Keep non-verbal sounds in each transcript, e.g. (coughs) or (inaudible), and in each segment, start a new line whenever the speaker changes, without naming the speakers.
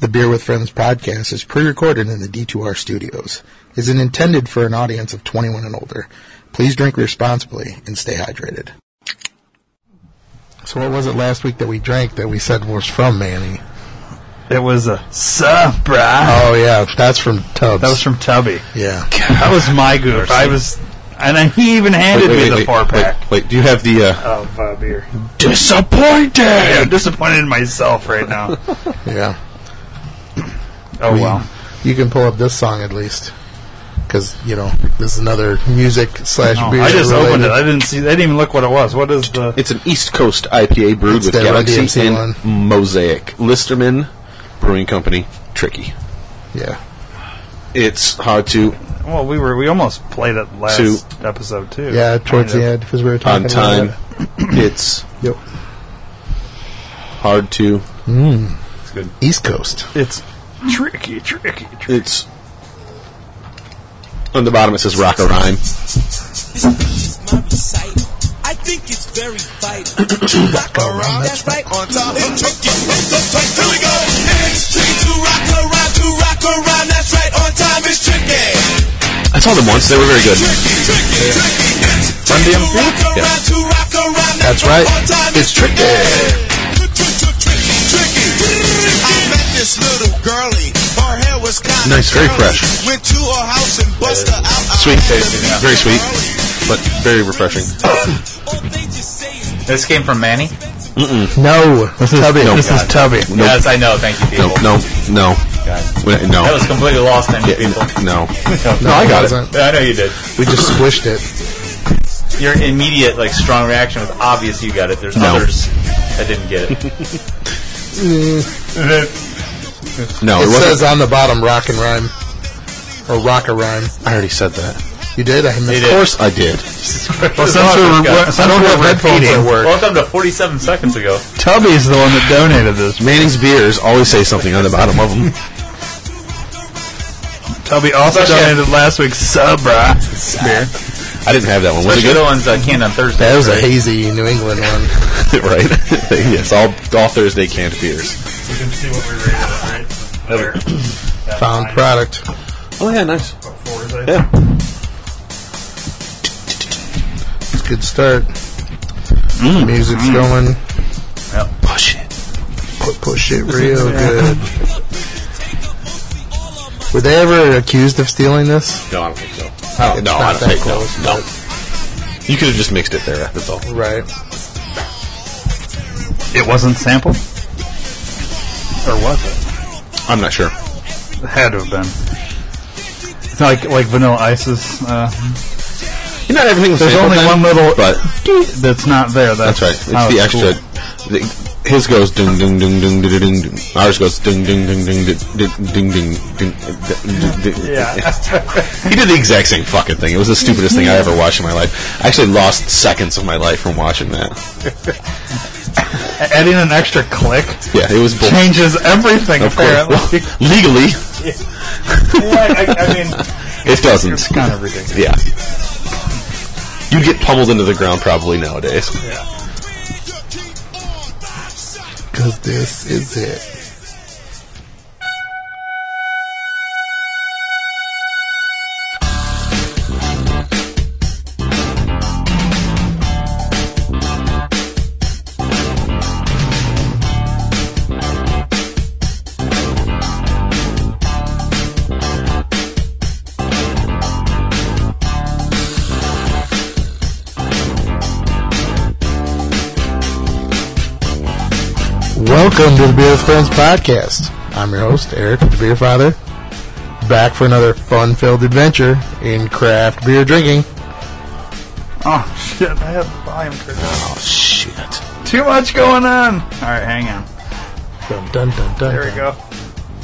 The Beer with Friends podcast is pre-recorded in the D2R studios. Is intended for an audience of 21 and older. Please drink responsibly and stay hydrated. So what was it last week that we drank that we said was from Manny?
It was a sup, bruh.
Oh yeah, that's from Tubbs.
That was from Tubby.
yeah.
That was my goof. I was, and then he even handed me the four pack
Wait, wait, do you have the? Uh,
of uh, beer. Disappointed. I'm disappointed in myself right now.
Yeah.
Oh well.
You can pull up this song at least. Because, you know, this is another music slash
No,
beer.
I just
related.
opened it. I didn't see. I didn't even look what it was. What is the?
it's an East Coast IPA brewed
It's
with
that Run
Galaxy
DMC
and
one.
Mosaic Listerman Brewing Company. Tricky.
Yeah.
It's hard to
Well, we were. We almost played it last
Two.
episode too.
Yeah, towards
Kind
the
of.
end, because we were talking
on (clears throat) time.
About
it's
it. Yep.
hard to.
East Coast.
It's tricky, tricky, tricky.
It's on the bottom. It says rock a rhyme.
This is my recital. I think it's very vital. rock around, that's right. On top of it, take it, make the place till it goes. It's tricky to rock around, to rock around, that's right. On time is tricky.
I saw them once. They were very good.
Tricky, tricky, tricky. It's tricky to
DMC?
rock around,
Yeah.
to rock around,
That's right.
On time
It's
is
tricky.
Tricky, tricky. I met this little girlie. Her hair was kind
Nice, very fresh.
Went to her house and bust her out. I
Sweet
had to
tasting,
meet
yeah.
the
Very sweet.
girlie.
but very (coughs) refreshing.
This came from Manny.
No. This is Tubby.
no.
This is Tubby.
Nope.
Yes, I know. Thank you,
No,
people.
no, no, We-
That
no,
was completely lost on you,
Yeah,
people.
no. No, I got it.
I know you did.
We just squished it.
Your immediate, like, strong reaction was obvious. You got it. There's
No.
others that didn't get
(laughs)
it.
It
No, Oh, it wasn't.
says on the bottom, rock and rhyme. Or rock a rhyme.
I already said that.
You did? I missed
Of course, I did.
Well, since we're,
Welcome
since we're
headphones at
repeating,
work.
to 47 seconds ago.
Tubby's the one that donated this.
Manning's beers always say something on the bottom of them.
Tubby also donated last week's sub, bruh. Beer.
I didn't have that one. Was it
Especially the
good?
ones uh, canned on Thursday.
That was a hazy New England one.
(laughs) right. yes, all all Thursday canned beers.
You can see what we rated it, right?
Found product.
Oh yeah, nice.
Yeah.
It's a good start. Music's going.
Mm. Push it.
Pu- push
(laughs)
it real good. Were they ever accused of stealing this?
No, I don't think so. I don't,
It's
no,
not
I don't
that
think
close,
no. No. You could have just mixed it there. That's all.
Right.
It wasn't sampled? Or was it?
I'm not sure.
It had to have been. It's not like, like Vanilla Ice's. Uh,
You not everything. was
there's
sampled
only
then,
one little
But
that's not there. That's,
that's right. It's
how
the
cool.
extra. The, his goes ding ding ding ding ding ding ding. Ours goes ding ding ding ding ding ding ding ding. ding, ding, ding. (laughs) He did the exact same fucking thing. It was the stupidest thing I ever watched in my life. I actually lost seconds of my life from watching that.
(laughs) adding an extra click
Yeah, it was bull-
changes everything.
(laughs) Of course,
(laughs) apparently,
Well, (laughs) legally
I, mean,
it doesn't.
it's kind of ridiculous.
Yeah, you'd get pummeled into the ground probably nowadays.
Because this is it. Welcome to the Beer with Friends podcast. I'm your host, Eric, the Beer Father. Back for another fun-filled adventure in craft beer drinking.
Oh shit! I have the volume turned up.
Oh shit!
Too much going on. All right, hang on.
Dun dun dun dun.
There we go.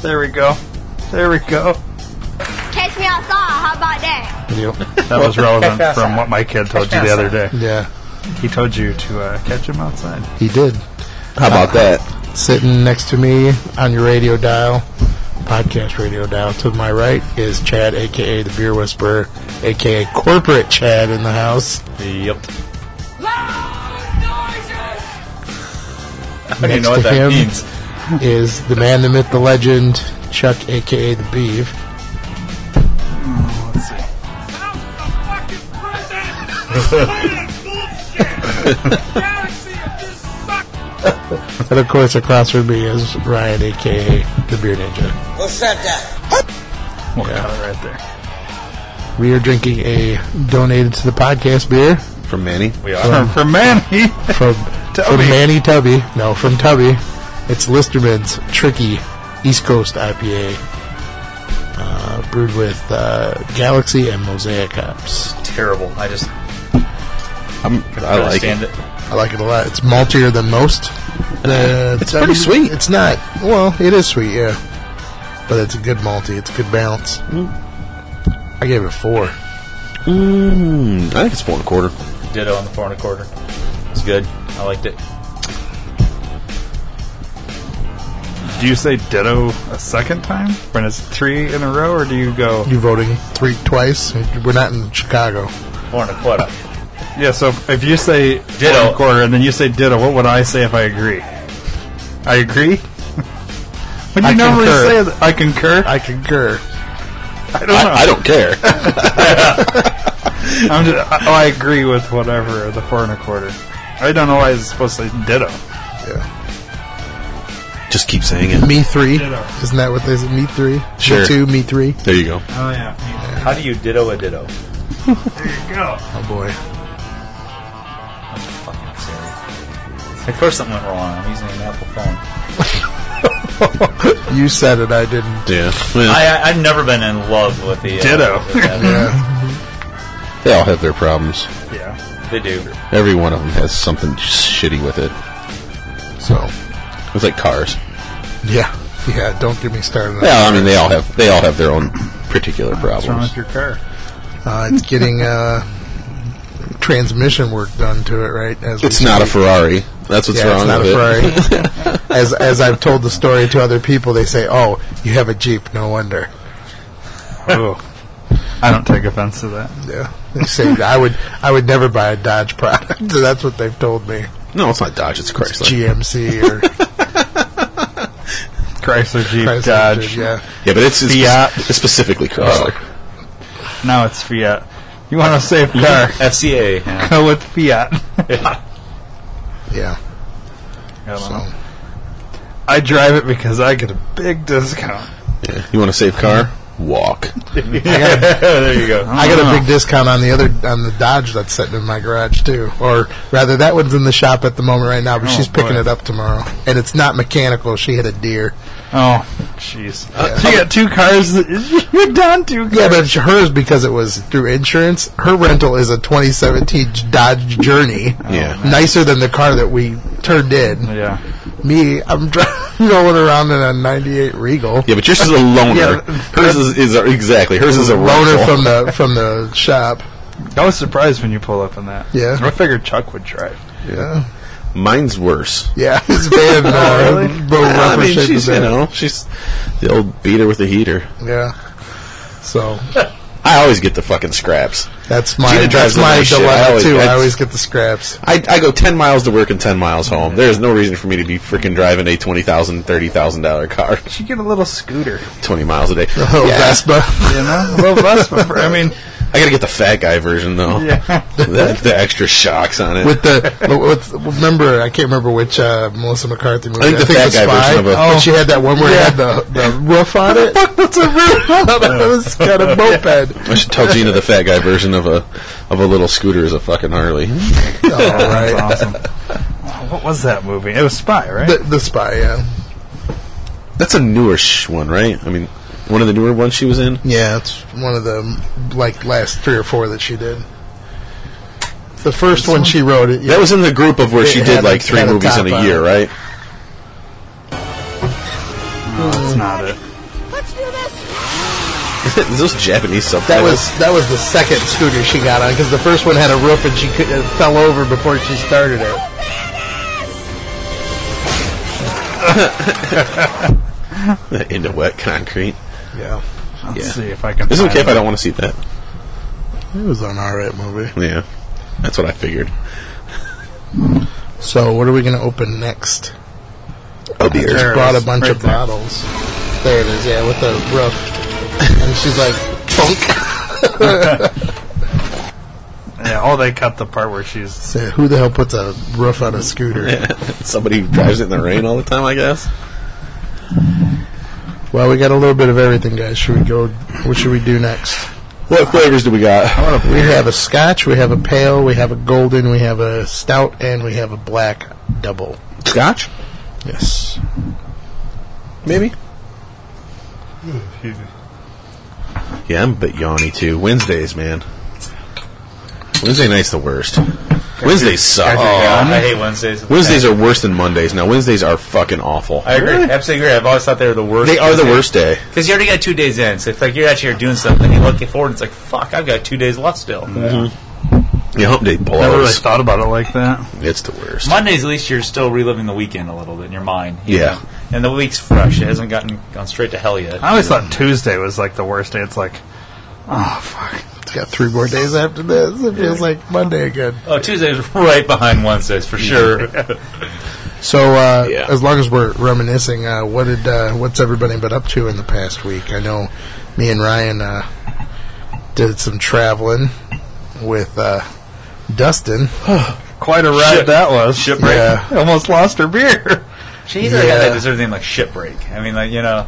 There we go. There we go.
Catch me outside. How about that?
(laughs)
Yep.
That was relevant from what my kid told you the other day.
Yeah,
He told you to uh, catch him outside.
he did.
How about that?
Sitting next to me on your radio dial, podcast radio dial, to my right is Chad, aka the Beer Whisperer, aka corporate Chad in the house.
Yep.
Loud noises!
I don't even know what
Next to
that
him.
means.
is the man, the myth, the legend, Chuck, aka the Beeve. And of course, across from me is Ryan, aka the Beer Ninja.
What's up, Doc?
We'll cut it right there.
We are drinking a donated to the podcast (laughs) beer
From Manny.
We are.
For Manny,
from from
Tubby.
Manny Tubby. No, from Tubby. It's Listerman's Tricky East Coast IPA, uh, brewed with uh, Galaxy and Mosaic hops.
Terrible. I just
I'm, I
don't
like it.
understand it.
I like it a lot. It's maltier than most. Uh,
It's pretty sweet.
It's not. Well, it is sweet, yeah. But it's a good malty. It's a good balance. I gave it four.
Mm, I think it's four and a quarter.
Ditto on the four and a quarter. It's good. I liked it.
do you say ditto a second time when it's three in a row, or do you go?
You voting three twice? We're not in Chicago.
Four and a quarter.
Yeah. So if, if you say
Ditto.
one quarter and then you say ditto, what would I say if I agree? I (laughs) agree. when you
I
normally
concur.
say that, I concur.
I concur.
(laughs) I don't know.
I, I don't care.
I'm just, I, oh, I agree with whatever the four and a quarter. I don't know why it's supposed to say ditto.
Yeah.
(laughs) Just keep saying it.
Me three.
Ditto.
Isn't that what they said? Me three?
Sure.
Me two, me three.
There you go.
Oh yeah.
How do you ditto a ditto?
There you go.
Oh boy.
Fucking serious. Of course something went wrong. I'm using an Apple phone.
You said it, I
(laughs)
didn't.
Yeah. Well,
I, I, I've never been in love with the... Uh,
Ditto.
with that.
Yeah.
they all have their problems.
Yeah.
(laughs) they do.
Every one of them has something shitty with it.
So.
It's like cars.
Yeah. Yeah. Don't get me started. on
Yeah, I mean they all have they all have their own particular
What's wrong
problems.
with your car?
Uh, it's getting uh, transmission work done to it, right? As we
It's not a
speak.
Ferrari. That's what's
yeah,
wrong
it's not a
with it.
Ferrari.
(laughs)
as as I've told the story to other people, they say, "Oh, you have a Jeep, no wonder."
oh. I don't take offense to that.
Yeah, they say I would I would never buy a Dodge product. (laughs) That's what they've told me.
No, it's not Dodge. It's Chrysler.
GMC or
Chrysler Jeep
Chrysler,
Dodge.
Yeah,
yeah, but it's, it's
Fiat.
it's specifically Chrysler.
Now it's Fiat. You want to save car? (laughs)
FCA. Yeah.
Go with (laughs) Fiat.
yeah.
I, don't
So
know. I drive it because
(laughs)
I get a big (laughs) discount.
Yeah. You want to save car? Walk.
there you go.
I
don't
got a
know. (laughs)
big discount on the other on the Dodge that's sitting in my garage too, or rather, that one's in the shop at the moment right now. But
Oh,
she's picking
boy.
it up tomorrow, and it's not mechanical. She hit a deer.
Oh, jeez. So (laughs) you got two cars. that- (laughs) You're down two cars.
Yeah, but it's hers because it was through insurance. Her rental is a 2017 Dodge Journey. Oh,
Yeah.
nicer than the car that we turned in.
yeah.
Me, I'm (laughs) driving, rolling around in a '98 Regal.
Yeah, but yours is a loner.
Yeah.
hers is, is a, exactly. Hers is a
Loaner
rental.
from the from the
(laughs)
shop.
I was surprised when you pull up in that.
Yeah.
I figured Chuck would drive.
Yeah,
Mine's worse.
yeah, (laughs) his
(laughs)
van. uh,
really?
both
I
rough as
mean,
shit
she's
to
you
that.
know she's the old beater with the heater.
Yeah. So
I always get the fucking scraps.
that's my
Gina drives
that's my
the nice shit. I
dilemma
always-
too. I
that's-
always get the scraps.
I, I go 10 miles to work and 10 miles home. There's no reason for me to be freaking driving a $20,000, $30,000 car (laughs)
Should get a little scooter.
20 miles a day.
(laughs) Oh,
Yeah.
Vespa.
You know, a little less. For, I mean,
I gotta get the fat guy version, though.
yeah.
(laughs) the, the extra shocks on it.
With the, with, remember, I can't remember which uh, Melissa McCarthy movie.
I think the
it
fat
was
guy
Spy,
version of it.
But she had that one where it had the,
(laughs)
the roof on it. Fuck, what's a roof on (laughs) it? was got a moped.
I should tell Gina the fat guy version of a of a little scooter is a fucking
(laughs)
Harley.
All
That's
right.
awesome. Oh, What was that movie? It was Spy, right?
The, the Spy, yeah.
That's a newer sh- one, right? I mean, one of the newer ones she was in.
Yeah, it's one of the, like, last three or four that she did. The first one she wrote, it, yeah.
That was in the group of where
It
she
had
did
a-
like three
had a
movies in
top uh,
a
on
year,
it.
right? (laughs)
That's not it.
Let's do this.
is those Japanese
That
subtitles?
was that was the second scooter she got on because the first one had a roof and she could, it fell over before she started it.
(laughs) into wet concrete.
Yeah,
Let's
Yeah.
see if I can.
It's
find
okay if I
it.
don't want to see that.
it was an alright movie.
Yeah, that's what I figured.
So, what are we going to open next?
A beer.
just
There it
brought a
is,
bunch
right
of
there.
bottles. There it is, yeah, with the roof. and she's like, "Funk."
Yeah, oh, they cut the part where she's
So who the hell puts a roof on a scooter?
(laughs) Somebody who drives it in the rain all the time, I guess.
Well, we got a little bit of everything, guys. Should we go? What should we do next?
What flavors do we got?
We have a Scotch, we have a pale, we have a golden, we have a stout, and we have a black double.
Scotch,
Yes.
maybe. (laughs) Yeah, I'm a bit yawny too. Wednesdays, man. Wednesday night's the worst. Wednesdays suck.
Oh, I hate Wednesdays.
Wednesdays are worse than Mondays. Now Wednesdays are fucking awful.
I agree. Absolutely agree. I've always thought they were the worst.
They are the worst day.
Because you already got two days in. So it's like you're out here doing something, you look forward, and it's like, fuck, I've got two days left still.
Yeah, hump day blows.
never really thought about it like that.
It's the worst.
Mondays, at least you're still reliving the weekend a little bit in your mind. you
Yeah.
know? And the week's fresh. It hasn't gotten gone straight to hell yet.
I always thought Tuesday was like the worst day. It's like, oh fuck.
It's got three more days after this. It feels like Monday again.
Oh, Tuesday's (laughs) right behind Wednesdays
Mm-hmm.
for sure.
So, uh,
Yeah.
as long as we're reminiscing, uh, what did uh, what's everybody been up to in the past week? I know me and Ryan uh, did some traveling with uh, Dustin.
Oh,
Quite a ride
Shit.
that was.
Shipwreck.
Yeah.
I almost lost her beer.
She's the guy
Yeah.
that deserves anything like shipbreak. I mean, like, you know.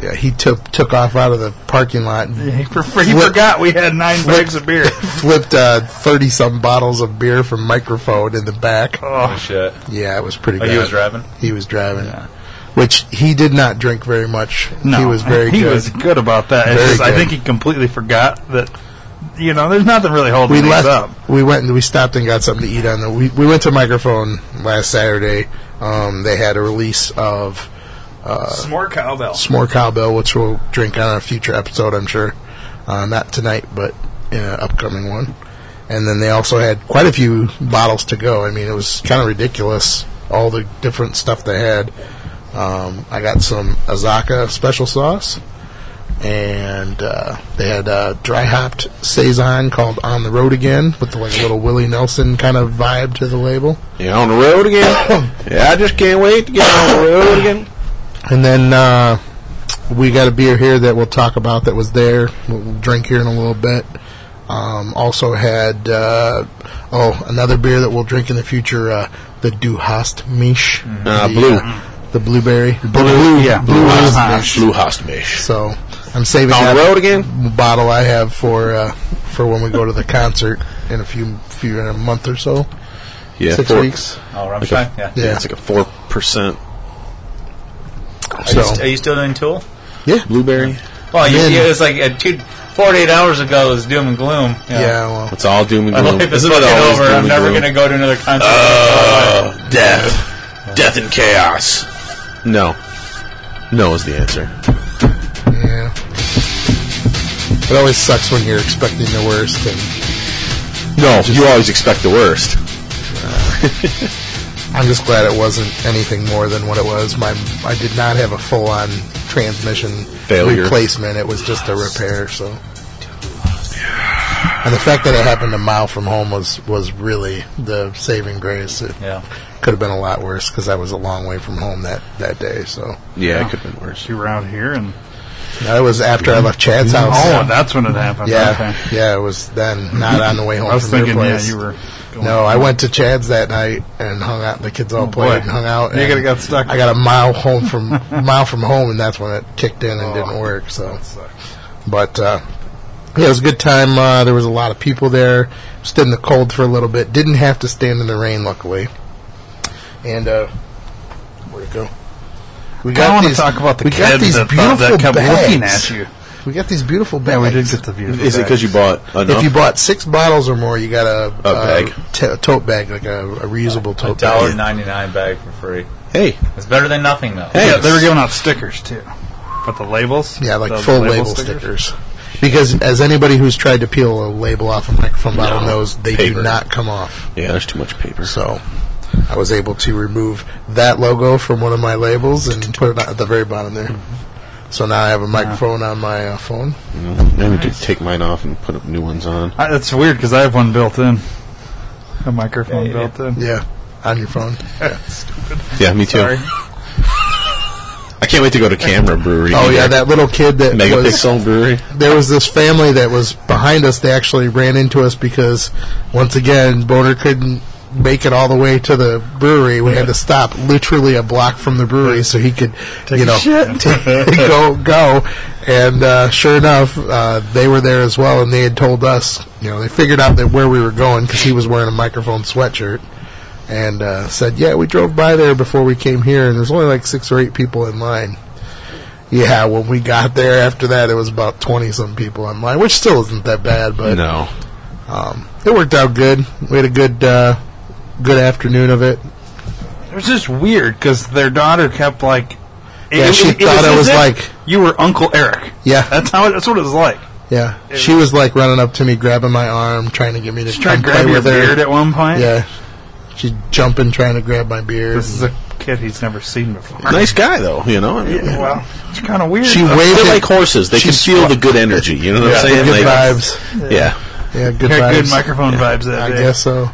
Yeah, he took took off out of the parking lot and
He, for, he
Flip.
forgot we had nine bags of beer.
flipped thirty some bottles of beer from microphone in the back.
Oh, shit.
Yeah, it was pretty.
Oh,
bad.
he was driving?
He was driving. Which he did not drink very much. (laughs)
No,
he was
(laughs)
very
he
good.
was good about that. It's
Very
just, I
good.
think he completely forgot that. You know, there's nothing really holding
we
these
left.
up.
We went and we stopped and got something to eat on the. We, we went to Microphone last Saturday. Um, they had a release of uh,
S'more cowbell.
S'more Cowbell, which we'll drink on a future episode, I'm sure. Uh, not tonight, but in an upcoming one. And then they also had quite a few bottles to go. I mean, it was kind of ridiculous, all the different stuff they had. Um, I got some Azaka special sauce, and uh, they had uh, dry hopped Saison called On the Road Again with the, like a little Willie Nelson kind of vibe to the label.
Yeah, on the road again. yeah, I just can't wait to get on the road again.
And then uh, we got a beer here that we'll talk about that was there. We'll drink here in a little bit. Um, also had uh, oh another beer that we'll drink in the future. Uh, the Du Hast Misch,
Uh,
the,
blue.
the blueberry,
Blue, yeah.
blue
Blue
Hast.
Blue Hostmish.
So I'm saving
On
that
the road again?
bottle I have for uh, for when we go to the concert in a few few in a month or so,
Yeah,
six
four-
weeks.
Oh, Rammstein? Yeah.
Yeah.
Yeah, it's like a four percent
Are, you,
So-
st- are you still doing Tool?
Yeah,
blueberry.
Well, you,
Man.
you, it was like a two, 48 hours ago, it was doom and gloom.
yeah. well,
It's all doom and
My
gloom.
life is
Isn't it
fucking
always
over.
doom
I'm
and
never
gloom?
going to go to another concert.
death, death and chaos. No, no is the answer.
yeah. It always sucks when you're expecting the worst and.
No, you always expect the worst.
I'm just glad it wasn't anything more than what it was. My I did not have a full on transmission
Failure.
replacement. It was just a repair. So, and the fact that it happened a mile from home was was really the saving grace. It
Yeah.
could have been a lot worse because I was a long way from home that that day. So
Yeah, it could have been worse.
You were out here and
that was after I left Chad's house.
oh, (laughs) that's when it happened.
yeah,
Okay.
yeah, it was then. Not on the way home
I was
from
thinking,
your
yeah,
place.
you were. Going
No, I went to Chad's that night and hung out. The kids all played
Oh, boy.
and hung out.
You
and
coulda got stuck.
I got a mile home
(laughs)
from mile from home, and that's when it kicked in and
Oh,
didn't work. So, but uh, yeah, it was a good time. Uh, there was a lot of people there. Stood in the cold for a little bit. Didn't have to stand in the rain, luckily. And uh, where'd it go? We
I
got
want to
these-
talk about the
we got
kids
these
that,
beautiful
thought- that kept
bags.
looking at you.
We got these beautiful bags.
Yeah, we did get the beautiful.
Is it because you bought enough?
If you bought six bottles or more, you got a,
A bag.
t- a tote bag, like a, a reusable
A
tote
dollar
bag.
ninety nine bag for free.
hey,
It's better than nothing though.
Yeah, they were giving out stickers too, but the labels.
Yeah, like
the
full label, stickers. Because as anybody who's tried to peel a label off a microphone bottle
No.
knows, they
Paper.
do not come off.
yeah, there's too much paper.
So I was able to remove that logo from one of my labels and put it at the very bottom there.
Mm-hmm.
So now I have a microphone on my uh, phone.
Maybe we could take mine off and put up new ones on.
I, it's weird because I have one built in, a microphone built in.
Yeah, on your phone.
Yeah, me too.
Sorry.
can't wait to go to Camera Brewery.
Oh yeah, that little kid that was
Megapixel Brewery.
there was this family that was behind us. They actually ran into us because once again, Boner couldn't make it all the way to the brewery. We had to stop literally a block from the brewery so he could, you know, (laughs) take- go go. And uh, sure enough, uh, they were there as well, and they had told us, you know, they figured out that where we were going because he was wearing a microphone sweatshirt. And uh, said, "Yeah, we drove by there before we came here, and there's only like six or eight people in line." Yeah, when we got there after that, it was about 20 some people online, which still isn't that bad, but
No,
it worked out good. We had a good uh, good afternoon of it.
It was just weird because their daughter kept like. it-
Yeah,
it,
she thought I
as
was
if
like-
you were Uncle Eric.
Yeah.
that's how. It, that's what it was like.
Yeah. She was like running up to me, grabbing my arm, trying to get me to
She tried to
come
grab
play
your
with her.
beard at one point.
yeah. She's jumping, trying to grab my beard.
this is a kid he's never seen before.
nice guy though. You know, I mean,
Yeah, well, it's kind of weird.
She
though.
waved
they're
at-
like horses. They can
she's
feel the good energy. You know what I'm saying?
good
Like,
vibes.
Yeah.
Yeah, good
Very
vibes.
good microphone vibes that
I
day.
guess so.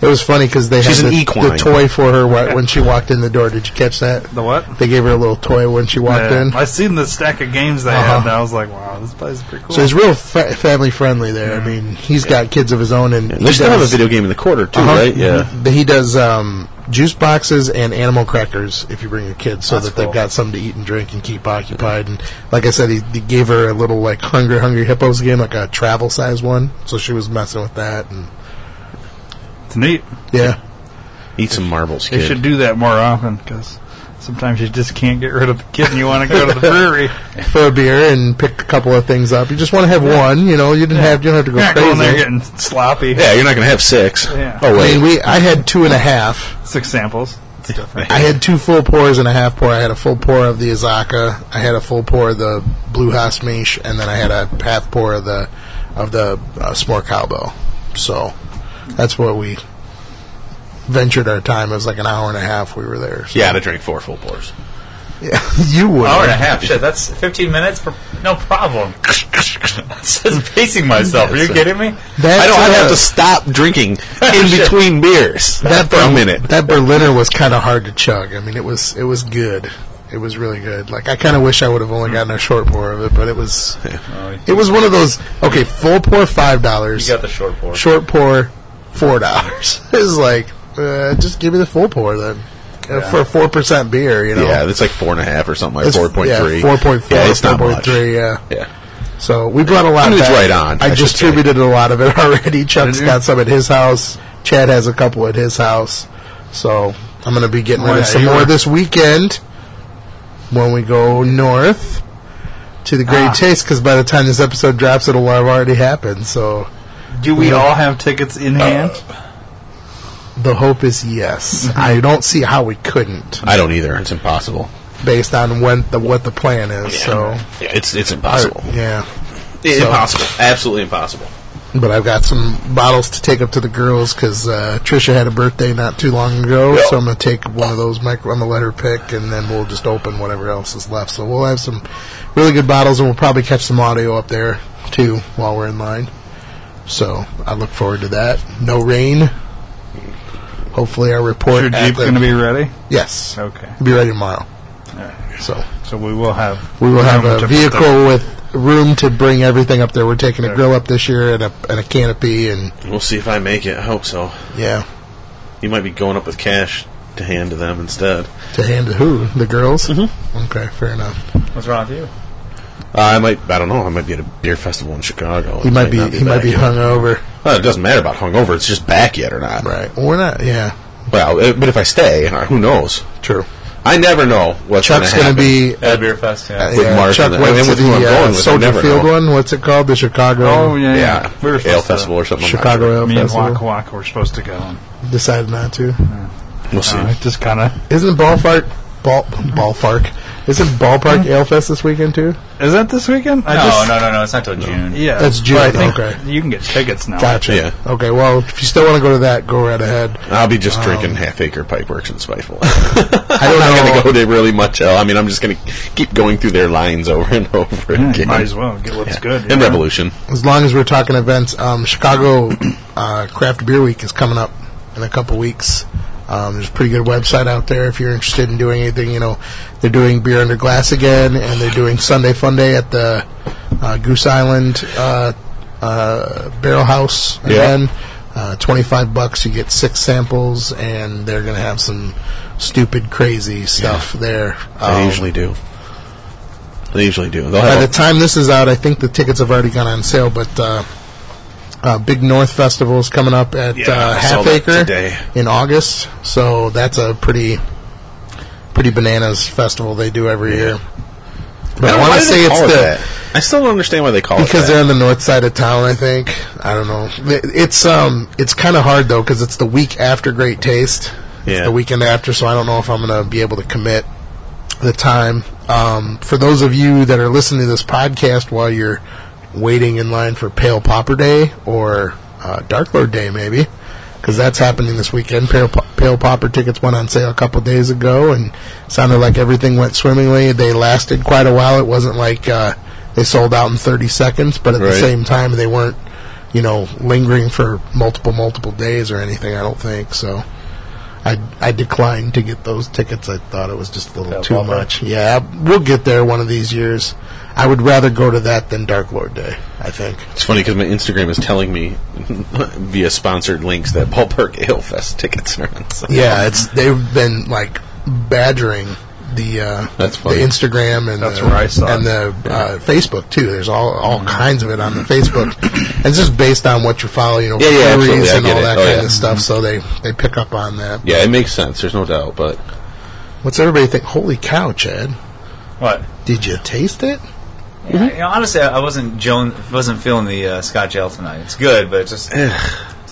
It was funny because they
She's
had
an
the,
equine.
the toy for her wh- when she walked in the door. Did you catch that?
The what?
They gave her a little toy when she walked
Yeah.
in.
I seen the stack of games they
Uh-huh.
had, and I was like, wow, this place is pretty cool.
So he's real fa- family friendly there. I mean, he's got kids of his own, and
They still have a video game in the quarter too,
Uh-huh.
right? Yeah.
But he does um, juice boxes and animal crackers if you bring your kids, so that they've
cool.
got something to eat and drink and keep occupied. And like I said, he, he gave her a little like hungry, hungry hippos game, like a travel size one. So she was messing with that, and
it's neat.
yeah,
Eat some marbles,
They
kid.
should do that more often because sometimes you just can't get rid of the kid and you want
(laughs)
to go to the brewery.
for a beer and picked a couple of things up. You just want to have one, you know. You didn't have you don't have to go
You're not
crazy.
going there getting sloppy.
yeah, you're not gonna have six.
Yeah.
Oh
I
wait,
mean,
(laughs)
we I had two and a half.
Six samples. It's different.
I had two full pours and a half pour. I had a full pour of the Azaka. I had a full pour of the Blue House Mish, and then I had a half pour of the of the uh, S'more Cowbell. So that's what we ventured our time. It was like an hour and a half we were there. So.
yeah, to drink four full pours.
you would.
Hour and a half. Shit, that's 15 minutes. For, no problem. (laughs) that's just pacing myself. Are you kidding me?
That's,
I don't. I'd
uh,
have to
(laughs)
stop drinking in
Shit.
between beers
that
for a
Berlin-
minute.
That Berliner was kind of hard to chug. I mean, it was it was good. It was really good. Like I kind of wish I would have only
Hmm.
gotten a short pour of it, but it
(laughs)
was it was one of those. Okay, full pour five dollars.
Oh, You got the short pour.
short pour four dollars. (laughs) it's like uh, just give me the full pour then Uh, for four percent beer. You know,
Yeah, it's like four and a half or something like
It's-
four point three.
yeah, four point four,
Yeah, it's not
four
much.
point three. Yeah.
Yeah.
So we brought a lot.
I mean, it's
back.
right on, I
I
should
distributed a lot of it (laughs) already. Chuck's
you?
got some at his house. Chad has a couple at his house. So I'm going to be getting
Oh,
rid
yeah,
of some
you
more
were-
this weekend when we go north to the
Ah.
Great Chase. Because by the time this episode drops, it'll have already happened. So
Do
Mm-hmm.
we all have tickets in
Uh,
hand?
the hope is yes.
Mm-hmm.
I don't see how we couldn't,
I don't either. It's impossible.
based on when the what the plan is. So
Yeah, it's it's impossible.
yeah.
It's
So-
Impossible. Absolutely impossible.
But I've got some bottles to take up to the girls because uh, Trisha had a birthday not too long ago, so I'm gonna take one of those micro. I'm gonna let her pick, and then we'll just open whatever else is left. So we'll have some really good bottles, and we'll probably catch some audio up there too while we're in line. So I look forward to that. No rain. Hopefully, our report.
Your
at
Jeep's
the-
going to be ready?
yes.
Okay.
It'll be ready tomorrow. So
So we will have.
we will have
room
a
to put them.
vehicle with room to bring everything up there. We're taking a grill up this year and a and a canopy and
We'll see if I make it. I hope so.
yeah.
You might be going up with cash to hand to them instead.
To hand to who? The girls? Mm-hmm. Okay, fair enough.
What's wrong with you?
Uh, I might. I don't know. I might be at a beer festival in Chicago.
He
It
might be
not
he might
back
be
yet.
hungover.
Well, it doesn't matter about hungover. It's just back yet or not.
Right. Well, We're not. Yeah.
Well, uh, but if I stay, uh, who knows?
True.
I never know what's
Chuck's
going to
gonna be. uh,
At a beer fest, yeah.
With
yeah,
Mark
Chuck
and-
went
and
to
with who I'm
the
going
uh,
with, I
Soldier
never
Field
know.
one. What's it called? The Chicago.
Oh, yeah, yeah.
Yeah,
We were
ale
supposed
festival or something. I'm not
Chicago
sure.
Ale
To, me and
Festival.
Waka Waka were supposed to go. And,
Decided not to.
We'll see.
uh, just kind of.
Isn't Ballpark ball ballpark? Isn't Ballpark Ale Fest this weekend too?
Is that this weekend? I
No,
just,
no, no, no. It's not till June.
Yeah.
That's June,
But I think
okay.
You can get tickets now.
Gotcha.
Yeah.
Okay. Well, if you still want to go to that, go right ahead.
I'll be just drinking half acre pipeworks
(laughs)
and spiteful.
Um, I don't
I'm not
know.
going to go to really much. Uh, I mean, I'm just going to keep going through their lines over and (laughs) over
Yeah,
again.
might as well get what's
Yeah.
good.
And
yeah.
Revolution.
as long as we're talking events, um, Chicago uh, Craft Beer Week is coming up in a couple weeks. Um, there's a pretty good website out there if you're interested in doing anything. You know, They're doing beer under glass again, and they're doing Sunday Fun Day at the uh, Goose Island uh, uh, Barrel House again. Uh, Twenty-five bucks, you get six samples, and they're gonna have some stupid, crazy stuff there.
They
Um,
usually do. They usually do. They'll
by the
have a-
time this is out, I think the tickets have already gone on sale. But uh, uh, Big North Festival is coming up at
Yeah,
uh,
I saw
Half
that
Acre
today.
in August, so that's a pretty pretty bananas festival they do every year. But I,
don't-
want
why
to
do they
say it's
call it
the
that? I still don't understand why they call
because
it
they're on the north side of town. I think I don't know. It's um it's kind of hard though because it's the week after Great Taste. It's
Yeah.
the weekend after, so I don't know if I'm going to be able to commit the time. Um, for those of you that are listening to this podcast while you're waiting in line for Pale Popper Day or uh, Dark Lord Day, maybe, because that's happening this weekend. Pale, Po- Pale Popper tickets went on sale a couple days ago, and sounded like everything went swimmingly. They lasted quite a while. It wasn't like uh, they sold out in 30 seconds, but at the
Right.
same time, they weren't, you know, lingering for multiple, multiple days or anything. I don't think so. I, I declined to get those tickets. I thought it was just a little too
bummer.
much. Yeah, we'll get there one of these years. I would rather go to that than Dark Lord Day. I think.
It's funny because my Instagram is telling me (laughs) via sponsored links that (laughs) Ballpark Ale Fest tickets are on sale.
Yeah, it's they've been like badgering the uh,
That's
the
funny.
Instagram and
That's
the,
where I saw
and the uh, Facebook too. There's all all
Mm-hmm.
kinds of it on the Facebook. And it's just based on what you follow, you know,
Yeah, yeah, absolutely,
theories
I
and
get
all
it.
that
Oh,
kind
yeah.
of stuff. So they they pick up on that.
Yeah, it makes sense. There's no doubt, but
What's everybody think? Holy cow, Chad!
What?
Did you taste it?
Yeah, you know, honestly, I I wasn't Joan, wasn't feeling the uh, Scotch ale tonight. It's good, but it's just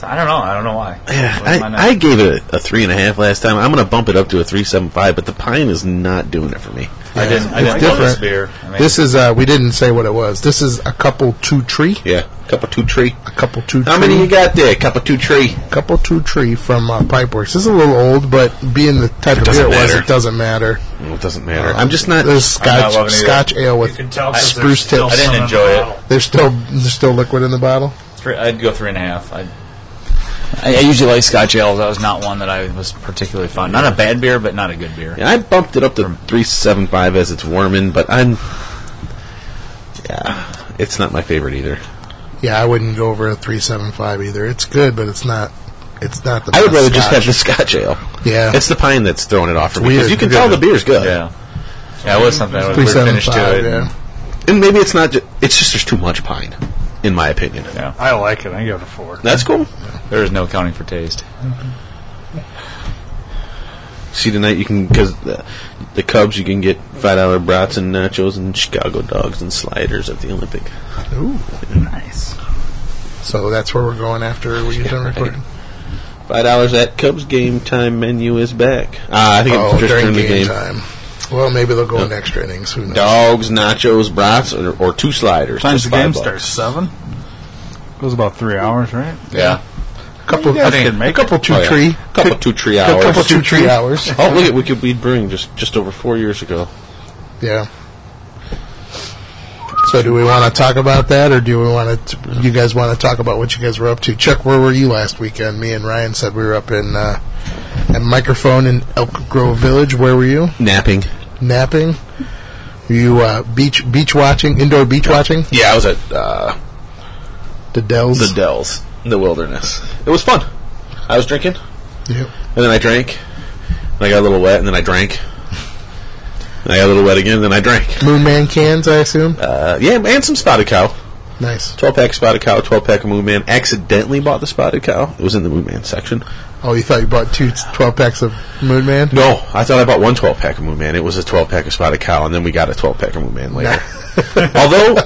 I don't know. I don't know why. What's my
I,
name?
I gave it a, a three and a half last time. I'm going to bump it up to a three seven five, but the pine is not doing it for me.
I didn't. I
it's
didn't love this
different.
beer. I mean,
This is uh, we didn't say what it was. This is a couple two tree,
Yeah, cup of two tree.
a couple two.
How
tree,
many you got there? Cup of two tree.
Couple two tree from uh, Pipeworks. This is a little old, but being the type of beer
doesn't
it was,
matter.
it doesn't matter.
Well, it doesn't matter. I'm just not.
There's
not loving
Scotch
it
Scotch
either.
ale with
can tell 'cause
spruce
there's still
tips.
I didn't
some in
enjoy
the
it.
bottle.
There's still there's still liquid in the bottle.
three, I'd go three and a half. I'd, I, I usually like Scotch ales. That was not one that I was particularly fond. Not a bad beer, but not a good beer.
I bumped it up to three seven five as it's warming, but I'm. Yeah, it's not my favorite either.
Yeah, I wouldn't go over a three seven five either. It's good, but it's not. It's not the.
I would
best
rather just
Scotch.
have the Scotch ale.
Yeah.
it's the pine that's throwing it off for me
weird.
because you can
Good.
tell the beer's good.
Yeah, yeah, it was something. I was
three
weird
seven
finish to
five.
it.
Yeah.
and maybe it's not. Ju- it's just there's too much pine, in my opinion.
I like it. I give it a four.
That's cool.
There is no accounting for taste.
See tonight you can because the, the Cubs you can get five dollar brats and nachos and Chicago dogs and sliders at the Olympic.
Ooh.
Nice.
So that's where we're going after we get done
right.
recording.
Five dollars at Cubs game time menu is back. Uh, I think
Oh,
it's just
during
during the
game,
game.
time. Well, maybe they'll go in extra innings. Who knows?
Dogs, nachos, brats, or, or two sliders.
Times
Just
the game
five
starts seven.
bucks.
Goes about three hours, right?
Yeah.
couple,
guys
I
can make
a couple two
Oh, yeah.
tree,
couple two tree
a
hours.
couple two tree hours.
Oh look at Wicked Weed Brewing just just over four years ago.
Yeah. So, do we want to talk about that, or do we want to? You guys want to talk about what you guys were up to? Chuck, where were you last weekend? Me and Ryan said we were up in uh, at microphone in Elk Grove Village. Where were you?
Napping.
Napping. You uh, beach beach watching, indoor beach watching.
Yeah, I was at uh,
The Dells.
the Dells, the wilderness. It was fun. I was drinking,
Yep.
and then I drank, and I got a little wet, and then I drank, and I got a little wet again, and then I drank.
Moon Man cans, I assume.
Uh, yeah, and some spotted cow.
nice.
12 pack spotted cow, 12 pack of Moon Man. Accidentally bought the spotted cow. It was in the Moon Man section.
Oh, you thought you bought two 12 packs of Moon Man?
No, I thought I bought one 12 pack of Moon Man. It was a 12 pack of spotted cow, and then we got a 12 pack of Moon Man later. (laughs) Although,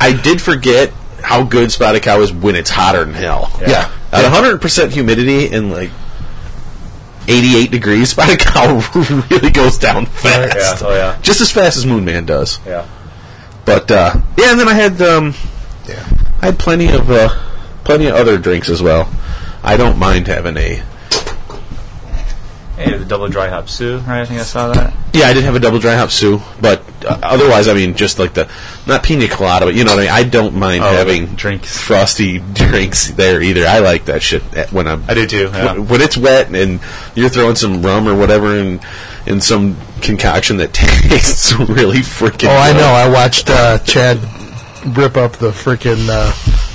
I did forget how good spotted cow is when it's hotter than hell.
Yeah.
At 100% humidity and like 88 degrees, (laughs) spotted cow (laughs) really goes down
Yeah.
fast.
Oh yeah.
Just as fast as Moon Man does.
Yeah.
But, uh, yeah, and then I had, um,
Yeah.
I had plenty of uh, plenty of other drinks as well. I don't mind having a.
Hey, the double dry hop Sue, right? I think I saw that.
Yeah, I did have a double dry hop Sue, but uh, otherwise, I mean, just like the not pina colada, but you know what I mean. I don't mind
Oh,
having
drinks.
frosty (laughs) drinks there either. I like that shit at- when I'm
I do too. Yeah.
when, when it's wet and you're throwing some rum or whatever, and in some concoction that (laughs) tastes really freaking.
Oh, I
good.
know. I watched uh, Chad rip up the freaking uh,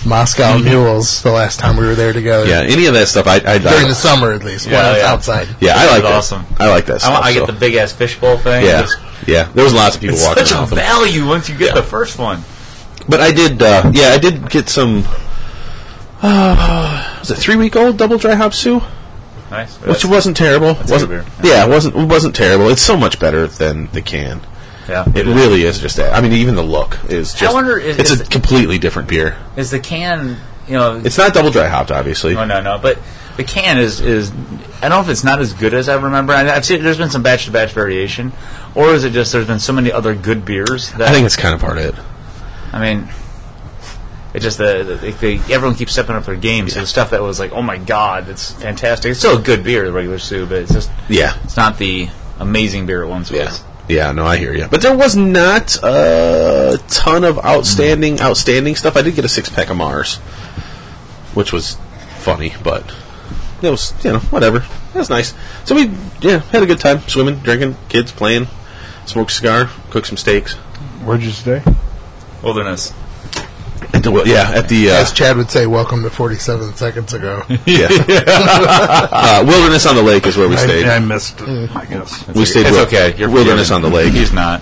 Moscow Mules the last time we were there together.
Mm-hmm. Yeah, any of that stuff. I, I
During the summer, at least,
Yeah,
while it's
yeah.
outside.
yeah, I like
That's
that.
awesome.
I like that.
I,
Stuff,
want, I
so-
get the big ass fishbowl thing.
yeah,
Just-
yeah. There was lots of people
It's
walking
such a
around. with them.
value once you get
Yeah.
the first one.
But I did, uh, yeah, I did get some. Uh, was it three week old double dry hop stew?
Nice.
Which wasn't terrible. wasn't
good
yeah, it wasn't it wasn't terrible. It's so much better than the can.
yeah.
It really is just that. I mean, even the look is just.
wonder is-
it's
is
a
it-
completely different beer.
Is the can, you know,
It's not double dry hopped, obviously.
Oh, No, no, no. But the can is is I don't know if it's not as good as I remember. I, I've seen there's been some batch to batch variation, or is it just there's been so many other good beers that
I think it's kind of part of it.
I mean. It just the, the, they- they- everyone keeps stepping up their game. So the stuff that was like, oh my god, that's fantastic. It's still a good beer, the regular Sue, but it's just
Yeah,
it's not the amazing beer it once
yeah,
was.
yeah. No, I hear you. But there was not a ton of outstanding, outstanding stuff. I did get a six pack of Mars, which was funny, but it was you know whatever. It was nice. So we yeah had a good time swimming, drinking, kids playing, smoked a cigar, cooked some steaks.
Where'd you stay?
Wilderness.
At the, yeah, at the uh,
As Chad would say, welcome to 47 seconds ago.
yeah. (laughs) uh, Wilderness on the Lake is where we stayed.
I, I missed it. I guess.
we stayed.
It's
wil-
okay. You're
Wilderness on
forgiven.
the Lake.
He's not.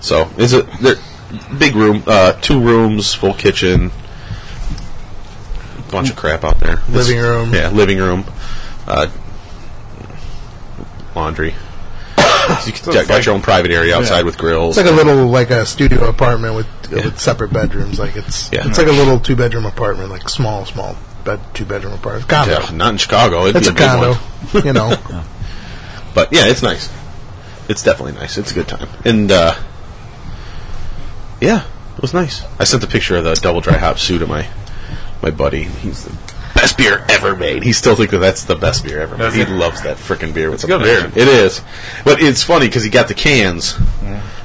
So is it there? Big room, uh, two rooms, full kitchen, bunch of crap out there. It's-
Living room.
yeah, living room, uh,
(coughs)
laundry. you can, got your own private area outside with grills.
It's like a little, like a studio apartment with,
Yeah.
with separate bedrooms. Like it's,
Yeah.
it's like a little two bedroom apartment, like small, small bed, two bedroom apartment. Condo.
Yeah, not in Chicago. It'd
It's
be
a
a, big
condo,
one.
you
(laughs)
know.
but yeah, it's nice. It's definitely nice. It's a good time, and uh, yeah, it was nice. I sent the picture of the double dry hop stew to my my buddy. He's the best beer ever made. He still thinks that that's the best beer ever made.
That's
He
it.
loves that freaking beer. It's
a good beer.
It is, but it's funny because he got the cans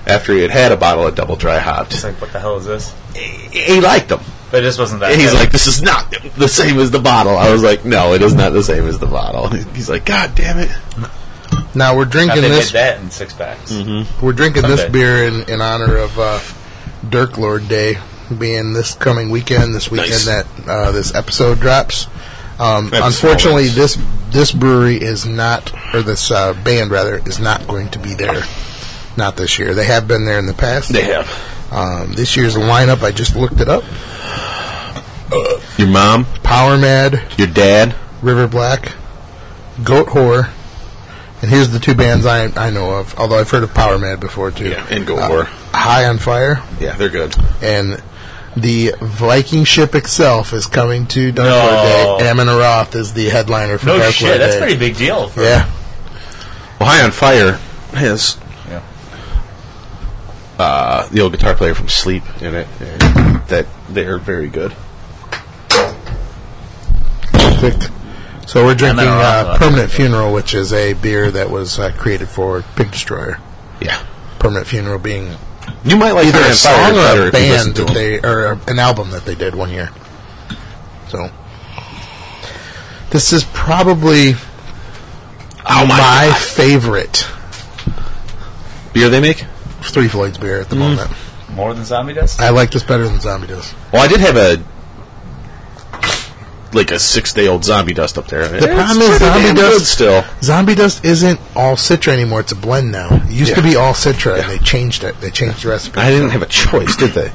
after he had had a bottle of double dry hopped.
It's like, what the hell is this?
He liked them.
But this wasn't that.
And he's
good.
like, "This is not the same as the bottle." I was like, "No, it is not the same as the bottle." (laughs) He's like, "God damn it!"
Now we're
God,
drinking
they
this.
did that in six packs.
We're drinking this
Sunday.
beer in, in honor of uh, Dirk Lord Day being this coming weekend. This weekend
Nice.
that uh, this episode drops. Um,
Episode.
unfortunately, this this brewery is not, or this uh, band rather, is not going to be there. Not this year. They have been there in the past.
They have.
Um, this year's lineup. I just looked it up.
Your mom,
Power Mad,
your dad,
River Black, Goat Whore, and here's the two bands I I know of. Although I've heard of Power Mad before too.
Yeah, and Goat
Uh,
Whore.
High on Fire.
Yeah, they're good.
and the Viking ship itself is coming to Dark
No.
Lord Day. Amon Roth is the headliner for
No
Dark
shit,
Lord
that's
Day.
pretty big deal. For,
Yeah,
Well, High on Fire has
Yeah.
uh, the old guitar player from Sleep in it. and that they are very good.
perfect. So we're drinking
Amon Roth,
uh,
uh,
Permanent Funeral, which is a beer that was uh, created for Pig Destroyer.
Yeah,
Permanent Funeral being
you might like
either
High
a
on
song
Fire better
or a
if you listen
band
to
that
them.
they or uh, an album that they did one year. So this is probably
Oh my
my
God.
favorite
beer they make.
Three Floyds beer at the
Mm.
moment.
More than zombie dust?
I like this better than Zombie does.
Well, I did have a like a six day old zombie dust up there. The
problem is Zombie Dust-
still.
Zombie Dust isn't all Citra anymore. It's a blend now. It used to
Yeah.
be all Citra, and they changed it. They changed the recipe.
I didn't have a choice, did they?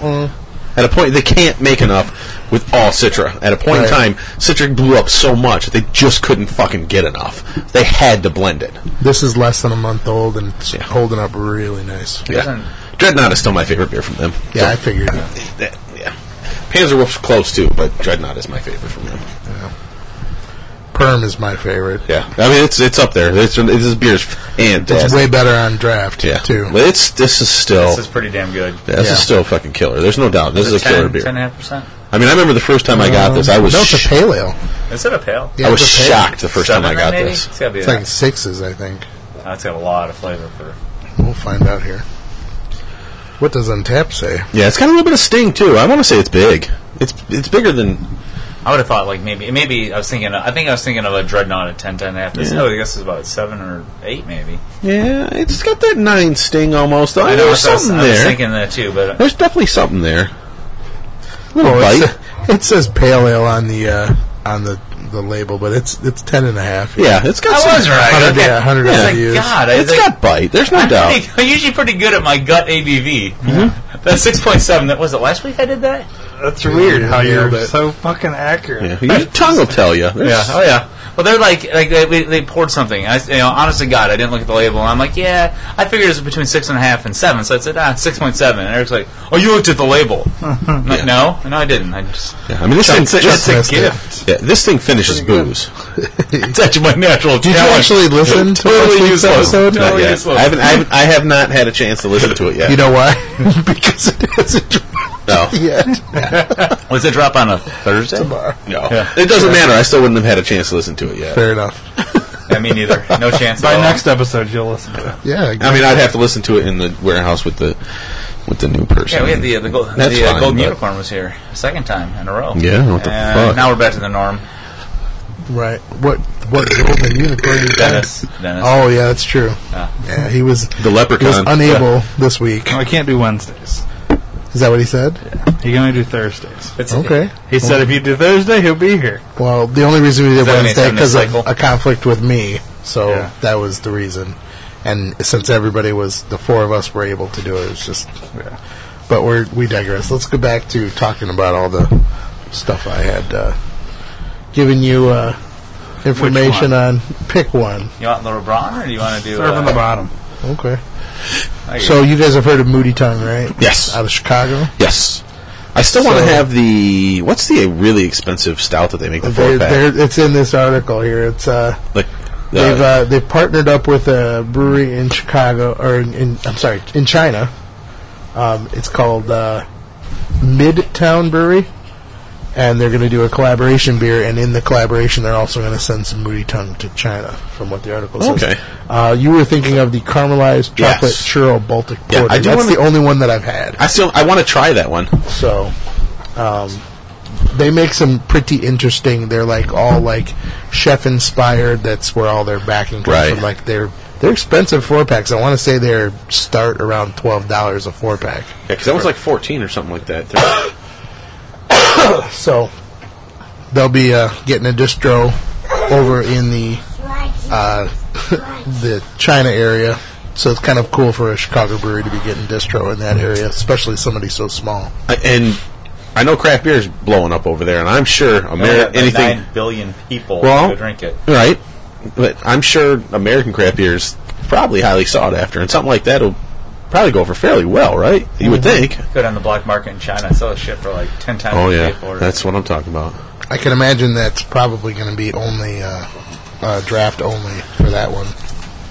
Mm.
At a point, they can't make enough with all Citra. At a point
Right.
in time, Citra blew up so much they just couldn't fucking get enough. They had to blend it.
This is less than a month old, and it's
Yeah.
holding up really nice.
Yeah.
Doesn't-
Dreadnought is still my favorite beer from them.
Yeah, I figured.
That- yeah. Panzerwolf's close too, but Dreadnought is my favorite from them.
Perm is my favorite.
Yeah, I mean it's it's up there. It's, this beer's fantastic.
It's way better on draft
yeah,
too.
But it's this is still
This
this
is
is,
pretty damn good.
yeah.
still fucking killer. There's no doubt. This is, a killer beer.
10.5%.
I mean, I remember the first time I got this, I was
no, it's a
sh-
pale ale.
Is it a pale?
Yeah,
I was
it's a pale.
shocked the first time I
Seven,
got
maybe?
this.
It's gotta be
It's
that.
like sixes, I think.
Oh, it's got a lot of flavor for
We'll find out here. What does Untap say?
Yeah, it's got a little bit of sting too. I want to say it's big. It's it's bigger than
I would have thought like maybe maybe I was thinking I think I was thinking of a dreadnought at ten ten after this.
Yeah.
Oh, I guess it's about seven or eight maybe.
Yeah, it's got that nine sting almost. though.
I
Oh, there
know
was
so I was,
something
I was
there.
thinking that too, but
There's definitely something there. Little
Oh,
bite.
it's- it says pale ale on the uh, on the, the label, but it's it's ten and a half.
yeah, Oh it's got.
I
some,
was right.
100,
Okay.
yeah, 100
I was
reviews.
like, God, I
It's
like,
got bite. There's no
(laughs) I'm,
doubt. Mm-hmm.
pretty, I'm usually pretty good at my gut ABV. That's six point seven. (laughs) That was it last week I did that.
That's weird how
nailed
you're
it.
so fucking accurate.
Yeah, Your tongue will tell you.
Yeah. Oh yeah. Well, they're like like they, they- they poured something. I you know honest to God, I didn't look at the label. and I'm like, yeah, I figured it was between six and a half and seven. So I said ah six point seven. And Eric's like, oh, you looked at the label?
(laughs)
I'm like, No, no, I didn't. I just
Yeah, I mean, this thing.
It's a
missed it.
gift.
yeah, this thing finishes booze.
(laughs) it's actually my natural.
Did you actually listen to last week's episode?
Not
Totally
yet.
useless.
I haven't, I haven't. I have not had a chance to listen to it yet.
You know
(laughs)
(laughs)
why? because it hasn't dropped
no,
yet.
Was it drop on a Thursday?
(laughs) no.
Yeah.
It doesn't matter. I still wouldn't have had a chance to listen to it yet.
Fair enough.
I mean, neither. No chance.
By
at all.
next episode, you'll listen to it.
Yeah,
I mean, I'd have to listen to it in the warehouse with the with the new person.
Yeah, we had the uh, the, gold,
That's
the uh,
fine,
golden
but-
unicorn was here second time in a row.
Yeah, what the
And
fuck?
Now we're back to the norm.
right. What what golden unicorn did
Dennis, Dennis.
Oh yeah, that's true. Yeah, he was
The
he was
leprechaun.
unable this week.
No, I can't do Wednesdays.
Is that what he said?
You can only do Thursdays.
It's-
Okay.
He said if you do Thursday, he'll be here.
Well, the only reason we did
that when it's
Wednesday
on the
because of
cycle?
a conflict with me, so
Yeah.
that was the reason. And since everybody was, the four of us were able to do it. It's just, but we're we digress. Let's go back to talking about all the stuff I had uh, given you uh, information on. Pick one,
You want little brawn, or do you want to do?
Serve
uh,
on the bottom.
okay.
I-
So you guys have heard of Moody Tongue, right?
Yes.
out of Chicago.
yes. I still want to
So-
have the what's the really expensive stout that they make the
They're,
four pack
they're, it's in this article here. It's uh,
like
They've
uh,
uh, they've partnered up with a brewery in Chicago or in, in I'm sorry in China. Um, it's called uh, Midtown Brewery, and they're going to do a collaboration beer. And in the collaboration, they're also going to send some Moody Tongue to China, from what the article says.
Okay.
Uh, you were thinking of the caramelized chocolate
Yes.
churro Baltic
Yeah, I
porter.
do
That's
wanna-
the only one that I've had.
I still I want to try that one.
So, um, they make some pretty interesting. They're like all like chef inspired. That's where all their backing comes
Right.
from. Like they're they're expensive four packs. I want to say they start around twelve dollars a four pack.
Yeah, because that was like fourteen or something like that.
So they'll be uh, getting a distro over in the uh, (laughs) the China area. So it's kind of cool for a Chicago brewery to be getting distro in that area, especially somebody so small.
I- and I know craft beer is blowing up over there, and I'm sure
Only
Ameri-
got, Oh, like,
anything
nine billion people
Well-
who drink it.
right, but I'm sure American craft beer is probably highly sought after, and something like that will probably go over fairly well, right? You would think.
Go down the black market in China and sell this shit for like ten times.
Oh
what
yeah,
they pay for it.
that's what I'm talking about.
I can imagine that's probably going to be only uh, uh, draft only for that one.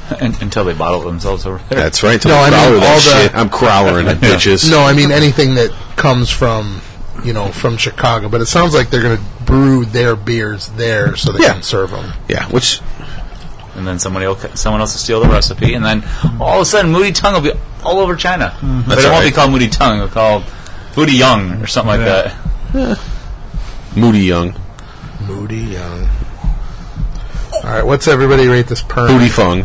(laughs) Un- until they bottle it themselves over there.
That's right.
No, I mean,
Crowler that
all the-
shit. I'm crowlering
(laughs)
it, bitches.
No, I mean anything that comes from you know from Chicago. But it sounds like they're going to brew their beers there so they
Yeah.
can serve them.
Yeah, which
and then somebody will, someone else will steal the recipe, and then all of a sudden, Moody Tongue will be all over China. But
That's
it won't
right.
be called Moody Tongue; it'll be called Moody Young or something like
Yeah.
that. Uh,
Moody Young,
Moody Young. All right, what's everybody rate this perm?
Booty Fung,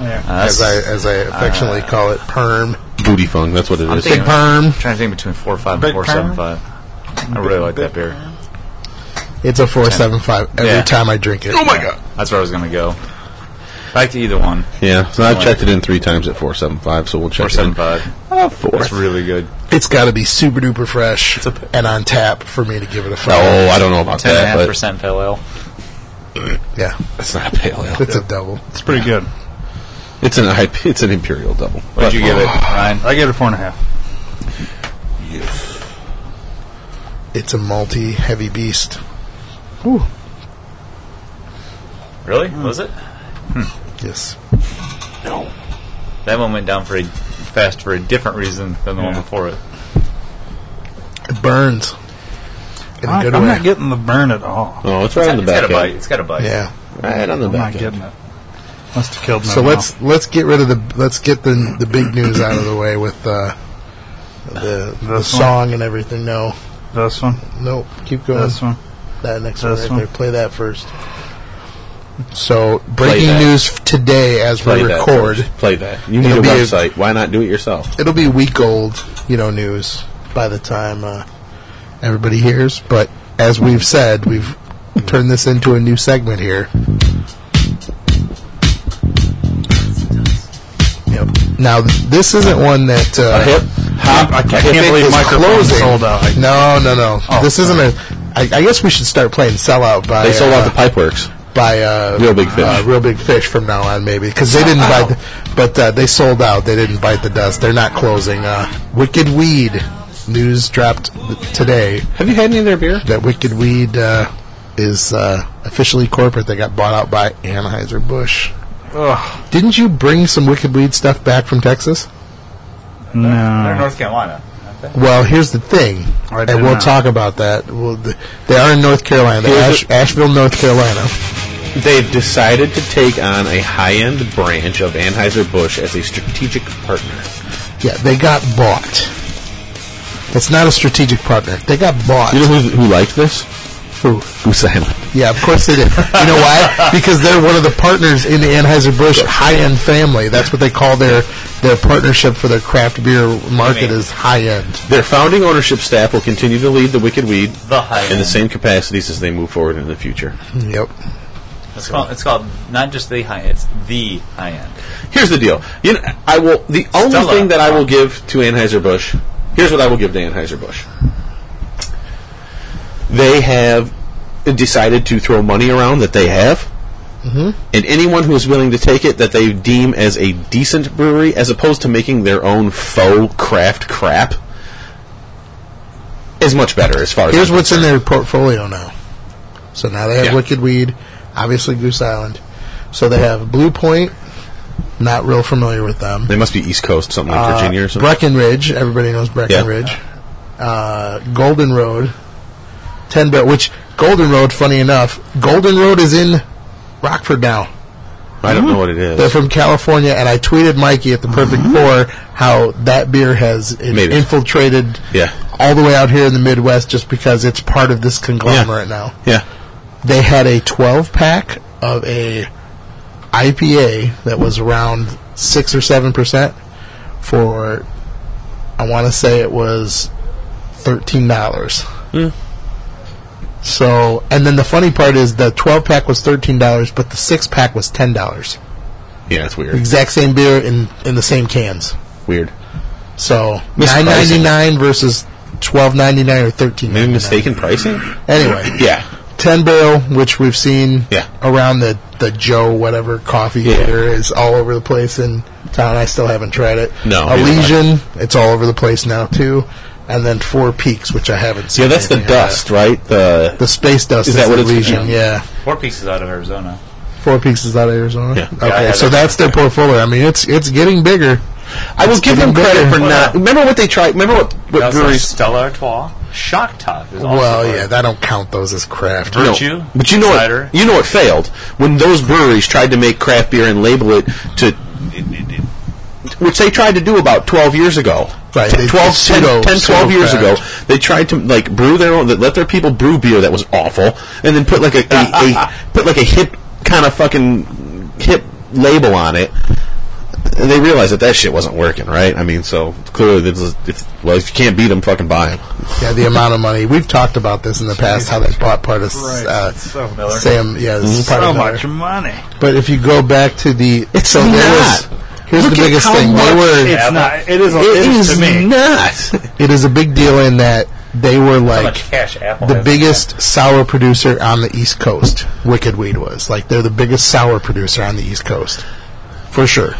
Yeah.
Uh,
as I
that's-
as I affectionately call it, perm.
Booty Fung. That's what it is.
thinking-
Big perm.
I'm trying to think between four five and
Big
four seven five. I really like that beer.
It's a four seven five every
Yeah.
time I drink it. Oh my god!
That's where I was gonna go. Back to either one.
Yeah, so I've checked it in three times at four seven five. So we'll check
Four seven five.
it in. Oh, four.
That's really good.
It's got to be super duper fresh
a-
and on tap for me to give it a
Oh,
five.
I don't know about
Ten and a
that,
half
but
percent pale ale.
Yeah,
that's not a pale
(laughs)
ale.
it's a double.
It's pretty good.
It's an IP, it's an imperial double.
What'd you give
(sighs)
it, Ryan?
I gave it four and a half.
It's a multi heavy beast.
Really?
Mm.
Was it?
Yes.
That one went down for a fast for a different reason than the one before it.
It burns. In a
I,
good
am
way.
not getting the burn at all.
Oh, it's right on the
It's
back.
got a bite. Oh,
end.
It's got a bite.
yeah.
Right on the
I'm not
back. end.
getting it. Must have killed my
So
mouth.
let's let's get rid of the let's get the the big news out of the way with uh, the the
one?
song and everything. No,
This one.
no, keep going.
This one.
that next one
This
right
one?
there. Play that first. So
Play
breaking
that.
news today as
Play
we
that
record.
first. Play that. You need
It'll
a
be a-
website. Why not do it yourself?
It'll be week old, you know, news by the time uh, everybody hears. But as we've said, we've turned this into a new segment here. Yep. Now this isn't one that uh,
Hop, I can't, I can't believe microphones sold out. Oh. I-
No, no, no. this isn't a. I, I guess we should start playing sellout by
They sold
uh,
out the Pipeworks.
by uh,
Real Big Fish.
uh, real big fish from now on maybe because they didn't bite, the, but uh, they sold out. They didn't bite the dust. They're not closing. Uh, Wicked Weed news dropped th- today
Have you had any of their beer?
that Wicked Weed uh, is uh, officially corporate. They got bought out by Anheuser Busch.
Ugh,
Didn't you bring some Wicked Weed stuff back from Texas?
They're in
no.
North Carolina.
Well, here's the thing,
I
and
did
we'll
not.
talk about that. Well, th- they are in North Carolina, They're
Here's
Ash- Asheville, North Carolina.
They've decided to take on a high-end branch of Anheuser-Busch as a strategic partner.
Yeah, they got bought. It's not a strategic partner. They got bought.
You know who, who liked this?
Who?
Goose Island.
Yeah, of course they did. You know
(laughs)
why? Because they're one of the partners in the Anheuser Busch high end family. That's what they call their their partnership for their craft beer market is high end.
Their founding ownership staff will continue to lead the Wicked Weed
The high
in the
end.
same capacities as they move forward in the future.
Yep.
It's called, it's called not just the high end, it's the high end.
Here's the deal. You know, I will. The only
Stella.
thing that I
uh,
will give to Anheuser Busch. Here's what I will give to Anheuser Busch. They have decided to throw money around that they have,
Mm-hmm.
and anyone who is willing to take it that they deem as a decent brewery, as opposed to making their own faux craft crap, is much better. As far as
Here's
I'm
what's in
concerned.
their portfolio now. So now they have
Yeah.
Wicked Weed, obviously Goose Island. So they have Blue Point, not real familiar with them.
They must be East Coast, something like
Uh,
Virginia or something.
Breckenridge. Everybody knows Breckenridge. Uh, Golden Road. Ten Barrel, which Golden Road, funny enough, Golden Road is in Rockford now.
I
mm-hmm.
don't know what it is.
They're from California, and I tweeted Mikey at the Perfect
Mm-hmm.
Pour how that beer has in-
Made it.
infiltrated
Yeah.
all the way out here in the Midwest just because it's part of this conglomerate now.
yeah,
They had a 12 pack of a IPA that was around six or seven percent for I want to say it was thirteen dollars.
Hmm.
So, and then the funny part is the 12 pack was thirteen dollars, but the six pack was ten dollars.
yeah, it's weird.
Exact same beer in in the same cans.
Weird.
So nine
Mispricing.
ninety nine versus twelve ninety nine or thirteen.
Maybe mistaken pricing.
Anyway,
Yeah.
ten barrel, which we've seen
Yeah.
around the the Joe whatever coffee
Yeah.
theater is all over the place in town. I still haven't tried it.
No, neither
Elysian, it's all over the place now too. And then Four Peaks, which I haven't seen.
Yeah, that's the
anything about.
dust, right? The,
The space dust
Is
is,
that what it's-
Elysian. yeah.
Four pieces out of Arizona.
Four Peaks is out of Arizona.
Yeah.
Okay,
Yeah, I had
so
that.
that's their portfolio. I mean, it's it's getting bigger.
I will give them credit for
Well,
not.
yeah.
Remember what they tried. Remember what,
They
what
also have
breweries.
Stella Artois. Shock Top is also
Well,
part
yeah,
of
that don't count those as craft.
Vir- Virtue,
No, but you know
cider.
what? You know what failed when those breweries tried to make craft beer and label it to, which they tried to do about twelve years ago.
Right, they-
12,
it's
10,
pseudo-
10, 12 years ago,
pseudo-craft.
they tried to like brew their own. Let their people brew beer that was awful, and then put like a, a,
(laughs)
a put like a hip kind of fucking hip label on it. And they realized that that shit wasn't working, right? I mean, so clearly, this is, if, well, if you can't beat them, fucking buy them.
Yeah, the amount of money we've talked about this in the past, how they bought part of
Christ,
uh,
it's so Miller.
Sam. Yeah, this is Mm-hmm, part
So
of Miller.
much money.
But if you go back to the,
It's
so there was-
not.
here's
Look
the
at
biggest
how
thing. They
much
were.
It's not. It is. A, it
It
is,
is
to me.
not.
It is a big deal in that they were
How
like
much cash Apple
the
has.
biggest sour producer on the East Coast. Wicked Weed was like they're the biggest sour producer on the East Coast, for sure.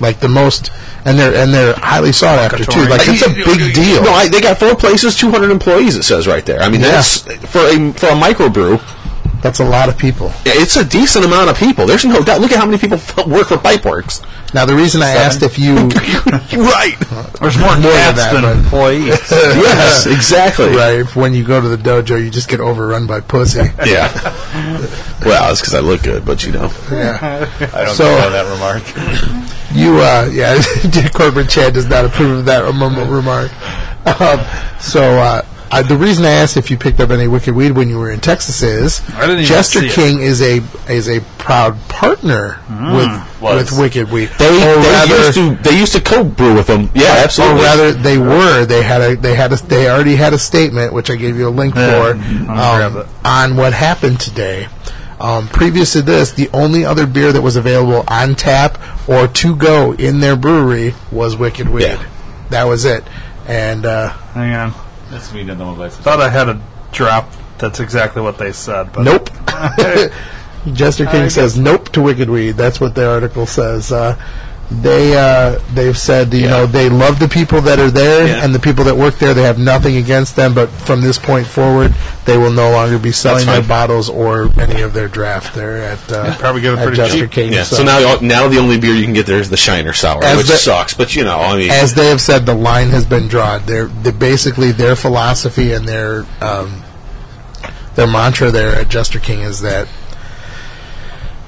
Like the most, and they're and they're highly sought after too. Like it's a big deal.
No, I, they got four places, 200 employees. It says right there. I mean,
Yeah.
that's for a for a microbrew.
That's a lot of people.
It's a decent amount of people. There's no doubt. Look at how many people f- work for
(laughs)
Pipeworks.
Now the reason I asked if you
right.
There's (laughs) more
More than
cats
that,
than
but-
(laughs) employees.
(laughs) yes. Exactly.
right if when you go to the dojo you just get overrun by
(laughs)
pussy.
Yeah. well, it's because I look good, but you know.
I don't
so-
know that remark. (laughs)
You, uh, yeah, (laughs) corporate Chad does not approve of that rem- remark. Um, so, uh, I, the reason I asked if you picked up any wicked weed when you were in Texas is
I didn't even
Jester
see it.
King is a is a proud partner
Mm.
with
was.
with wicked weed.
They,
or
they
rather,
used to they used to co-brew with them. Yeah,
or
absolutely.
rather, they were. They had a they had a they already had a statement, which I gave you a link
Yeah,
for
I'm gonna grab
um,
it.
on what happened today. Um, previous to this, the only other beer that was available on tap or to go in their brewery was Wicked Weed.
Yeah.
That was it, and. Uh,
Hang on.
That's me done the one by
(laughs) Thought I had a drop. That's exactly what they said. But
Nope. (laughs) Jester King says nope to Wicked Weed. That's what their article says. Uh, they uh, they've said you know they love the people that are there
Yeah.
and the people that work there. They have nothing against them, but from this point forward, they will no longer be selling
fine.
their bottles or any of their draft there at uh,
Probably get it
at
pretty
Jester
cheap.
King.
yeah.
So-
So, now now the only beer you can get there is the Shiner Sour,
As
which
the-
sucks. But you know, I mean,
as they have said, the line has been drawn. They're, they basically their philosophy and their um, their mantra there at Jester King is that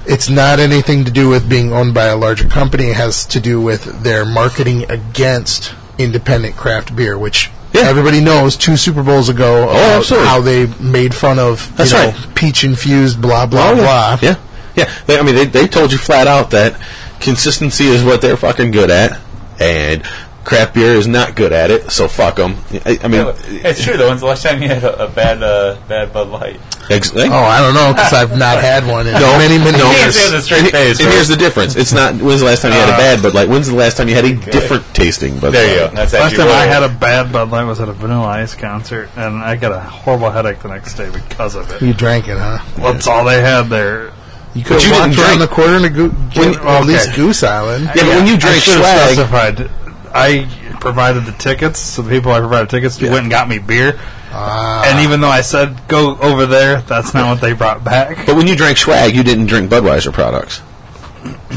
it's not anything to do with being owned by a larger company. It has to do with their marketing against independent craft beer, which.
Yeah. Oh,
Everybody knows two Super Bowls ago about
absolutely.
how they made fun of
That's
you know,
right.
peach infused blah blah
Oh,
blah.
Yeah, yeah. They, I mean, they, they told you flat out that consistency is what they're fucking good at, and craft beer is not good at it. So fuck them. I, I mean,
It's true though. When's the last time you had a, a bad, uh, bad Bud Light?
ex- they-
Oh, I don't know because I've
(laughs)
not had one in many many
no,
can't
years.
say with a straight
and, he-
face,
and
right?
here's the difference. It's not when's the last time you had a
Uh,
bad, but like when's the last time you had a different tasting. But
Uh, That's
Last
actually
time I
really-
had a bad Bud Light was at a Vanilla Ice concert, and I got a horrible headache the next day because of it.
You drank it, huh?
That's all they had there.
You could
you
have walked
didn't
around
drink.
the corner to go- get,
When-
well, at least
okay.
Goose Island.
Yeah, but when you drink
I should've
Schlag-
specified. I provided the tickets, so the people I provided tickets to went and got me beer. and even though I said go over there, that's not what they brought back.
But when you drank Schwag, you didn't drink Budweiser products.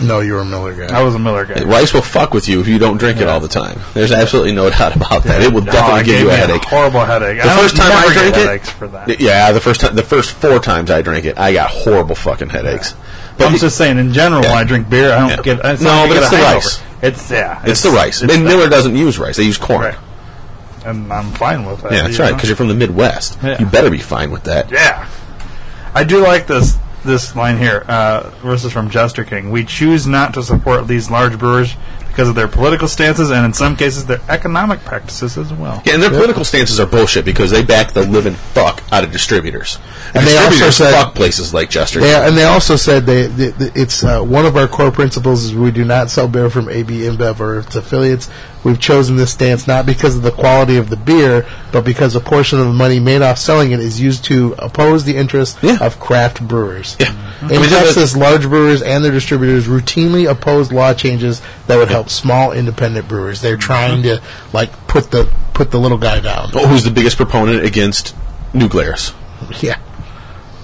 No, you were a Miller guy.
I was a Miller guy.
Rice will fuck with you if you don't drink it all the time. There's absolutely no doubt about that. It will
No,
definitely
it
give
gave
you a
me
headache.
horrible headache.
The
I
first time I
never get
drank it-
headaches for that.
Yeah, the first time, the first four times I drank it, I got horrible fucking headaches.
I'm
But
just saying, in general, when I drink beer, I don't
Yeah.
get. It's
No,
not like
but
I
it's the
get a hangover.
rice.
It's yeah.
It's the rice. and
that.
Miller doesn't use rice; they use corn.
Right. and I'm fine with that.
Yeah, that's
you
right.
know?
Because you're from the Midwest,
Yeah.
you better be fine with that.
yeah, I do like this this line here. Uh, this is from Jester King. We choose not to support these large brewers because of their political stances and, in some cases, their economic practices as well.
Yeah, and their political stances are bullshit because they back the living fuck out of distributors. And,
And they also
distributors
said-
fuck places like Chester.
They, and they also said they, they, they- it's uh, one of our core principles is we do not sell beer from AB InBev or its affiliates. We've chosen this stance not because of the quality of the beer, but because a portion of the money made off selling it is used to oppose the interests
Yeah.
of craft brewers.
Yeah. I
In
mean, that-
Texas, large brewers and their distributors routinely oppose law changes that would help small independent brewers. They're trying to like put the put the little guy down.
But who's the biggest proponent against nuclears?
Yeah,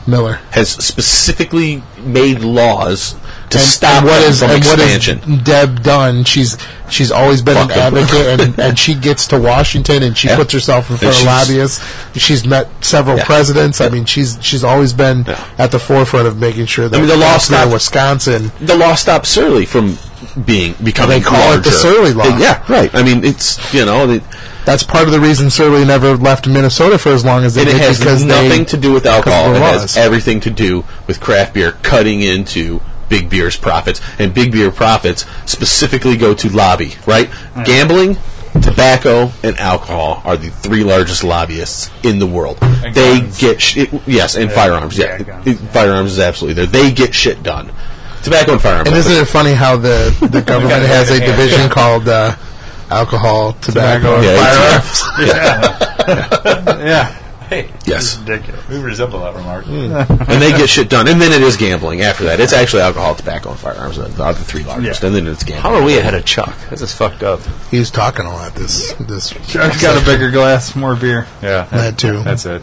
Miller.
Has specifically made laws to
and,
stop
and what
them
is
from
and what has
expansion.
Deb done? She's she's always been
Fuck
an
them.
advocate,
(laughs)
and, and she gets to Washington and she
Yeah.
puts herself in
And
front of
she's-
lobbyists. She's met several
Yeah.
presidents. I mean, she's she's always been
Yeah.
at the forefront of making sure that
mean, the law
craft beer in
stopped-
Wisconsin.
the law stops Surly from being becoming.
They call it the
larger.
Surly law.
They- yeah, right. I mean, it's you know, it,
That's part of the reason Surly never left Minnesota for as long as they
and it
did
has
because
nothing
they,
to do with alcohol.
because
It
of the
has
laws.
everything to do with craft beer cutting into big beer's profits, and big beer profits specifically go to lobby. Right, gambling. Tobacco and alcohol are the three largest lobbyists in the world. they
guns.
get sh- it, yes, and firearms. Yeah,
yeah, guns,
It- firearms is absolutely there. They get shit done. Tobacco and firearms.
And isn't it funny how the,
(laughs)
the government has a division called uh, alcohol, tobacco, and
Yeah, (laughs)
firearms?
Yeah,
Hey,
yes.
ridiculous.
we resemble that remark.
and they get shit done. And then it is gambling after that. It's actually alcohol, tobacco, and firearms are the other three largest.
Yeah.
And then it's gambling.
How are we ahead of Chuck? This is fucked up.
He was talking a lot. This this
Chuck's got a bigger glass, more beer.
Yeah,
that too.
that's it.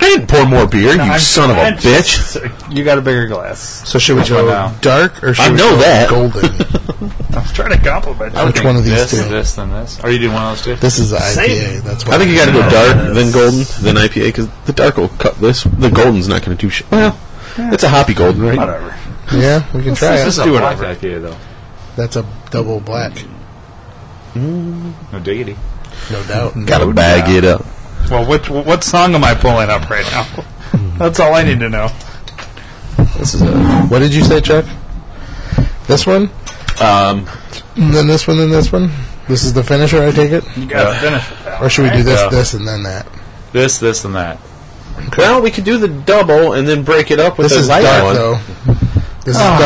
I didn't pour more beer, you
I'm-
son of a
I'm
bitch.
just- You got a bigger glass.
So should we go
now.
dark or should
I
we
know
go
that.
golden?
I'm trying to compliment. you.
Which one of these
this,
two?
this, then this. Are you doing one of those two?
This is the
Same.
IPA. That's why
I think you got to go dark, then golden, then IPA, because the dark will cut this. The golden's not going to do shit. Well, it's a hoppy golden, right?
Whatever.
Yeah, we can try
this
it.
is a
do it
black
over.
IPA though.
That's a double black,
No diggity.
no doubt.
Got to bag it up.
Well, which what song am I pulling up right now? That's all I need to know.
This is a. What did you say, Chuck? This one?
Um,
And then this one, then this one? This is the finisher, I take it?
You gotta finish.
Or should we do this,
Yeah.
this, and then that?
This, this, and that.
well, we could do the double and then break it up with
This
the
is
light
dark,
one.
though. This is dark,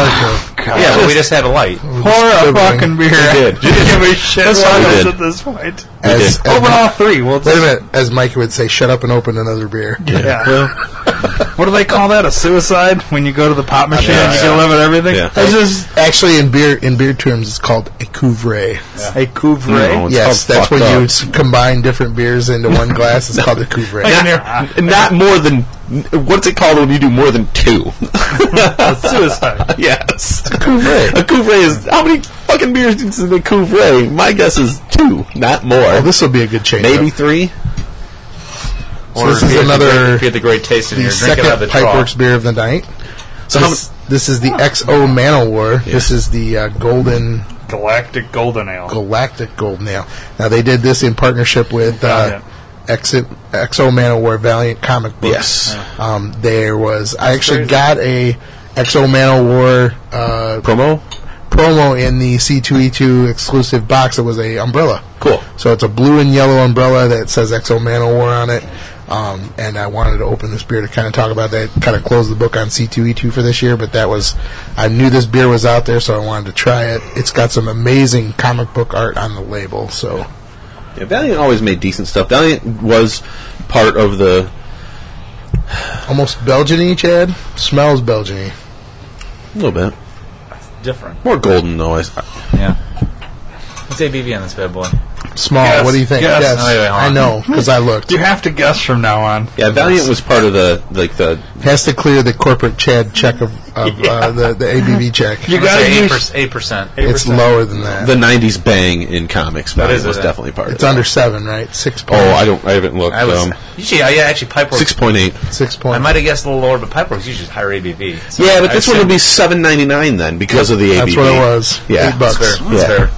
though.
Yeah, but we just had a light.
Pour a
Scribbling.
fucking beer.
We
(laughs)
did.
Give me shit
That's what
on
we
us
did.
at this point.
As,
did.
as-
Overall, three. Well,
wait a minute. As Mike would say, shut up and open another beer.
Yeah. what do they call that? A suicide? When you go to the pop machine and you deliver everything?
Yeah.
That's just
Actually, in beer in beer terms, it's called a couvre.
a couvre.
No, it's
yes,
called
that's when
fucked
you
up.
s- combine different beers into one glass.
(laughs)
It's called a couvre.
Not, not more than what's it called when you do more than two? (laughs)
(laughs) A suicide.
yes,
Couvre.
a couvre is how many fucking beers is in a couvre? My guess is two,
Well,
not more.
Oh, this will be a good change.
Maybe three.
So this
if
is
you had the
another-
great- if you had the great taste in
The
here, drink it out of the
second
draw.
Pipeworks beer of the night.
So how
This, this is the XO Manowar. This is the uh, Golden
Galactic Golden Ale.
Galactic Gold Nail. Now they did this in partnership with uh,
Valiant.
Exit XO Manowar Valiant comic books.
Yes.
Um, there was I actually
crazy.
got a XO Manowar uh,
promo?
promo in the C2E2 exclusive box. It was a umbrella.
Cool.
So it's a blue and yellow umbrella that says Exo Manowar on it. Um, and I wanted to open this beer to kind of talk about that, kind of close the book on C2E2 for this year, but that was, I knew this beer was out there, so I wanted to try it. It's got some amazing comic book art on the label, so.
Yeah, Valiant always made decent stuff. Valiant was part of the
Almost Belgian y, Chad? Smells Belgian y.
a little bit
Different.
more golden though. I,
Yeah. What's ABV on this bad boy?
Small,
Yes,
what do you think?
yes.
Yes,
Oh, wait, wait, hold
I
on.
know, because I looked.
You have to guess from now on.
yeah, Valiant was part of the like the
Has to clear the corporate Chad check of, of uh, the, the ABV check.
You
I'm gonna
gotta
say
use.
8%. 8%.
It's lower than that.
the '90s bang in comics. Valiant
is
was
it?
definitely part.
It's
of
under seven, right? Six
That.
point
Oh, I don't. I haven't looked.
I was
um,
usually, I, yeah, actually, Pipeworks.
six point eight.
six
I
point.
might have guessed a little lower, but Pipeworks usually is higher ABV. So
Yeah, but
I
this one would
assume-
be seven ninety nine then because of the ABV.
That's what it was.
Yeah.
Eight
That's
bucks.
fair. That's
Yeah.
fair.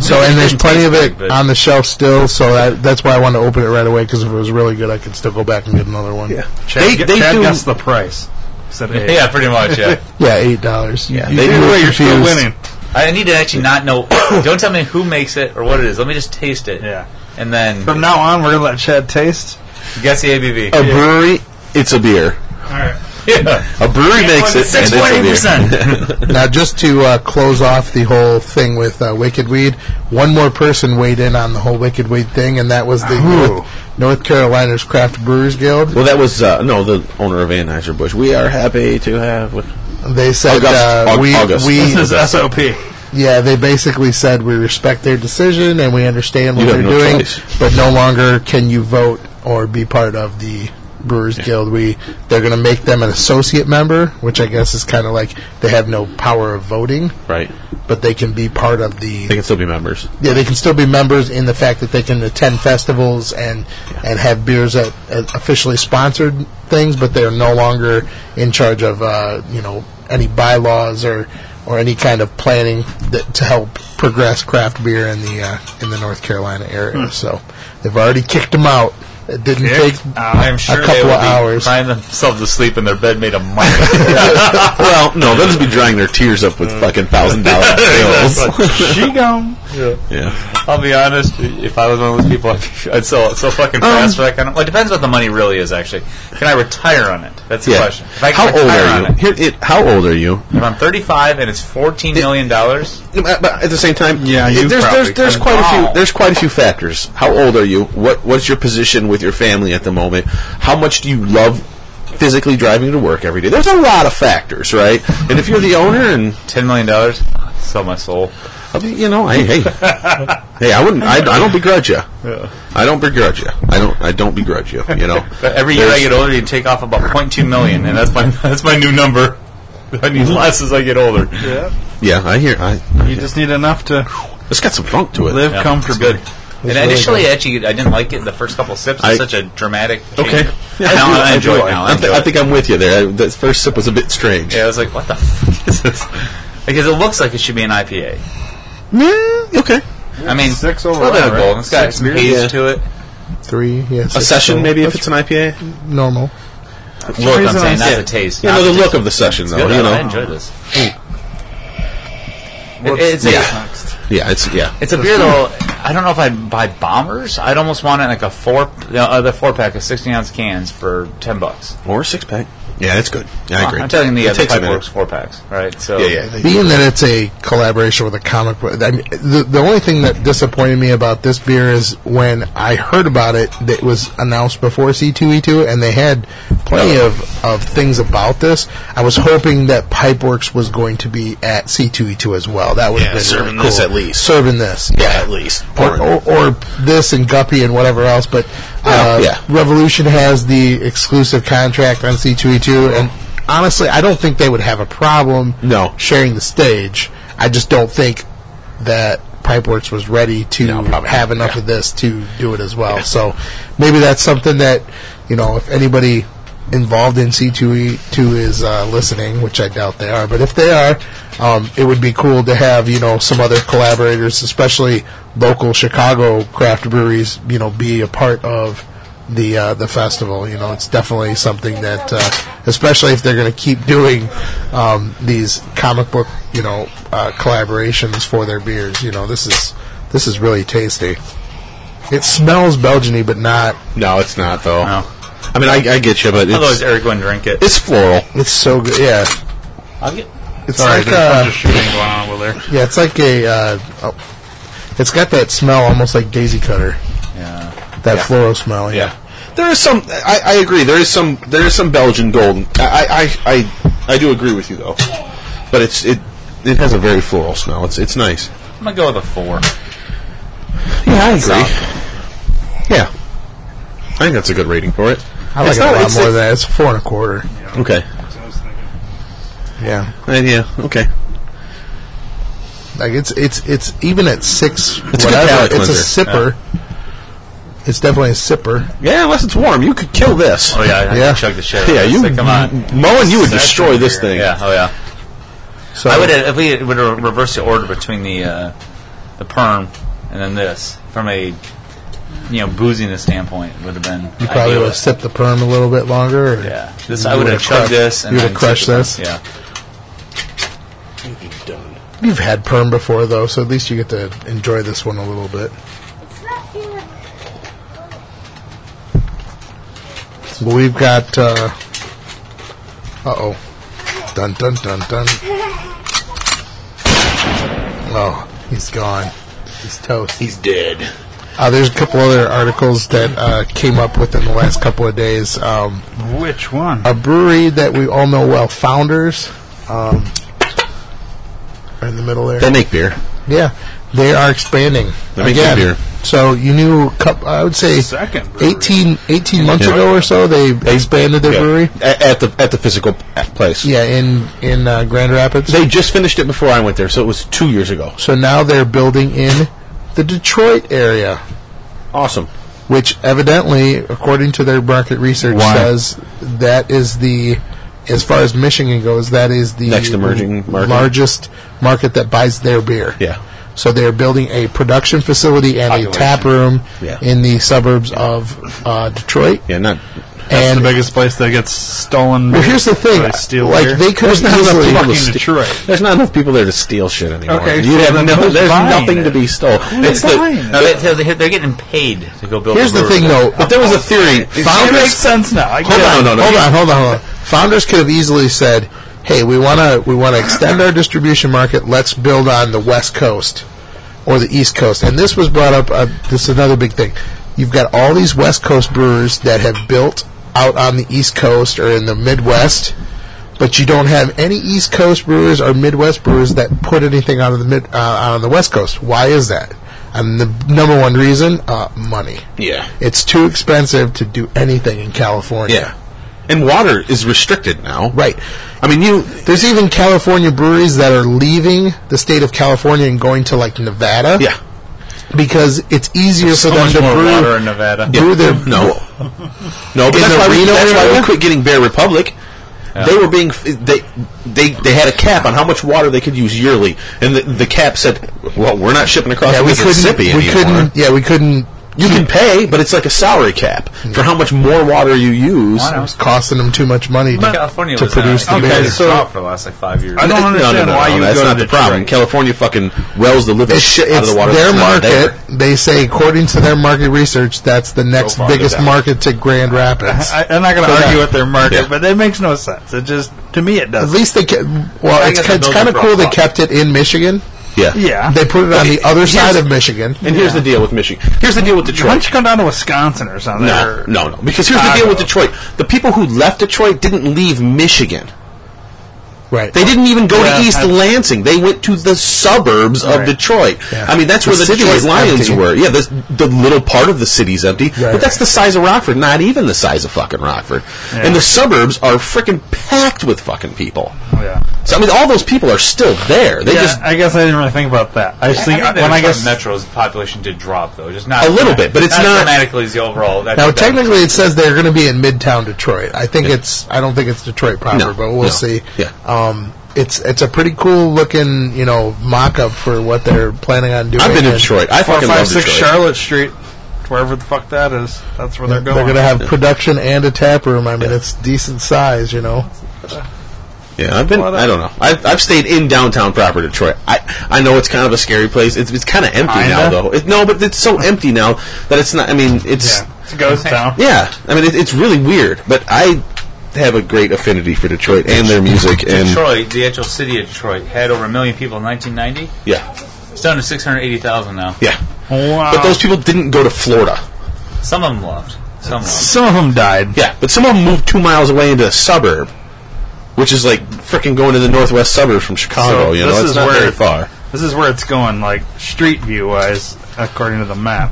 So, and there's plenty of
Tastes
it
good.
on the shelf still. So that, that's why I wanted to open it right away because if it was really good, I could still go back and get another one.
Yeah,
Chad,
they,
gu-
they
Chad
do.
guessed the price. Said eight.
Yeah, pretty
(laughs)
much, yeah.
Yeah, eight dollars. Yeah,
they
Either
do.
way, you're still
confused.
winning.
I need to actually not know. Don't tell me who makes it or what it is. Let me just taste it.
Yeah.
And then
From now on, we're gonna let Chad taste.
guess the ABV.
A brewery, it's a beer.
All right.
yeah.
A brewery (laughs) makes it, and it's a beer.
6.8%.
Now, just to uh, close off the whole thing with uh, Wicked Weed, one more person weighed in on the whole Wicked Weed thing, and that was the North, North Carolina's Craft Brewers Guild.
Well, that was uh, no the owner of Anheuser Busch. We are happy to have.
They said
August-
uh,
Aug-
we
August.
we
(laughs)
This is SOP.
Yeah, they basically said we respect their decision and we understand what
You
they're
have no
doing,
choice.
but no longer can you vote or be part of the Brewers Guild. We they're going to make them an associate member, which I guess is kind of like they have no power of voting,
Right,
but they can be part of
they
the.
can still be members. (laughs)
Yeah, they can still be members in the fact that they can attend festivals and and have beers at, at officially sponsored things, but they're no longer in charge of uh, you know any bylaws or or any kind of planning that, to help progress craft beer in the uh, in the North Carolina area.
Hmm.
So they've already kicked them out. It didn't
Kicked
take
out.
Uh, I'm sure they
couple
will
of hours.
be crying themselves to sleep in their bed made of money.
(laughs) well, no, they'll just be drying their tears up with fucking thousand dollar bills.
She
(laughs)
gone.
yeah,
I'll be honest. If I was one of those people, I'd, be- I'd sell it so
Um,
fucking fast for that kind of. Well, it depends what the money really is. Actually, can I retire on it? That's the
yeah.
question. If I can
How old
retire on
are you?
It,
Here, it, how old are you?
if I'm 35 and it's 14 million dollars,
but but at the same time,
Yeah, you probably
there's there's there's
could.
quite a
Oh.
few there's quite a few factors. How old are you? What what's your position with your family at the moment? How much do you love physically driving to work every day? There's a lot of factors, right? And if you're the owner, and
10 million dollars, sell my soul.
I mean, you know, hey, hey, hey, I wouldn't, I, I don't begrudge you. I don't begrudge you. I don't, I don't begrudge you. You know,
(laughs) But every year I get older, you take off about 0.2 million, and that's my (laughs) that's my new number. (laughs) I need less as I get older.
Yeah.
yeah, I hear, I,
You just need enough to
it's got some funk to it.
live
Yeah,
comfortably.
it's good. And
really
initially, actually, I didn't like it. The first couple sips
I-
was such a dramatic. Change.
(laughs) Okay,
Yeah, now I, enjoy it.
like
Now
I, thi-
I enjoy
I
it.
think I'm with you there. I, that first sip was a bit strange.
Yeah, I was like, what the fuck is this? Because it looks like it should be an IPA.
Yeah, okay.
I mean,
Six
a little bit
overall,
of gold.
right?
It's got
Six
some
beers?
haze
Yeah.
to it.
three. Yes,
A session, maybe if it's an IPA.
normal.
Look, I'm
reason I
saying not
said-
the taste.
You
not
know the
taste.
look of the session,
It's
though.
good,
You
I- I
know,
enjoy this. It- it's a
Yeah. yeah, it's yeah.
it's a beer though. I don't know if I'd buy bombers. I'd almost want it in, like a four uh, the four pack of 16 ounce cans for 10 bucks.
Or a six pack. Yeah, it's good. Yeah, I agree.
Uh, I'm telling you, the
It
other
takes a minute.
Pipeworks four packs, right? So
Yeah, yeah.
Being that it's a collaboration with a comic book, I mean, the, the only thing that disappointed me about this beer is when I heard about it, that it was announced before C2E2, and they had plenty
Oh.
of, of things about this. I was hoping that Pipeworks was going to be at C2E2 as well. That would
Yeah,
have been
serving
really
this
cool.
at least.
Serving this,
Yeah, at least.
or, or, or this and Guppy and whatever else. But uh,
Well, yeah.
Revolution has the exclusive contract on C2E2, and honestly, I don't think they would have a problem
No.
sharing the stage. I just don't think that Pipeworks was ready to Mm-hmm. have enough of this to do it as well. So maybe that's something that you know, if anybody involved in C2E2 is uh, listening, which I doubt they are, but if they are, um, it would be cool to have you know some other collaborators, especially local Chicago craft breweries, you know, be a part of the uh, the festival. You know, it's definitely something that, uh, especially if they're going to keep doing um, these comic book, you know, uh, collaborations for their beers. You know, this is this is really tasty. It smells Belgiany, but not.
No, it's not though.
No.
I mean, I, I get you, but
Otherwise,
it's,
Eric wouldn't drink it.
it's floral.
It's so good. Yeah,
I'll get.
it's
Sorry,
like
there's a bunch
uh,
of shooting going on over there.
yeah, it's like a. Uh, oh, it's got that smell almost like daisy cutter.
Yeah.
That floral smell. Yeah.
There is some. I, I agree. There is some. There is some Belgian gold. I, I, I, I do agree with you though. But it's it. It has a very floral smell. It's it's nice.
I'm gonna go with a four.
Yeah, I agree. Yeah, I think that's a good rating for it.
I like
It's
it
not-
a lot
it's-
more than that. It's four and a quarter.
Okay.
Yeah,
Uh, yeah. Okay.
like it's it's it's even at six.
It's a good
whatever.
palate
it's a
cleanser.
sipper. It's definitely a sipper.
Yeah, unless it's warm, you could kill this.
Oh yeah, I
Yeah.
yeah. chug the shit. out of
Yeah,
this.
you
Like, come on.
Moen, you would
That's
destroy
a
this
beer.
thing.
Yeah. Oh yeah.
So
I would if we would reverse the order between the uh, the perm and then this from a you know booziness standpoint would have been
You probably would have sipped the perm a little bit longer. Or
yeah this
you
I would
would've
have chugged
crushed-
this and
you would've
then
crushed this?
sipped it. yeah
You've had perm before though, so at least you get to enjoy this one a little bit. Well, we've got. Uh oh. Dun dun dun dun. Oh, he's gone. He's toast.
He's dead.
Uh, there's a couple other articles that uh, came up within the last couple of days. Um,
Which one?
Uh,
a brewery that we all know well, Founders, um, right in the middle there.
They make beer.
Yeah, they are expanding
They make
again.
good beer.
So you knew, a coup- I would say,
Second brewery.
18, 18 months
Yeah.
ago or so, they expanded their
Yeah.
brewery.
A- at the at the physical place.
Yeah, in in uh, Grand Rapids.
They just finished it before I went there, so it was two years ago.
so now they're building in the Detroit area.
Awesome.
which evidently, according to their market research,
Why?
says that is the, as far as Michigan goes, that is the
Next emerging market.
largest market that buys their beer.
Yeah.
So they're building a production facility and a
Population.
tap room
Yeah.
in the suburbs of uh, Detroit.
Yeah, not.
That's
and
the biggest place that gets stolen.
well, here's the thing:
They steal
like
beer.
they could have
not enough
easily
people to
Fucking
steal-
Detroit.
There's not enough people there to steal shit anymore.
Okay, so
you have
then
no.
who's
There's
buying
nothing
it?
to be stolen. It's
buying
the,
it?
no, they, so they, they're getting paid to go build
Here's
a
the
brewery.
thing, though.
but there was a theory.
It
Founders-
makes sense now. I
Hold
get
on,
it.
no, no,
hold
no.
on, hold on, hold on. (laughs) Founders could have easily said, "Hey, we want to we want to extend our distribution market. Let's build on the West Coast or the East Coast." And this was brought up. Uh, this is another big thing. You've got all these West Coast brewers that have built out on the East Coast or in the Midwest, but you don't have any East Coast brewers or Midwest brewers that put anything out of the mid uh, out on the West Coast. Why is that? And the number one reason, uh, money.
Yeah.
It's too expensive to do anything in California.
Yeah. And water is restricted now.
Right.
I mean, you.
There's even California breweries that are leaving the state of California and going to like Nevada.
Yeah.
Because it's easier for
so
them
much
to
more
brew,
water in Nevada
brew their
No. No, but
In
that's,
the
why we,
Reno
that's why
area?
we quit getting Bear Republic. They were being f- they they they had a cap on how much water they could use yearly, and the, the cap said, "Well, we're not shipping across
Yeah, we couldn't.
Mississippi
We
anymore."
couldn't. Yeah, we couldn't
You can pay, but it's like a salary cap for how much more water you use.
Why not?
It's costing them too much money to,
California
to
was uh,
produce
not.
the
Okay,
beer.
It's
so-
dropped for the last like five years.
I don't
No, no, no,
understand
no,
why
no,
you
That's
go to
not the problem.
Detroit.
California fucking wells the living
It's, sh-
out of
it's
the water.
their
that's not there.
market. They say, according to their market research, that's the next
farther
biggest
down.
market to Grand Rapids.
I, I'm not going to
So
argue
that-
with their market,
Yeah.
but that makes no sense. It just to me it
At
doesn't.
least they kept. Well,
I
it's,
guess
ki-
they
it's
built
kind of
it for
cool
a
they
profit.
kept it in Michigan.
Yeah.
yeah.
They put it on the other
here's-
side of Michigan.
And here's the deal with Michigan. Here's the deal with
Why
Detroit.
don't you come down to Wisconsin or something?
No,
or-
no, no. Because here's the deal with Detroit. The people who left Detroit didn't leave Michigan.
Right.
They didn't even go
Yeah,
to East
I-
Lansing. They went to the suburbs of
Right.
Detroit.
Yeah.
I mean, that's
The
where the
city
Detroit
is
Lions
empty.
were. Yeah, this, the little part of the city's empty,
Right.
but that's the size of Rockford. Not even the size of fucking Rockford. And the suburbs are freaking packed with fucking people.
Oh, Yeah.
So I mean, all those people are still there. They
Yeah,
just
I guess I didn't really think about that. I just
I
think,
think that
when I
Detroit
guess
Metro's population did drop though, just not
A little bit, but it's not-
dramatically as the overall. That,
Now,
that-
technically, it says they're going to be in Midtown Detroit. I think it's. I don't think it's Detroit proper,
No,
but we'll
no.
see.
Yeah.
Um, it's it's a pretty cool looking, you know, mock up for what they're planning on doing.
I've been to
And
Detroit. I
four,
fucking
five,
love
six
Detroit.
Charlotte Street, wherever the fuck that is, that's where
They're
they're, going.
going to have production and a tap room. I mean, it's decent size, you know.
Yeah, I've been.
Well,
I don't know. I've, I've stayed in downtown proper Detroit. I I know it's kind of a scary place. It's it's kind of empty
Kinda?
now though. It, no, but it's so empty now that it's not. I mean, it's
yeah, it's a ghost town.
yeah. I mean, it, it's really weird. But I have a great affinity for Detroit and their music and
Detroit, the actual city of Detroit, had over a million people in 1990.
yeah,
It's down to 680,000 now.
yeah.
Wow.
But those people didn't go to Florida.
Some of them left. Some left.
some of them died.
Yeah, but some of them moved two miles away into a suburb, which is like freaking going to the northwest suburbs from
So
Chicago. you
this
know, it's
is
not
where-
very far.
This is where it's going, like street view wise, according to the map.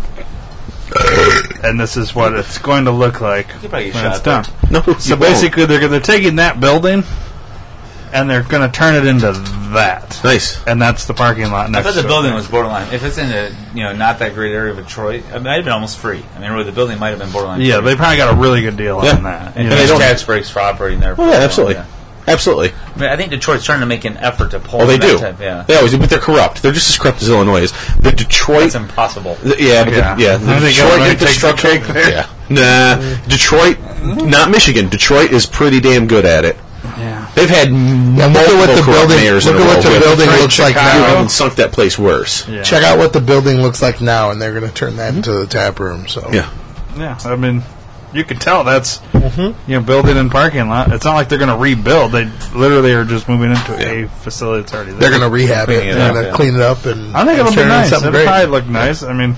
and this is what it's going to look like
You
when
probably get
it's
shot
done.
No,
So basically, they're they're taking that building, and they're going to turn it into that,
nice.
and that's the parking lot
I
next.
thought the
to it.
building was borderline. If it's in a you know not that great area of Detroit, it might have been almost free. I mean, really, the building might have been borderline.
Yeah,
free.
they probably got a really good deal
Yeah.
on that. you
and
know.
there's
don't-
tax breaks for operating there.
Oh yeah, absolutely,
Yeah.
absolutely.
I, mean, I think Detroit's trying to make an effort to pull.
Oh, they
that
do.
Type, yeah,
They always do, but they're corrupt. They're just as corrupt as Illinois is. The Detroit.
it's impossible.
the- yeah, but the-
Yeah.
yeah.
I
The
think
Detroit
Illinois takes the
infrastructure.
cake there.
Yeah. Nah. Detroit, not Michigan. Detroit is pretty damn good at it.
Yeah.
They've had
Yeah, look at
multiple
what the
corrupt
building-
mayors in
look
a
at
row
what the
with.
building Detroit, looks like Chicago. now.
You haven't sunk that place worse.
Yeah.
Check out what the building looks like now, and they're going to turn that into the tap room. So
Mm-hmm. Yeah.
Yeah, I mean, you can tell that's
Mm-hmm.
you know building and parking lot. It's not like they're going to rebuild. They literally are just moving into a facility that's already there.
they're going to rehab it.
Cleaning it
They're
up,
going to
yeah.
clean it up, and
I think
and
it'll be
turn it into
nice.
something
It'll
great.
probably look nice. I mean,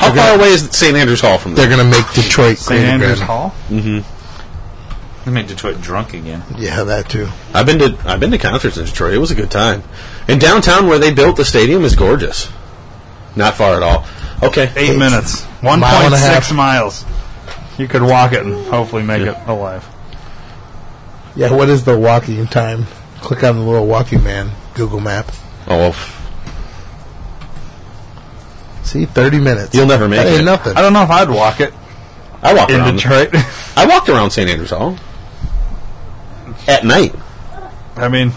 How
They're
far
gonna-
away is St. Andrews Hall from
They're
there?
going to make Detroit
St.
clean
Andrews
again.
Hall.
They made Detroit drunk again.
Yeah, that too.
I've been to I've been to concerts in Detroit. It was a good time. And downtown where they built the stadium is gorgeous. Not far at all. Okay.
Eight minutes, one
Mile and
point
a
six
half.
miles. You could walk it and hopefully make it alive.
Yeah, what is the walking time? Click on the little walking man Google map.
Oh, well, f-
See, thirty minutes.
You'll never make
that ain't
it.
nothing.
I don't know if I'd walk it
I walked
in
around.
Detroit.
I walked around St. Andrews Hall at night.
I mean,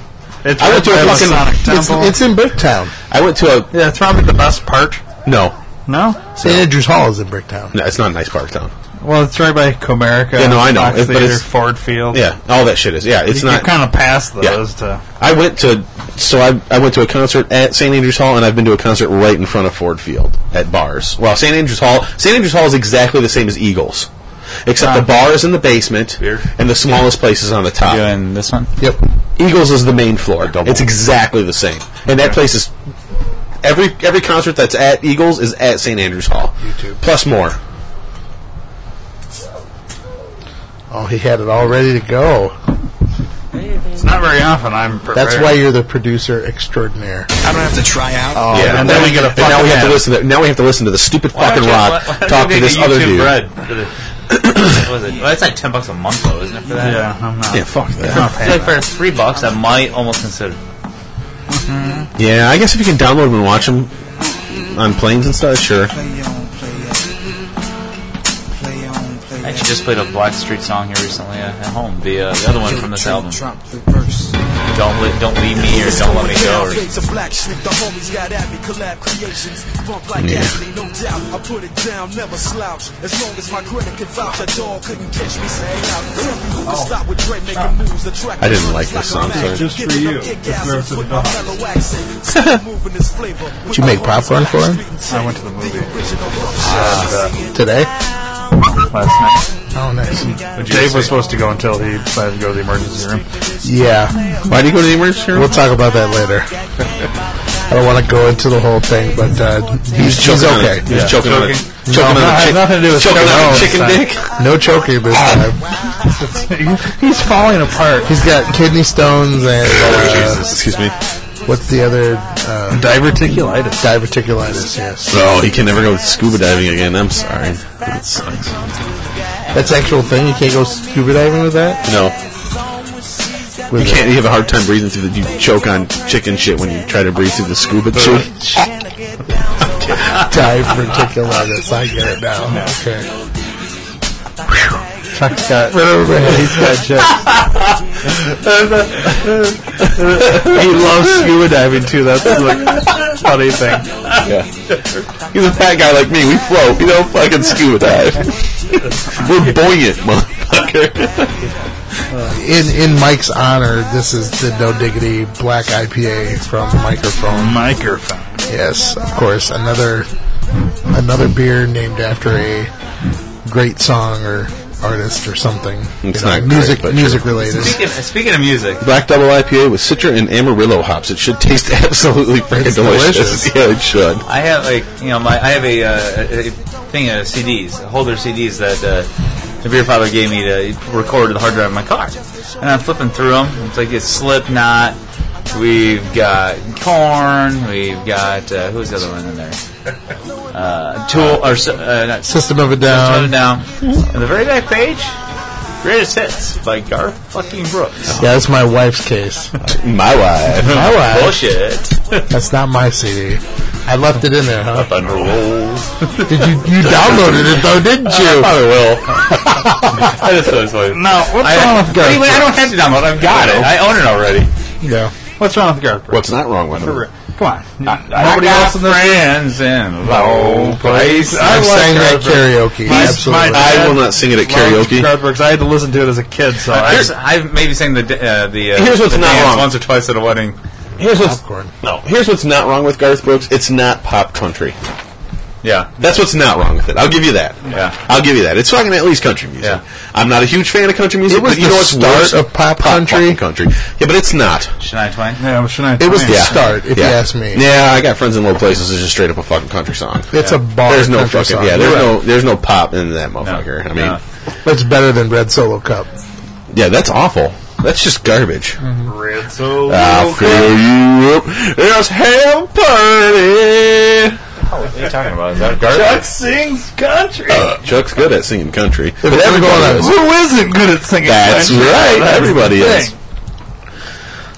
it's
I went to a
right by the
fucking-
Masonic
It's,
Temple.
it's in Bricktown.
I went to a
yeah, it's probably the best part.
no,
No,
St. Andrews Hall is in Bricktown.
no, it's not a nice park town.
well, it's right by Comerica.
Yeah, no, I know.
Fox
It- but
Theater,
it's-
Ford Field.
Yeah, all that shit is. Yeah, it's
you
not.
kind of past
Yeah.
those to
I went to so I I went to a concert at St. Andrews Hall, and I've been to a concert right in front of Ford Field at bars. Well, St. Andrews Hall, St. Andrews Hall is exactly the same as Eagles, except the bar is in the basement,
Beer.
and the smallest place is on the top.
Doing this one.
Yep.
Eagles is the main floor. It's exactly the same, and that place is every every concert that's at Eagles is at St. Andrews Hall.
YouTube.
Plus more.
Oh, he had it all ready to go.
It's not very often I'm prepared.
That's why you're the producer extraordinaire.
I don't have to try out.
yeah,
Oh, and then we get a
and now
fucking
we have to
ad.
listen. To, now we have to listen to the stupid
Why
fucking
don't you-
rock
why- why don't
talk
you
to
make
this
a
other
YouTube
dude. (coughs)
Bread for the, what is it? Well, that's like ten bucks a month, though, isn't it? For that,
Yeah, I'm not.
Yeah, fuck that.
I'm not
I
paying
feel like for three bucks, I might almost consider.
Yeah, I guess if you can download them and watch them on planes and stuff, sure.
Play on, play up. Play on, play
I
up.
actually just played a Black Street song here recently uh, at home. The uh, the other one from this
Drop-
album.
Drop the verse.
don't li- don't leave me or don't let me go. Or,
Fades of black shit, the homies got at me. Collab creations, bump like
Yeah.
Ashley, no doubt. I put it down, never slouch. As long as my credit can vouch, a dog couldn't catch me saying out. Tell me who can stop with Dre making moves, attract
I didn't like this song, sorry.
Oh. Just for you, it's Nerves of the Dog. (laughs)
Did you make popcorn for him?
I went to the movie
Today?
last
Oh, nice.
night. Dave was supposed to go until he decided to go to the emergency room.
Yeah.
Why do you go to the emergency room?
We'll talk about that later. (laughs) I don't want to go into the whole thing, but uh, he's, he's
choking on
okay.
it. He was
Yeah.
choking on it.
Choking.
Choking
No, it
on a
had
chick-
nothing to do with
choking on a
choking.
chicken
No, it's
dick. Ah.
No choking this time.
(laughs) He's falling apart.
He's got kidney stones and uh,
Oh, Jesus, excuse me.
what's the other? Uh,
Diverticulitis.
diverticulitis. Yes,
Oh, he can never go scuba diving again. I'm sorry. That sucks.
that's an actual thing. You can't go scuba diving with that.
No,
With
you can't. You have a hard time breathing through the. You choke on chicken shit when you try to breathe through the scuba tube.
(laughs) diverticulitis. I get it now. Okay.
Chuck's
Uh,
got.
Right over my head.
He's
(laughs)
got jets. he loves scuba diving too. That's the funny thing.
Yeah. He's a fat guy like me. We float. We don't fucking scuba dive. We're buoyant, motherfucker.
In in Mike's honor, this is the No Diggity Black IPA from Microphone.
Microphone.
Yes, of course. Another another beer named after a great song or artist or something.
It's not great,
music
but
music related.
(laughs)
speaking, speaking of music,
Black Double IPA with Citra and Amarillo hops. It should taste (laughs) absolutely freaking
It's
delicious.
delicious.
(laughs) Yeah, it should.
I have like you know my I have a, uh, a a thing of CDs, a holder of CDs that uh, the beer father gave me to record the hard drive in my car, and I'm flipping through them. It's like it's Slipknot. We've got Corn. We've got uh, who's the other one in there? Uh, Tool or uh, not
System of a
Shut
Down.
it down.
Mm-hmm.
On the very back page, greatest hits by Garth fucking Brooks.
Yeah, that's my wife's
(laughs)
case.
Oh, My wife.
My wife.
Bullshit.
That's not my CD. I left it in there,
(laughs)
huh?
Thunder rolls.
Did you you downloaded it though, didn't you?
Uh, I will.
I just thought it was like,
Now, what's
I,
wrong with Garth?
Wait, wait, I don't have to download. I've got it. I own it already.
Yeah.
What's wrong with Garth?
What's not wrong with
For real.
him?
Come on.
Nobody else in the friends in low place.
I
I like
sang that
Garth
karaoke.
He's
Absolutely.
my-
I will not sing it at karaoke.
Garth Brooks. I had to listen to it as a
(laughs)
kid, so I,
There's- I've maybe sang the da- uh, the uh,
Here's what's
the
not
dance
wrong.
once or twice at a wedding.
Here's what's
popcorn.
no. Here's what's not wrong with Garth Brooks. It's not pop country.
Yeah,
That's what's not wrong with it. I'll give you that.
Yeah.
I'll give you that. It's fucking at least country music.
Yeah.
I'm not a huge fan of country music,
It was
but you
the
know what's
start
worse?
of pop country.
fucking country. Yeah, but it's not.
Shania Twain.
yeah, I'm Shania
It was
Twain.
the
Yeah.
start, if
yeah.
you ask me.
Yeah, I got friends in low places. It's just straight up a fucking country song.
It's a bar.
There's no
country
fucking
song.
yeah. There's
Right.
no there's no pop in that motherfucker. I mean,
no.
It's better than Red Solo Cup.
yeah, that's awful. That's just garbage.
Mm-hmm.
Red Solo.
I'll fill you up. It's ham party.
What are you talking about? Is that Garth?
Chuck sings country.
Chuck's good at singing country. But
it's
everybody
gonna go
is.
Who isn't good at singing?
That's
country?
right.
That's
Everybody
the
is.
thing.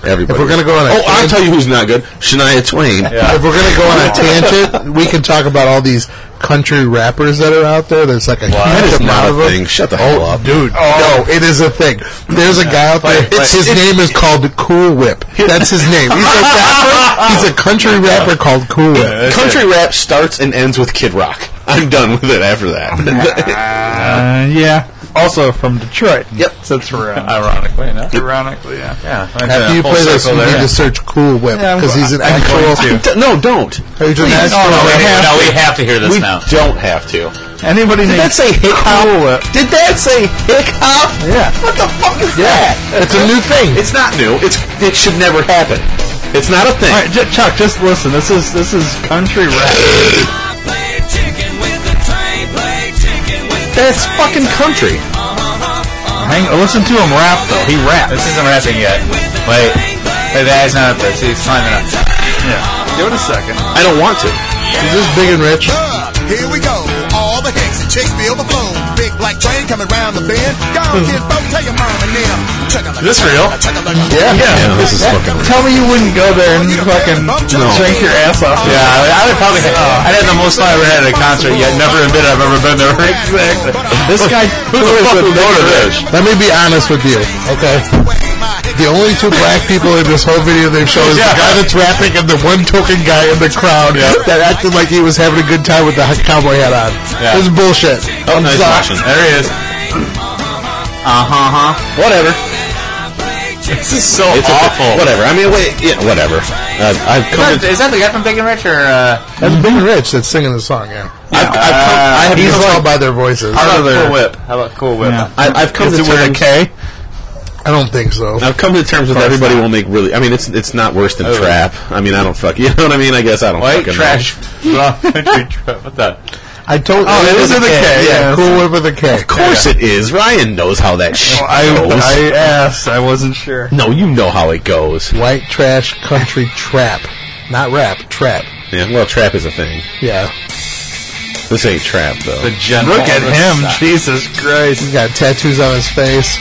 Everybody.
If we're gonna go on a
oh, I'll
tangent-
tell you who's not good. Shania Twain.
If we're gonna go on
(laughs)
a tangent, we can talk about all these country rappers that are out there. There's like a
That
huge
is
amount
not
of
a
them.
thing. Shut the hell
Oh,
up.
dude, no, it is a thing. There's a guy out there.
It's-
his
it's-
name is called Cool Whip. That's his name. He's a (laughs)
(laughs)
rapper. He's a country rapper called Cool Whip.
Country rap starts and ends with Kid Rock. I'm done with it after (laughs) that.
Uh, yeah. Also from Detroit.
Yep.
Since we're uh,
Ironically enough.
ironically, yeah.
Yeah.
After you play this, you need to search Cool Whip
Yeah, I'm
because
go-
he's an
I'm
actual.
going
(laughs) He's
no, don't.
an actual
No, we,
rapper.
no, we have to hear this
We
now.
don't have to.
Anybody named
say hip
Cool Whip?
Did that say hip hop?
Yeah.
What the fuck is that?
It's a new thing.
It's not new. It's it should never happen. It's not a thing.
All right, J- Chuck, just listen. This is this is country rap.
That's fucking country.
Hang, listen to him rap though. He raps.
This isn't rapping yet. Wait. Hey, that is not up there. See, it's climbing up.
Yeah. Give it a second.
I don't want to.
Is this big and rich?
Here we go. All the hicks and chicks be overflown. Big black train coming round the bend. Go
Hmm.
on, kids, folks, tell your mom and them.
Is this real?
Yeah.
Yeah, this is fucking.
Tell me you wouldn't go there and fucking drink your ass off.
Yeah, I would- I would probably. I'd have the most fun I ever had at a concert yet. Never admit I've ever been
(laughs)
there.
This guy.
(laughs)
Who the fuck would go to this?
Let me be honest with you, okay? the only two black people in this whole video they've shown is the guy that's rapping and the one token guy in the crowd that acted like he was having a good time with the cowboy hat on.
Yeah.
It's bullshit.
Oh, nice
Sorry.
motion.
There he is. Uh huh. huh.
Whatever.
Oh,
This is so
It's
awful.
awful. whatever. I mean, wait. Yeah, whatever. I've, I've
Is
come.
that-
To,
is that the guy from Big and Rich or? Uh,
That's Ben Rich that's singing the song. Yeah,
I've, I've come, I have
you
come
can
to-
tell by their voices.
How about
Cool
Cool
Whip. How about Cool Whip?
Yeah.
I, I've come
Is
to
it with a
terms.
K?
I don't think so.
I've come to terms with everybody will make really. I mean, it's it's not worse than trap. I mean, I don't fuck. (laughs) You know what I mean? I guess I don't.
White
fucking
trash. (laughs) country trip. What the?
I told.
Oh, it is with a K,
Yeah,
yes.
Cool Whip with a K.
Know. Of course it is. Ryan knows how that shit goes.
I, I asked. I wasn't sure.
no, you know how it goes.
White trash country trap, not rap trap.
Yeah, well, trap is a thing.
Yeah,
This ain't trap though.
The general.
Look at him. Jesus
he's
Christ.
got tattoos on his face.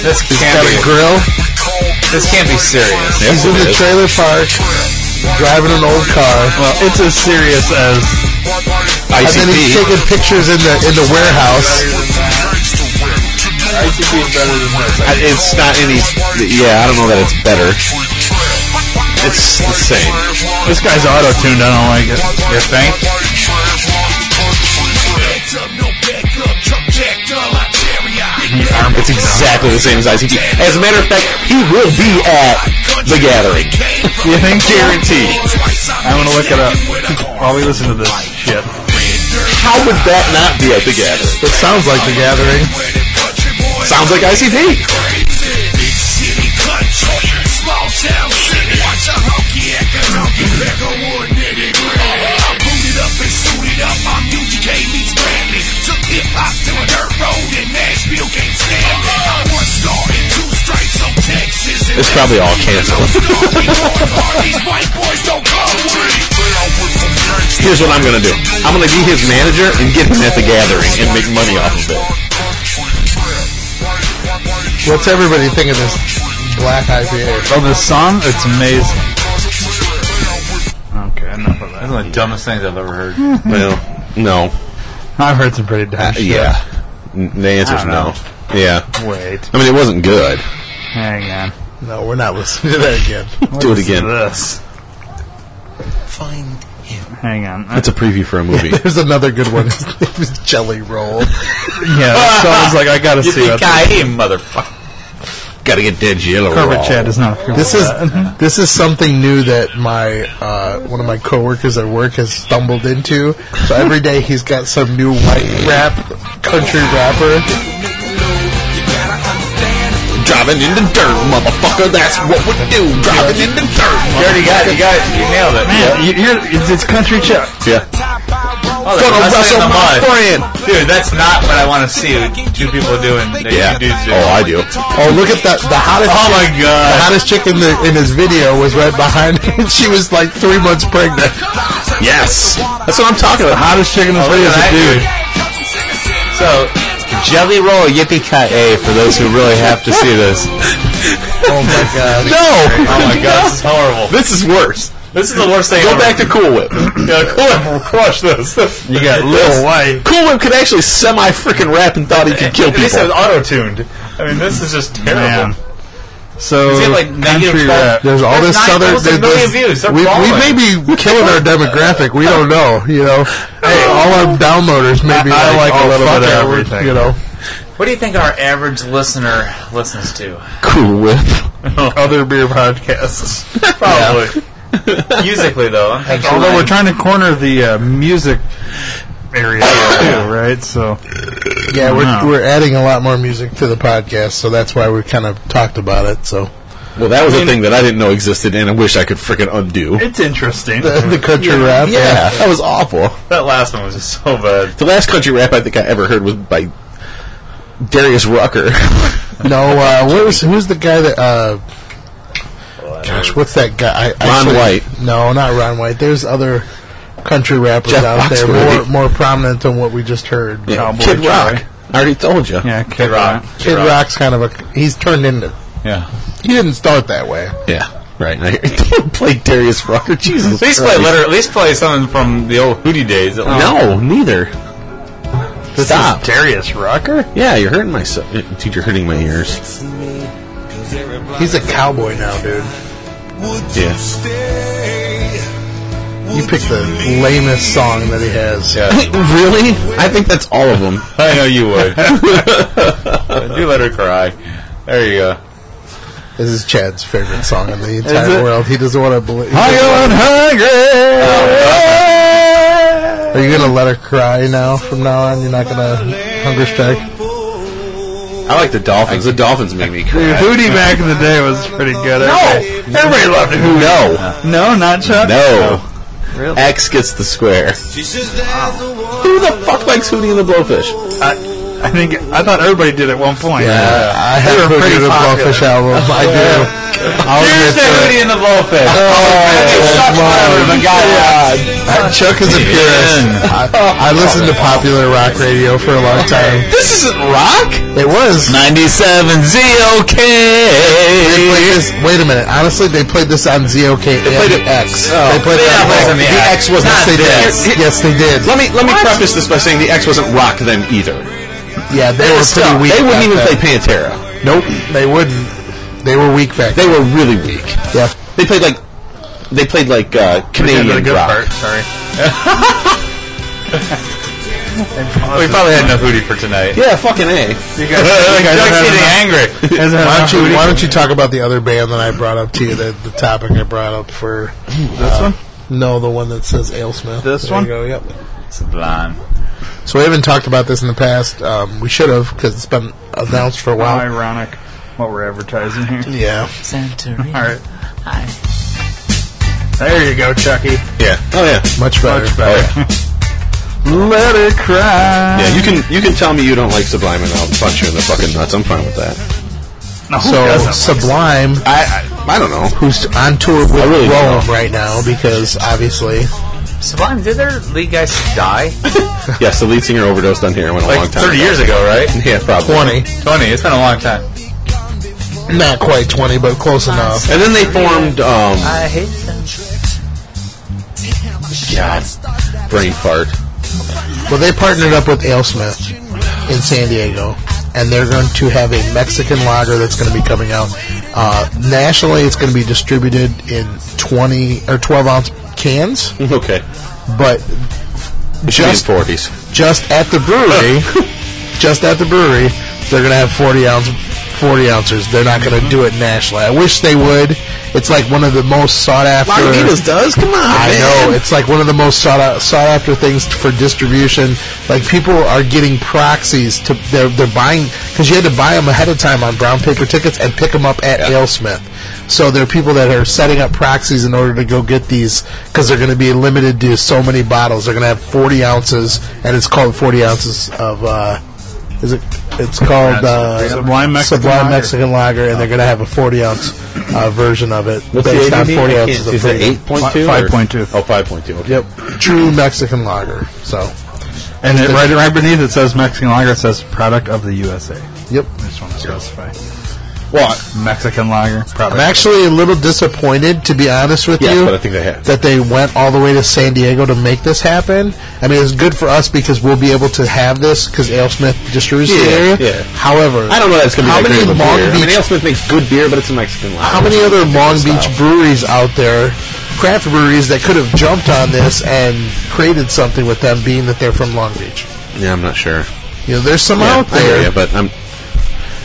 This
Got
can't
a
be.
grill.
This can't be serious.
He's
Yes,
in
it
the
is.
trailer park, driving an old car.
Well, it's as serious as
And then he's
ICP.
taking pictures in the in the warehouse.
ICP is better than this.
I- It's not any. Yeah, I don't know that it's better. It's the same.
this guy's auto tuned. I don't like it.
You think?
It's exactly the same as ICP. As a matter of fact, he will be at the gathering.
(laughs) You think?
Guaranteed.
I'm gonna look it up while we listen to this shit.
How would that not be at the gathering?
It sounds like The Gathering.
Sounds like ICP. It's probably all (laughs) canceled. Here's what I'm gonna do. I'm gonna be his manager and get him at the gathering and make money off of it.
What's everybody think of this black IPA?
Oh, this song? It's amazing. Okay, enough of
That's
that.
one of the dumbest things I've ever heard.
Well, no.
(laughs) I've heard some pretty dumb
Uh,
shit.
yeah. N- The answer's
I don't
no.
know.
Yeah.
Wait,
I mean, it wasn't good.
hang on.
No, we're not listening to that again.
Do
What
it
is
again.
This. Hang on. Uh,
That's a preview for a (laughs) movie.
There's another good one. His name is Jelly Roll.
yeah, that sounds like I gotta
You
see
think
what
I am, motherfucker?
Gotta get dead yellow.
Corporate chat is not.
This is this is something new that my uh, one of my coworkers at work has stumbled into. So every day he's got some new white rap country rapper.
Driving in the dirt, motherfucker. That's what we do. Driving in the dirt.
You already got it. You got it. You nailed it.
Man, you- you're- it's, it's country chat.
Yeah.
Oh, that's
Gonna
Wrestling
wrestle
in the
my
Mud.
friend.
Dude, that's not what I want to see two people doing that
Yeah.
you dudes do.
Oh, I do.
Oh, look at that! The hottest
Oh my
Uh,
the
(laughs)
god.
hottest chick in the in his video was right
(laughs)
behind him. She was like three months pregnant.
Yes. That's what I'm talking about.
Hottest chick in the
Oh, look
video is a
at that
dude.
dude. So,
Jelly roll yippee ki yay for those who really have to see (laughs) this.
Oh my god!
(laughs) No.
oh my god, this is horrible.
This is worse.
This is the worst thing
Go
ever.
back to Cool Whip.
Yeah, cool. I will Crush this.
You got Lil White.
Cool Whip could actually semi freaking rap and thought he could kill
At least it was
people.
auto tuned. I mean, this is just terrible.
Man. So,
Is it like negative
country
twelve?
rap.
There's all
There's
this
nine-
other.
almost a
there's-
million views. They're
We, we
balling.
may be killing our demographic. We don't know. You know, hey, all our downloaders may be
I- I
like,
like a
oh,
little
fuck
bit of
it, we're-
everything.
You know,
What do you think our average listener listens to?
Cool Whip.
(laughs)
Other beer (laughs) podcasts.
Probably. Musically, though, I'm thinking
Although we're
like,
trying to corner the uh, music area too, right? So
yeah, we're
No.
we're adding a lot more music to the podcast, so that's why we kind of talked about it. So
Well, that was a thing that I didn't know existed, and I wish I could freaking undo.
it's interesting.
the, the country rap,
Yeah, that was awful.
that last one was just so bad.
The last country rap I think I ever heard was by Darius Rucker.
No, uh, what was who's the guy that? Uh, gosh, what's that guy? I, I actually-
Ron White.
No, not Ron White. There's other country rappers
Jeff
out there more
Foxworthy.
more prominent than what we just heard.
Yeah,
Cowboy
Kid
Joe.
Rock. I already told you.
yeah, Kid Rock.
Rock.
Kid Rock's kind of a he's turned into.
Yeah.
He didn't start that way.
Yeah, right. I (laughs) don't play Darius Rucker. Jesus.
At least play
Christ.
liter- at least play something from the old Hootie days. at least.
No, neither.
This
Stop.
is Darius Rucker?
Yeah, you're hurting my so- uh, dude. You're hurting my ears.
He's a cowboy now, dude.
Yeah.
You picked the lamest song that he has.
(laughs) really? I think that's all of them.
I know you would. you let her cry. There you go.
This is Chad's favorite song in the
it?
entire world. He doesn't want to believe.
going hungry!
Are you gonna let her cry now? From now on, you're not gonna hunger strike.
I like the dolphins. The dolphins make me
Dude,
cry.
Hootie back in the day was pretty good. Everybody-
everybody loved Hootie. No,
No, not Chuck?
(laughs) no.
Really?
X gets the square. Who the fuck likes Hootie and the Blowfish?
I, I think I thought everybody did at one point.
I have
were
Hootie
pretty
the
popular.
Blowfish album. I do. I'll
Here's
admit
the
to it.
hoodie and the
Uh,
blowfish.
Chuck is a purist. I, I listened to popular rock radio for a long time.
This isn't rock.
It was.
97 ZOK.
They played this, wait a minute. Honestly, they played this on ZOK they
played it-
X. They
Oh.
played it
Yeah,
on
it was on the
X.
X.
was
Yes,
Not
they
this.
did. Yes, they did.
Let me let me preface this by saying the X wasn't rock then either.
Yeah, they were pretty
Still,
weak.
They wouldn't
back then.
even play Pantera.
Nope, they wouldn't. They were weak back
They
then.
were really weak.
Yeah.
They played like they played like uh,
Into the
Canadian
good
rock.
part. Sorry.
We probably had enough hoodie for tonight.
Yeah, fucking a.
You guys,
(laughs)
you guys
Chuck's
have
getting
enough-
angry.
you guys have
Why don't,
enough
you,
Hootie?
why don't you talk about the other band that I brought up to you, the, the topic I brought up for... uh,
This one?
No, the one that says Alesmith.
This
There you
one?
go, yep.
Sublime.
So we haven't talked about this in the past. Um, we should have, because it's been announced for a
How
while.
ironic what we're advertising here.
Yeah.
All right. There you go, Chucky.
Yeah. Oh yeah.
Much better.
Much
Oh
better. (laughs)
yeah.
Let it cry.
Yeah. You can you can tell me you don't like Sublime and I'll punch you in the fucking nuts. I'm fine with that.
No, who
So
doesn't?
Sublime,
I I, I don't know.
who's on tour with
I really don't
Rome
know.
right now, because obviously
Sublime, did their lead guys die?
Yes, the lead singer overdosed on heroin a long
Like
time.
30 years ago, right?
ago. (laughs) Yeah, probably.
twenty,
20. It's been a long time.
not quite twenty, but close enough.
And then they formed um
I hate them.
God brain fart. (laughs)
Well, they partnered up with AleSmith in San Diego, and they're going to have a Mexican lager that's going to be coming out uh, nationally. It's going to be distributed in twenty or twelve ounce cans,
Okay.
but
Just
just
forties.
just at the brewery, just at the brewery, they're gonna have forty ounce forty ouncers. They're not gonna do it nationally. I wish they would. It's like one of the most sought after.
does? Come on.
I
man.
know it's like one of the most sought out, sought after things for distribution. Like people are getting proxies to they're they're buying because you had to buy them ahead of time on brown paper tickets and pick them up at AleSmith. So there are people that are setting up proxies in order to go get these because they're going to be limited to so many bottles. They're going to have forty ounces, and it's called forty ounces of. Uh, is it? It's called uh,
Sublime Mexican
Sublime
Lager.
Mexican Lager, and they're going to have a forty ounce uh, version of it
What's
based
the
on
ABV?
forty
I can't-
ounces of
Is it
freedom.
eight point two?
Fi- 5.2.
Oh, 5.2. Okay.
Yep, true Mexican lager. So,
And it, right, right beneath it says Mexican lager. It says product of the USA.
yep.
I just want to specify. What Mexican lager? Product.
I'm actually a little disappointed, to be honest with
Yes,
you,
but I think they have.
that they went all the way to San Diego to make this happen. I mean, it's good for us because we'll be able to have this because Alesmith distributes
Yeah,
the area.
yeah.
However,
I don't know that it's going to be
how
that
many
great of a
Long
beer. I mean,
Beach-
Ale Smith makes good beer, but it's a Mexican lager.
how many other Long Beach
style.
breweries out there, craft breweries that could have jumped on this and created something with them, being that they're from Long Beach?
Yeah, I'm not sure.
You know, there's some
Yeah,
out
I hear
there.
ya, but I'm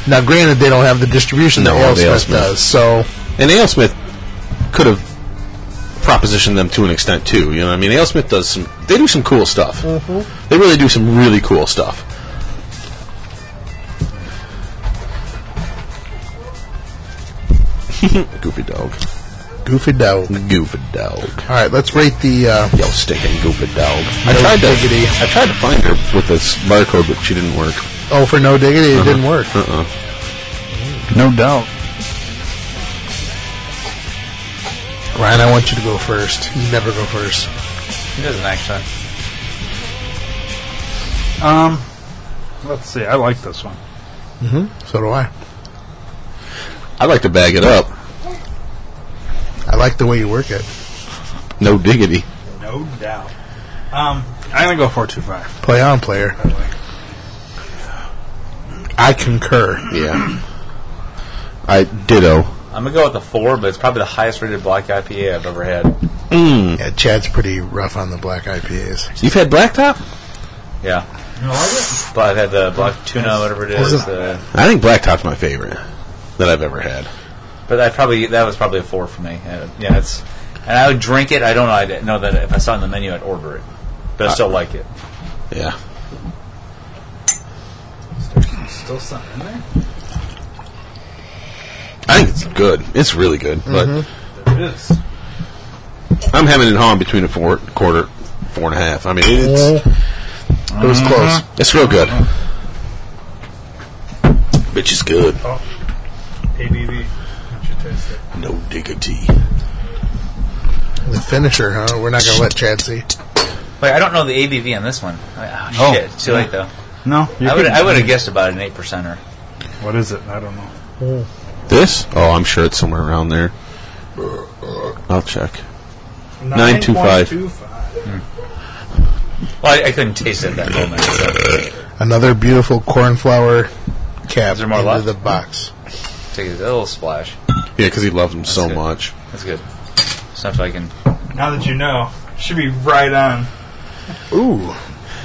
Now, granted, they don't have the distribution
No,
that
the
Alesmith
AleSmith.
does, so.
and Ale Smith could have propositioned them to an extent too. You know, what I mean, Ale Smith does some. They do some cool stuff.
Mm-hmm.
They really do some really cool stuff. (laughs) goofy dog.
Goofy dog.
Goofy dog.
All right, let's rate the. Uh,
Yo, sticking goofy dog. I
No
tried to.
diggity.
I tried to find her with this barcode, but she didn't work.
oh, for no diggity, it didn't work.
Uh-uh.
no doubt.
Ryan, I want you to go first. You never go first.
He doesn't actually.
Um, let's see. I like this one.
So do I.
I'd like to bag it up.
I like the way you work it.
No diggity.
No doubt. Um, I'm gonna go four two five.
Play on, player. I concur.
Yeah. I ditto.
I'm gonna go with the four, but it's probably the highest rated black IPA I've ever had.
Yeah, Chad's pretty rough on the black IPAs.
You've had blacktop?
Yeah. But I've had the black tuna, whatever it is. Uh,
I think blacktop's my favorite that I've ever had.
but that probably that was probably a four for me. Uh, yeah, it's and I would drink it. I don't know. I didn't know that if I saw it on the menu, I'd order it, but I still like it.
Yeah.
Still something in there?
I think it's good. It's really good.
Mm-hmm. There it is.
But I'm having it home between a four quarter, four and a half. I mean, it's
It was close.
it's real good.
Uh-huh.
Bitch is good.
Oh. ABV. You should taste it.
No digger tea.
The finisher, huh? We're not gonna let Chad see.
But I don't know the ABV on this one. I- Oh,
Oh,
shit! Too
yeah.
late though.
No, you
I would
couldn't.
I would have guessed about an eight percenter.
What is it? I don't know.
This? Oh, I'm sure it's somewhere around there. I'll check. 9.25.
9.25.
Well, I, I couldn't taste it at that moment. So.
Another beautiful cornflower cap
Is there more
into
left?
the box.
Take a little splash.
Yeah, because he loved them so
good.
much.
That's good. Stuff I can.
Now that you know, should be right on.
Ooh,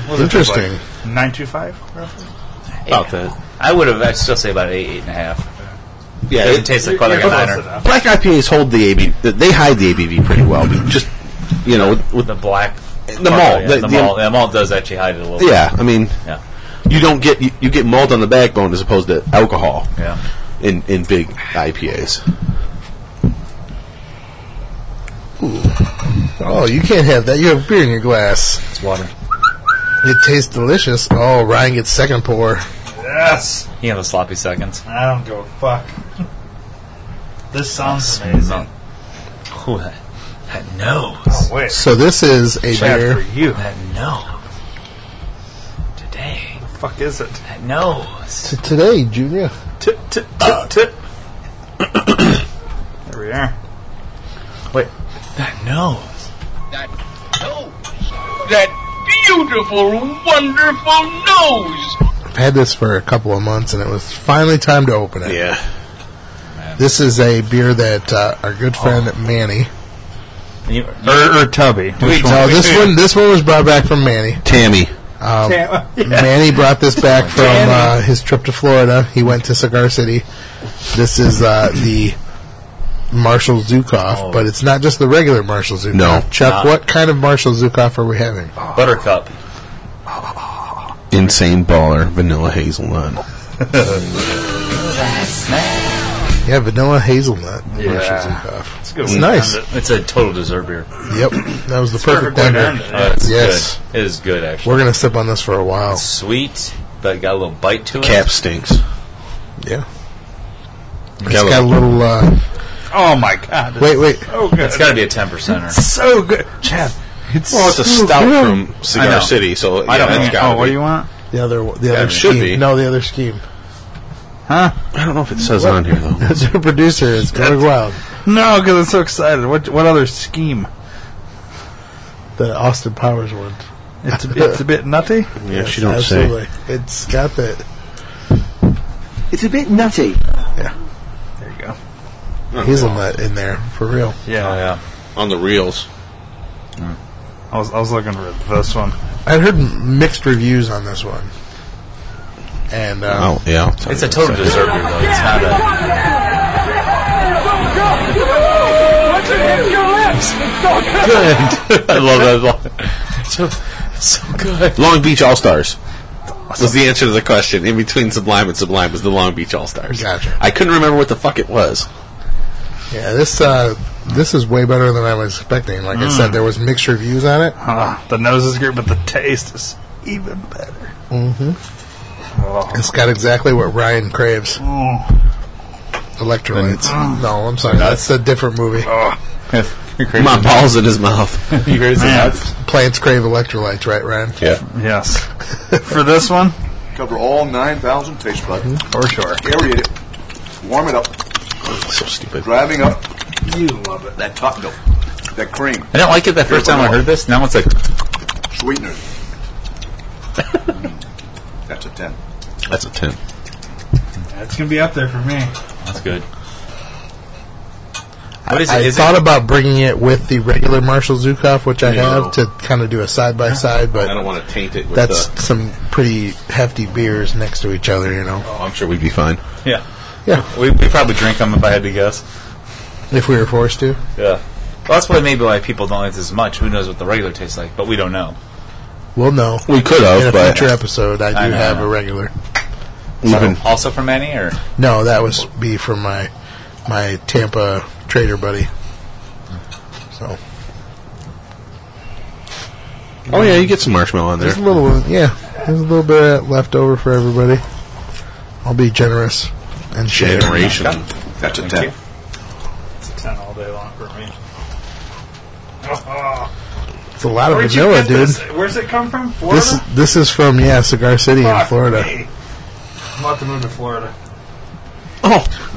What was it,
interesting.
like 9.25, roughly?
About that.
I would have. I'd still say about eight, eight and a half.
Yeah,
It doesn't taste like quite like a
You're close
niner.
enough.
black IPAs hold the ABV. They hide the ABV pretty well. Just you know, with, with
The black.
The malt,
Yeah,
the-
the,
the-
malt. The malt does actually hide it a little. bit.
yeah. I mean,
Yeah.
you don't get you, you get malt on the backbone as opposed to alcohol
Yeah.
in in big IPAs.
Oh, you can't have that. You have beer in your glass.
It's water.
It tastes delicious. Oh, Ryan gets second pour.
Yes!
You have the sloppy (laughs) seconds.
I don't give a fuck. This sounds amazing.
Ooh, that, that nose.
Oh, wait.
So this is a
Chad,
beer.
for you.
That nose. Today.
The fuck is it?
That nose.
T- today, Junior.
Tip, tip, tip, tip. there we are.
Wait. That nose.
that beautiful, wonderful nose.
I've had this for a couple of months, and it was finally time to open it.
Yeah,
This is a beer that uh, our good friend Manny.
You,
Or, or Tubby.
we,
No, this one. This one was brought back from Manny.
Tammy.
Um,
Yeah.
Manny brought this back from uh, his trip to Florida. He went to Cigar City. This is uh, the Marshall Zukov, but it's not just the regular Marshall Zukov.
No.
Chuck,
Not.
what kind of Marshall Zukov are we having?
Buttercup.
Insane baller, vanilla hazelnut.
Yeah, vanilla hazelnut Marshall
Yeah.
Zukov.
good
It's
way to
nice.
end
It's a total dessert beer.
Yep, that was the perfect,
perfect way to
blender.
end
Uh, it's
Yes.
Good. It is good, actually.
We're gonna sip on this for a while.
Sweet, but got a little bite to it.
Cap stinks.
Yeah, it's
Got a
got a little. Uh,
Oh my god. It's
wait, wait.
so good.
It's got to be a 10 percenter.
so good. Chad, it's
Well, it's a
so
stout
good.
from
I know.
Cigar City, so yeah,
I don't
it's
know.
gotta
Oh, what
be.
do you want?
The other, the other
it should
scheme.
be.
No, the other (laughs) scheme.
Huh?
I don't know if it says on here though.
That's our producer is going wild.
No, because I'm so excited. What what other scheme?
The Austin Powers one.
It's a, it's a bit nutty.
Yeah,
Yes,
she don't say.
absolutely. It's got that.
It's a bit nutty.
There you go.
hazelnut in there for real.
(laughs) Yeah,
Oh, yeah.
On the reels.
I was I was looking for this one.
I heard mixed reviews on this one, and uh,
Oh yeah.
It's a total dessert beer, though. It's not a.
I love that.
(laughs) So good.
Long Beach All Stars was the answer to the question. In between Sublime and Sublime was the Long Beach All Stars.
Gotcha.
I couldn't remember what the fuck it was.
yeah, this uh, this is way better than I was expecting. Like I said, there was mixed reviews on it.
Ah, the nose is great, but the taste is even better. Mm-hmm.
It's got exactly what Ryan craves:
Oh,
electrolytes. No, I'm sorry, that's a different movie.
oh.
My balls in his mouth.
(laughs) You crazy
Man.
Plants crave electrolytes, right, Ryan?
Yeah.
yes. for this one,
Cover all 9,000 taste buds.
for sure.
Aerate it. Warm it up.
So stupid.
Driving up. You love it. That top note. That cream.
I didn't like it the first time I heard this. Now it's like,
Sweeteners. Mm. That's a 10.
That's a ten.
gonna be up there for me.
That's good. What is it?
I
Is
thought
it?
about bringing it with the regular Marshall Zukov, which I have, to kind of do a side by side,
I don't
but
want to taint it with
that's
the.
some pretty hefty beers next to each other, you know.
Oh, I'm sure we'd be fine.
Yeah,
Yeah,
we we probably drink them if I had to guess.
if we were forced to.
Yeah. Well, that's why maybe why people don't like this as much. Who knows what the regular tastes like? But we don't know.
We'll know.
We could
In a
have, but
future episode, I do
I know,
have
I know.
a regular.
we've been-
Also from Manny, or
No, that was be from my my Tampa trader buddy. So
oh yeah, you get some marshmallow on there.
there's a little one, yeah. There's a little bit of that left over for everybody. I'll be generous and share.
Generation.
That's a 10.
It's a ten all day long for me.
It's a lot of
Where'd you
vanilla,
get
dude.
this? Where's it come from? Florida.
This this is from yeah Cigar City in
Fuck
Florida.
me. I'm about to move to Florida.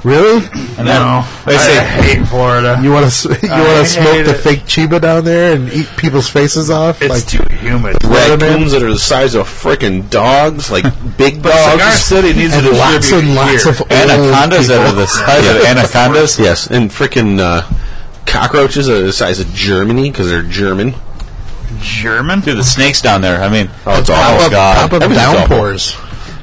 Really?
no?
I hate Florida.
You want to (laughs) you
I
want to
hate
smoke the
it.
fake chiba down there and eat people's faces off?
It's
like
too humid.
Raccoons that are the size of freaking dogs,
(laughs)
like big
Cigar
dogs.
City needs to
and lots
distribute
and lots
here.
of old
anacondas that are
people.
the size of anacondas.
Yes, and freaking uh, cockroaches that are the size of Germany because they're German.
German.
Dude, the snakes down there. I mean,
Oh, it's
Pop
awful.
up, pop up
Everything's awful.
downpours.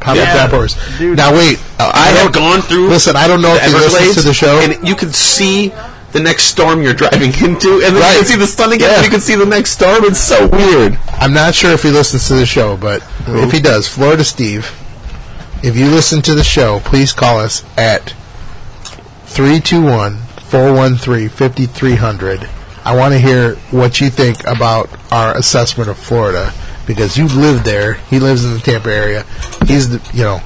Pop
Yeah.
up downpours.
Dude.
Now wait, uh, I
I have
don't.
gone through.
Listen, I don't know if
the
you listen
Everglades,
to the show.
and you could see the next storm you're driving into, and then
Right.
you could see the sun again, and you could see the next storm. It's so weird.
I'm not sure if he listens to the show, but if he does, Florida Steve, if you listen to the show, please call us at 321-413-5300. I want to hear what you think about our assessment of Florida because you live there. He lives in the Tampa area. He's the, you know,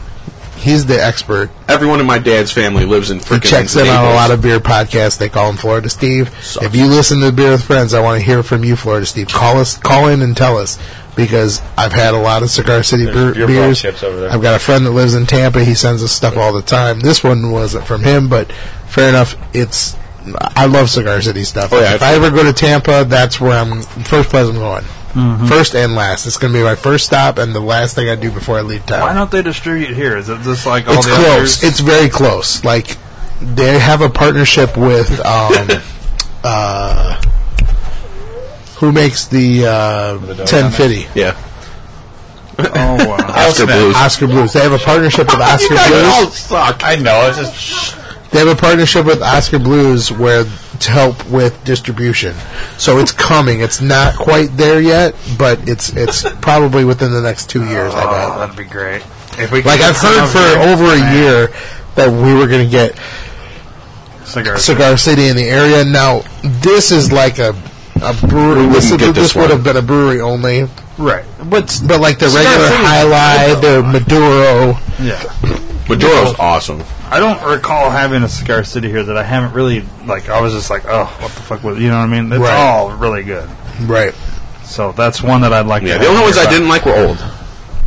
he's the expert.
Everyone in my dad's family lives in
He
freaking.
checks in on a
Naples.
lot of beer podcasts. They call him Florida Steve. If you listen to Beer with Friends, I want to hear from you, Florida Steve. Call us, call in and tell us because I've had a lot of Cigar City beer,
beer
beers.
flagships over there.
I've got a friend that lives in Tampa. He sends us stuff all the time. This one wasn't from him, but fair enough. It's I love Cigar City stuff.
Oh, yeah,
if I ever go to Tampa, that's where I'm first place I'm going. First and last. It's going to be my first stop and the last thing I do before I leave town
Why don't they distribute here? Is it just like all
it's
the
close.
others?
It's very close. Like they have a partnership
(laughs)
with um, uh, who makes the uh, ten fifty
Yeah.
Oh wow.
(laughs) Oscar Blues.
Oscar Blues. They have a partnership
(laughs)
with Oscar Blues.
suck.
I know. It's just
They have a partnership with Oscar Blues where to help with distribution. So it's coming. It's not quite there yet, but it's it's probably within the next two years. I bet.
Oh, that'd be great. If we could
Like
get
I've
some
heard
over
for
here.
over a
Man,
year that we were going to get
Cigars.
Cigar City in the area. Now this is like a a brewery.
We
This,
wouldn't
this
get this
would
one.
have been a brewery only,
right.
but but like the regular
City is
High Life, the Maduro.
Yeah.
Maduro's awesome.
I don't recall having a cigar city here that I haven't really like. I was just like, oh, what the fuck was you know what I mean? It's
Right.
all really good.
Right.
So that's one that I'd like.
Yeah,
to
the only
have
ones I
here,
didn't like were old,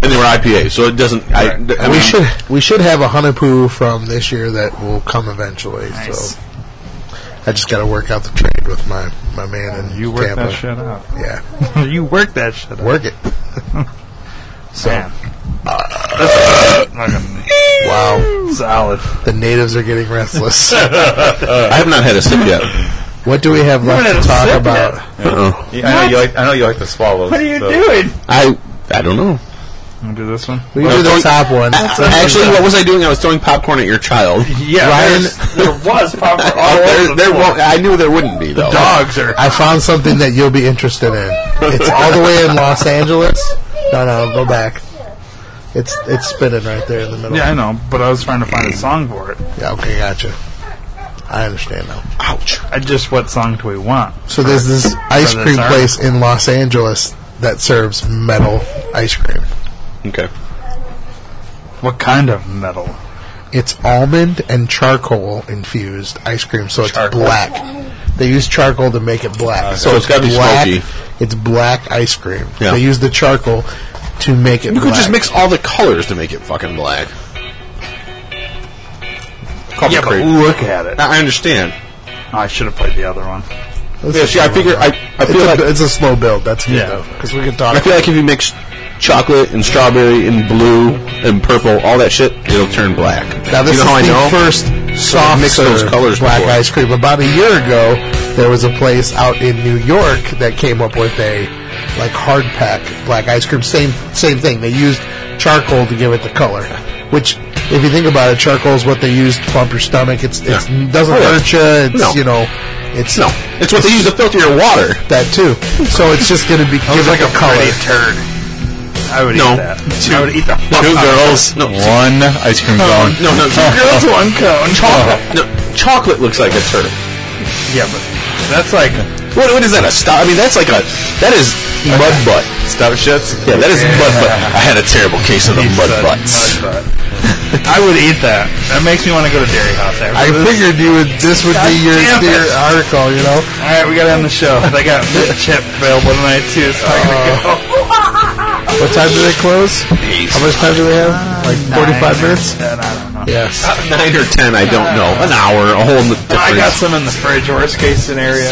and they were IPA. So it doesn't. I,
Right.
I
we
mean,
should we should have a Hunapu from this year that will come eventually.
but-
So I just got to work out the trade with my my man in
You work
Tampa.
that shit out. (laughs)
Yeah,
you work that shit out.
work it.
So.
Wow,
Solid.
the natives are getting restless.
I have not had a sip yet.
what do we have left
haven't
to talk
said
about?
that.
Uh-uh.
(laughs)
I know you like. I know you like the swallows.
What are you
so-
doing?
I I don't know.
Wanna do this one?
We can do the
Don't-
top one.
Actually, what was I doing? I was throwing popcorn at your child.
(laughs)
Oh,
Yeah, Oh,
Ryan-
there's- there was popcorn all over
there,
the
there
floor.
won't, I knew there wouldn't be though.
Dogs are.
I found something that you'll be interested in. It's all the way in Los Angeles. No, no, go back. It's it's spinning right there in the middle.
Yeah, I know, but I was trying to find a song for it.
Yeah, okay, gotcha. I understand now.
Ouch!
I just, what song do we want?
So there's this ice
So
cream
that's our-
place in Los Angeles that serves metal ice cream.
Okay.
What kind of metal?
It's almond and charcoal infused ice cream, so it's black. They use charcoal to make it black, so
Uh, So
it's
it's gotta be
black.
smoky.
It's black ice cream.
Yeah.
They use the charcoal to make it.
You could just
black.
mix all the colors to make it fucking black. Call me
Yeah, but
crazy.
look at it.
I I understand.
Oh, I should have played the other one.
Let's
Yeah, see, I figure I, I
It's
feel
a,
like
it's a slow build. That's good
Yeah.
though, because we can talk.
I feel like if you mix chocolate and strawberry and blue and purple, all that shit, it'll turn black.
(laughs) Now this
you
is
know how I
the
know?
first soft
mixed those
serve
colors
black
before.
ice cream. About a year ago, there was a place out in New York that came up with a like hard pack black ice cream. Same same thing. They used charcoal to give it the color, which. If you think about it, charcoal is what they use to pump your stomach. It's it
Yeah.
doesn't
Oh, yeah.
hurt you. It's
No.
you know, it's
No, it's what they use to filter your water.
that too. So Oh, it's just going to be give
like
it
a
the color.
pretty turd. I would
No.
eat that. I would eat the fuck
Two
out of
girls, no,
One ice cream
no,
cone.
no, no, two girls,
it. one cone.
chocolate. No, chocolate looks like a turd.
Yeah, but that's like
What, what is that? A stop? I mean, that's like a that is mud butt.
Stop shits.
Yeah, that is mud butt. I had a terrible case of the mud
Pizza,
butts.
mud butt. (laughs) I would eat that. That makes me want to go to Dairy House. After
I
this.
figured you would. This would be your,
damn
your
it.
article. You know,
All right, we got to end the (laughs) show. They got mint chip available tonight too, so I'm gonna go.
what time do they close? How much time do they have? Like forty-five minutes. Uh,
And I don't know.
Yes.
Nine or ten, I don't know. An hour, a whole n- difference.
I got some in the fridge. Worst case scenario.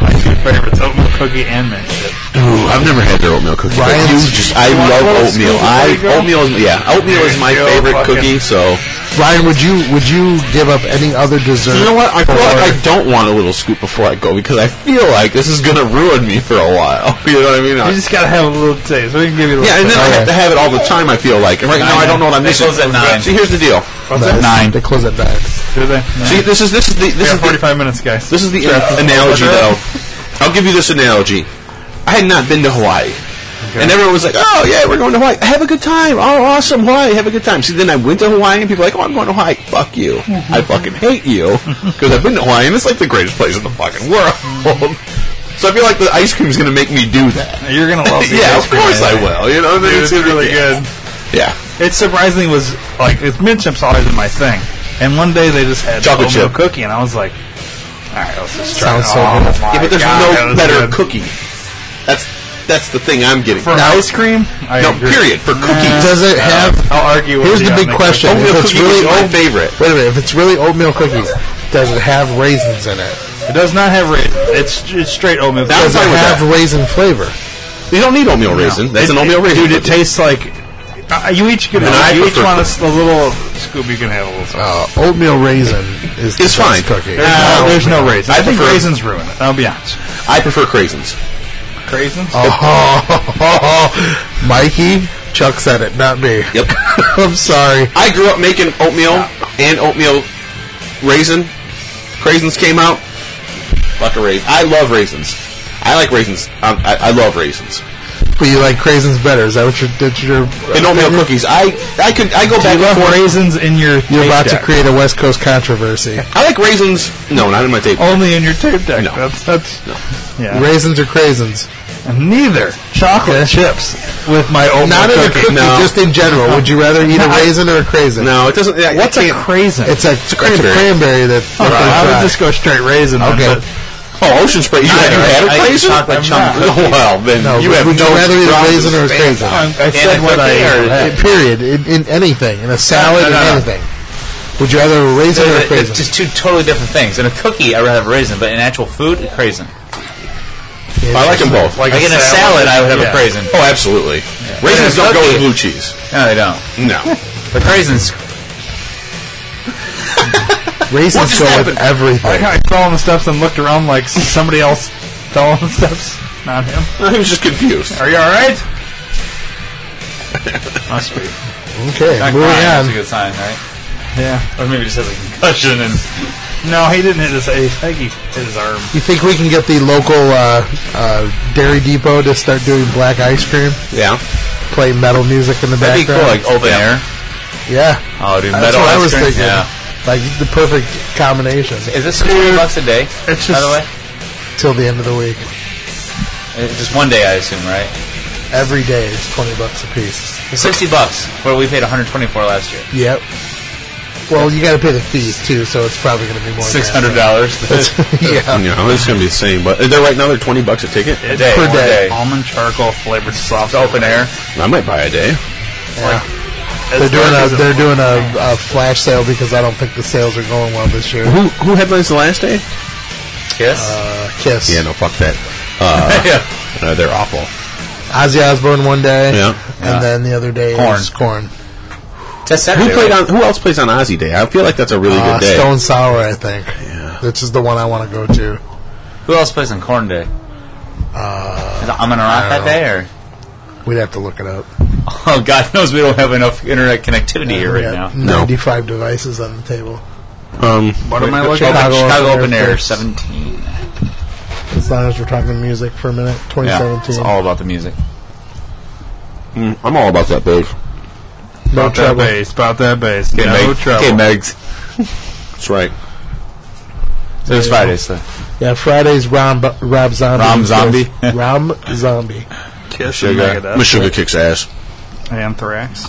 My two favorites: oatmeal cookie and mint chip.
Ooh, I've never had their oatmeal cookie. But
Ryan's-
you just, I
You want
love
one of those
oatmeal.
scoops
I
before you go?
oatmeal, is, yeah, oatmeal is my
There you go,
favorite
fucking-
cookie. So
Ryan, would you would you give up any other dessert?
you know what? I feel like
for-
I don't want a little scoop before I go because I feel like this is gonna ruin me for a while. (laughs) You know what I mean?
You just gotta have a little taste. We can give you a little.
yeah, and then I
Okay.
have to have it all the time. I feel like And right now I don't know what I'm
They
missing.
close at nine.
See, here's the deal.
Nice.
Nine.
They close at nine.
Do they?
See, this is this is the
We
this
got
is the,
45 minutes, guys.
This is the analogy though. I'll give you this analogy. I had not been to Hawaii. And everyone was like, "Oh yeah, we're going to Hawaii. Have a good time. Oh, awesome, Hawaii. Have a good time." See, then I went to Hawaii, and people were like, "Oh, I'm going to Hawaii. Fuck you. I fucking hate
(laughs)
you because I've been to Hawaii, and it's like the greatest place in the fucking world." so I feel like the ice cream's gonna make me do that.
You're gonna (laughs) love the
(laughs) yeah,
ice
of
cream,
course I
man.
will. You know, what I mean?
Dude, it's really good.
Yeah,
It surprisingly was like it's mint chip's always been my thing, and one day they just had
Chocolate
oatmeal
chip.
cookie, and I was like, all right, let's just try.
Sounds
it.
so
oh,
good.
my
yeah, but there's
God, that
no
was
better
good.
cookie. That's that's the thing I'm getting.
for ice cream. I
no,
agree.
period for cookie.
Does it have?
I'll argue. With
Here's
you
the
on
big
that
question.
Oatmeal
If it's
cookie
really
is my
oat-
favorite.
Wait a minute. If it's really oatmeal cookies, does it have raisins in it?
It does not have raisin. It's it's straight oatmeal.
That
cookie.
Does it
fine with
have
that.
raisin flavor?
You don't need oatmeal raisin. That's
It-
an oatmeal
it-
raisin.
Dude, it
cookie.
tastes like. Uh, you each get.
No, I
you each
prefer
want a, s- a little scoop. You can have a little. scoop.
Uh, oatmeal raisin is the
It's
best
fine.
cookie.
There's, no, there's no raisins.
Uh, I
I think
prefer-
raisins ruin it. I'll be honest.
I prefer craisins.
Raisins.
Oh, (laughs) Mikey, Chuck said it, not me.
Yep.
(laughs)
(laughs)
I'm sorry.
I grew up making oatmeal and oatmeal raisin. Craisins came out. Fuck a raisin. I love raisins. I like raisins. Um, I, I love raisins.
But you like craisins better? Is that what you're? Did your
And oatmeal cookies. I I could I go
Do you
back and
love
forth.
raisins in your?
You're
tape
about to
deck?
create a West Coast controversy.
I like raisins. No, not in my table.
Only in your tape deck.
No.
That's that's. Yeah.
Raisins or craisins?
Neither chocolate chips with my oatmeal
Not in a
cookie.
cookie,
no.
just in general. Would you rather eat a raisin or a craisin?
No, it doesn't. I,
What's
I
a
can't-
craisin?
It's a,
a
cran-
cranberry.
cranberry. that. that
Okay,
they
I would
fry.
just go straight raisin. on
Okay.
it.
Oh, ocean spray. You have you had a
I eat
raisin?
chocolate
I'm (laughs)
chunk
not. Well, then
No,
you
would-
have
would
no
you rather eat a
problems.
raisin or a craisin?
I'm- I said
a
what I
cookie or-
In- period. In, in anything, in a salad,
No, no,
in
no.
anything. Would you rather a raisin or a
They're-
craisin?
It's just two totally different things. In a cookie, I'd rather have a raisin, but in actual food, a craisin.
I like them both.
Like, in a salad, I would have a craisin.
Oh, absolutely. Raisins
But in a
don't go with
cookie-
blue cheese.
No, they don't.
No.
But craisins,
Raisins go with
Like
everything.
how I fell on the steps and looked around (laughs) like somebody else fell on the steps, not him.
(laughs) I was just confused.
Are you all right? Must be.
Okay,
not
moving
crying
on.
is a good sign, right?
Yeah.
Or maybe just has a concussion and
No, he didn't hit his. I think he hit his arm.
You think we can get the local uh, uh, Dairy Depot to start doing black ice cream?
Yeah.
Play metal music in the
that'd be cool,
background.
like open air.
Yeah,
Oh, dude,
That's
metal
what I
ice
was
cream?
thinking.
Yeah.
like the perfect combination
Is this twenty bucks a day?
It's
By the
just-
way,
till the end of the week.
Uh, just one day, I assume, right?
Every day is twenty bucks a piece.
Sixty bucks, where we paid one hundred twenty-four last year.
Yep. Well, you got to pay the fees too, so it's probably going to be more. than
Six hundred dollars a
that. (laughs) yeah.
No, it's gonna be the same. But they're right now they're twenty bucks a ticket.
day.
Per
one
day.
Almond charcoal flavored soft
Open air.
I might buy a day.
They're doing a they're doing a, a flash sale because I don't think the sales are going well this year.
Who who headlines the last day?
(laughs) Yes.
Uh, Kiss.
Yeah, no, fuck that. Uh,
yeah.
no, they're awful.
Ozzy Osbourne one day,
Yeah.
and then the other day
Korn.
is Corn.
That's Saturday.
Who played
right?
on? Who else plays on Ozzy Day? I feel like that's a really
Uh,
good day.
Stone Sour, I think. Which is the one I want to go to.
Who else plays on Corn Day? Uh, is it Amon Ra that day, or
We'd have to look it up.
oh God knows we don't have enough internet connectivity here right
We
now.
got 95 devices on the table.
Um,
What am I looking
Chicago
at? Chicago
Open
Open
Air
Air
first.
17.
As long as we're talking music for a minute,
Yeah,
2017.
it's all about the music.
mm, I'm all about that, babe.
no
About that
trouble.
bass, about that bass.
Okay,
no
Meg.
trouble.
Okay, Megs. (laughs) That's right.
So it's Friday, so
Yeah, Friday's Rom, Rob Zombie.
Rom Zombie.
Rom Zombie.
Kiss and
Sugar.
Megadeth.
Sugar kicks ass.
Anthrax.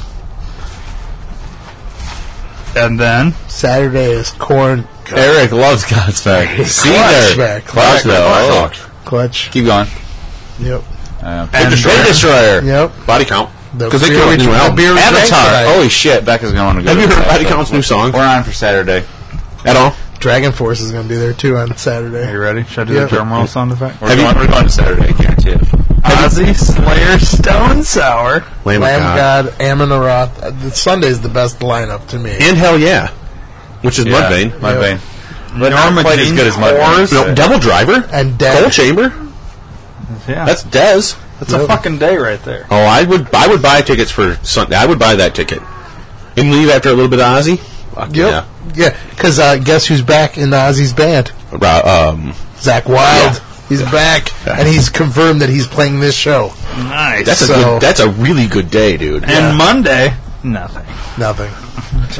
And then
Saturday is Corn
Eric loves God's back. See
Clutch
there.
back.
Clutch though.
Clutch.
keep going.
Yep.
Uh,
Big Destroyer. Destroyer.
Yep.
Body count.
The
Because they
beer
killed
we-
anyone
the
else.
beer we drank
Avatar.
tonight.
Holy shit. Back.
Becca's going to go.
Have you
to
heard
that,
Body
so-
Count's new song?
We're on for Saturday.
At all?
Dragon Force is going to be there too on Saturday.
Are you ready? Should I do
Yeah.
the drum roll sound effect?
We're,
Have you-
going, we're going to Saturday, I guarantee it.
Ozzy, Slayer, Stone Sour.
Lamb,
Lamb
of God.
God, Ammon Roth. Uh, the- Sunday's the best lineup to me.
And Hell Yeah. Which is Mudvayne.
Mudvayne. But
Norma
not quite as
Jean
good as Mudvayne.
Horace.
No, Devil Driver?
And
Coal
Dead.
Chamber?
Yeah,
That's Dez.
that's a fucking day right there.
Oh, I would I would buy tickets for Sunday. I would buy that ticket. And leave after a little bit of Ozzy? Fuck
Yep. Yeah. Because uh, guess who's back in Ozzy's band?
yeah. Ra- um,
Zach Wild.
Yeah.
He's back, and he's confirmed that he's playing this show.
Nice.
that's, a
So-
good, that's a really good day, dude.
and Monday, nothing.
Nothing.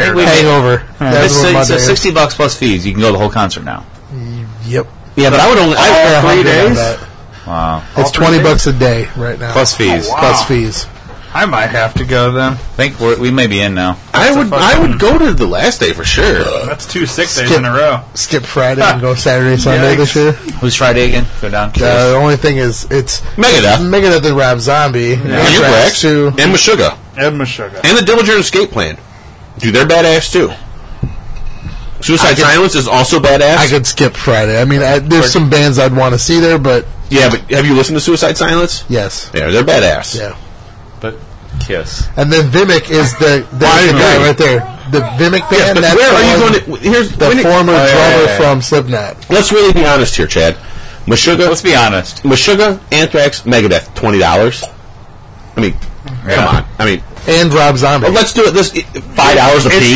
Hey, we-
Hangover. That's
It's,
what
it's,
Monday
it's
is.
60 bucks plus fees. You can go the whole concert now.
Yep.
Yeah, but I would only.
We're
I,
hungry on that.
Wow.
It's twenty bucks a day right now.
Plus fees.
Oh, wow.
Plus fees.
I might have to go then.
I think we're, we may be in now.
I would. I would go to the last day for sure.
That's two sick days
Skip.
in a row.
Skip Friday and go
(laughs)
Saturday, Sunday this
Yikes.
year.
Who's Friday again? Go down.
Uh, the only thing is, it's
Megadeth.
Megadeth and Rob Zombie.
And
Anthrax,
Anthrax
too.
and Meshuggah
Ed Meshuggah.
and the Dillinger Escape Plan. Dude, they're badass too. Suicide Silence is also badass.
I could skip Friday. I mean, I, there's some bands I'd want to see there, but
yeah, but have you listened to Suicide Silence?
yes,
Yeah, they're badass.
yeah.
But Kiss.
And then Vimic is the the,
Why
the
did
guy
they-
right there. The Vimic band.
Yes, but
that's
where
the
are
one-
you going to? Here's
The
when it-
former
Oh, yeah, yeah,
drummer
yeah.
from Slipknot.
Let's really be honest here, Chad. Meshuggah.
Let's be honest.
Meshuggah, Anthrax, Megadeth, twenty dollars. I mean,
Yeah.
come on. I mean,
and Rob Zombie.
Well, let's do it. This five dollars a piece.
$20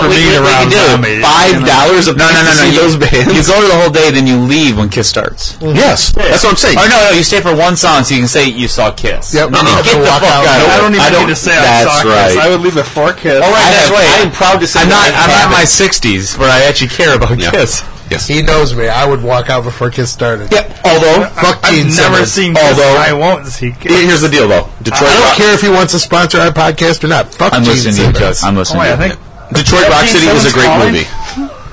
for me to round
zombies.
Five dollars a piece.
No, no, no,
to
no.
see
You,
those bands.
you go to the whole day, then you leave when Kiss starts.
yes, that's what I'm saying.
Or no, no, you stay for one song so you can say you saw Kiss.
Yep.
No, no,
Get the fuck out.
I don't even
I don't-
need to say I
that's
saw
right. Oh,
kids. I would leave it for kids.
All right,
I
that's
have-
right.
I am proud to say
I'm
that
not.
I
I'm not in
haven't.
my 60s where I actually care about
Yeah.
Kiss.
Yes.
He knows me. I would walk out before Kiss started.
Yeah, although,
Fuck
I've
Gene
never
Simmons.
seen
Although-
Kiss. I won't see
here-
kids.
here's the deal, though. Detroit.
I don't
Rock,
care if he wants to sponsor our podcast or not. Fuck
I'm
Gene
listening to you,
Simmons.
Judge. I'm
Oh,
listening.
wait,
to
I
you.
think
Detroit Rock
Gene
City is a
Simmons
great
calling?
movie,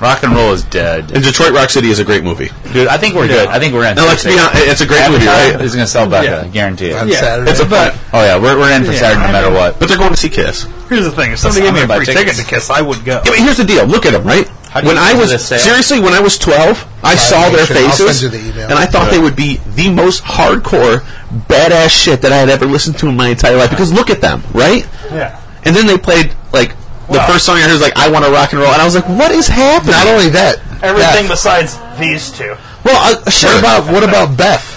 rock and roll is dead,
and Detroit Rock City is a great movie.
dude. I think we're good. I think we're in.
Now let's be honest. It's a great movie, right?
Is gonna sell Becca.
Yeah.
I guarantee it.
On
Yeah,
Saturday.
it's a bet.
Oh yeah, we're, we're in for
Yeah,
Saturday no
I
matter
mean-
what.
But they're going to see Kiss.
Here's the thing: if somebody
That's
gave me a
not
free
about
ticket
tickets.
to Kiss, I would go.
Yeah, but here's the deal. Look at them, right?
do you
When I
do
was
this sale?
seriously, when I was twelve, I saw their
I'll
faces,
send you the email.
and I thought they would be the most hardcore, badass shit that I had ever listened to in my entire life. Because look at them, right?
Yeah.
And then they played like the
Wow.
first song I heard was like "I Want to Rock and Roll," and I was like, "What is happening?"
Not only that,
Everything
Beth.
besides these two.
well, uh, sure.
What about what about Beth?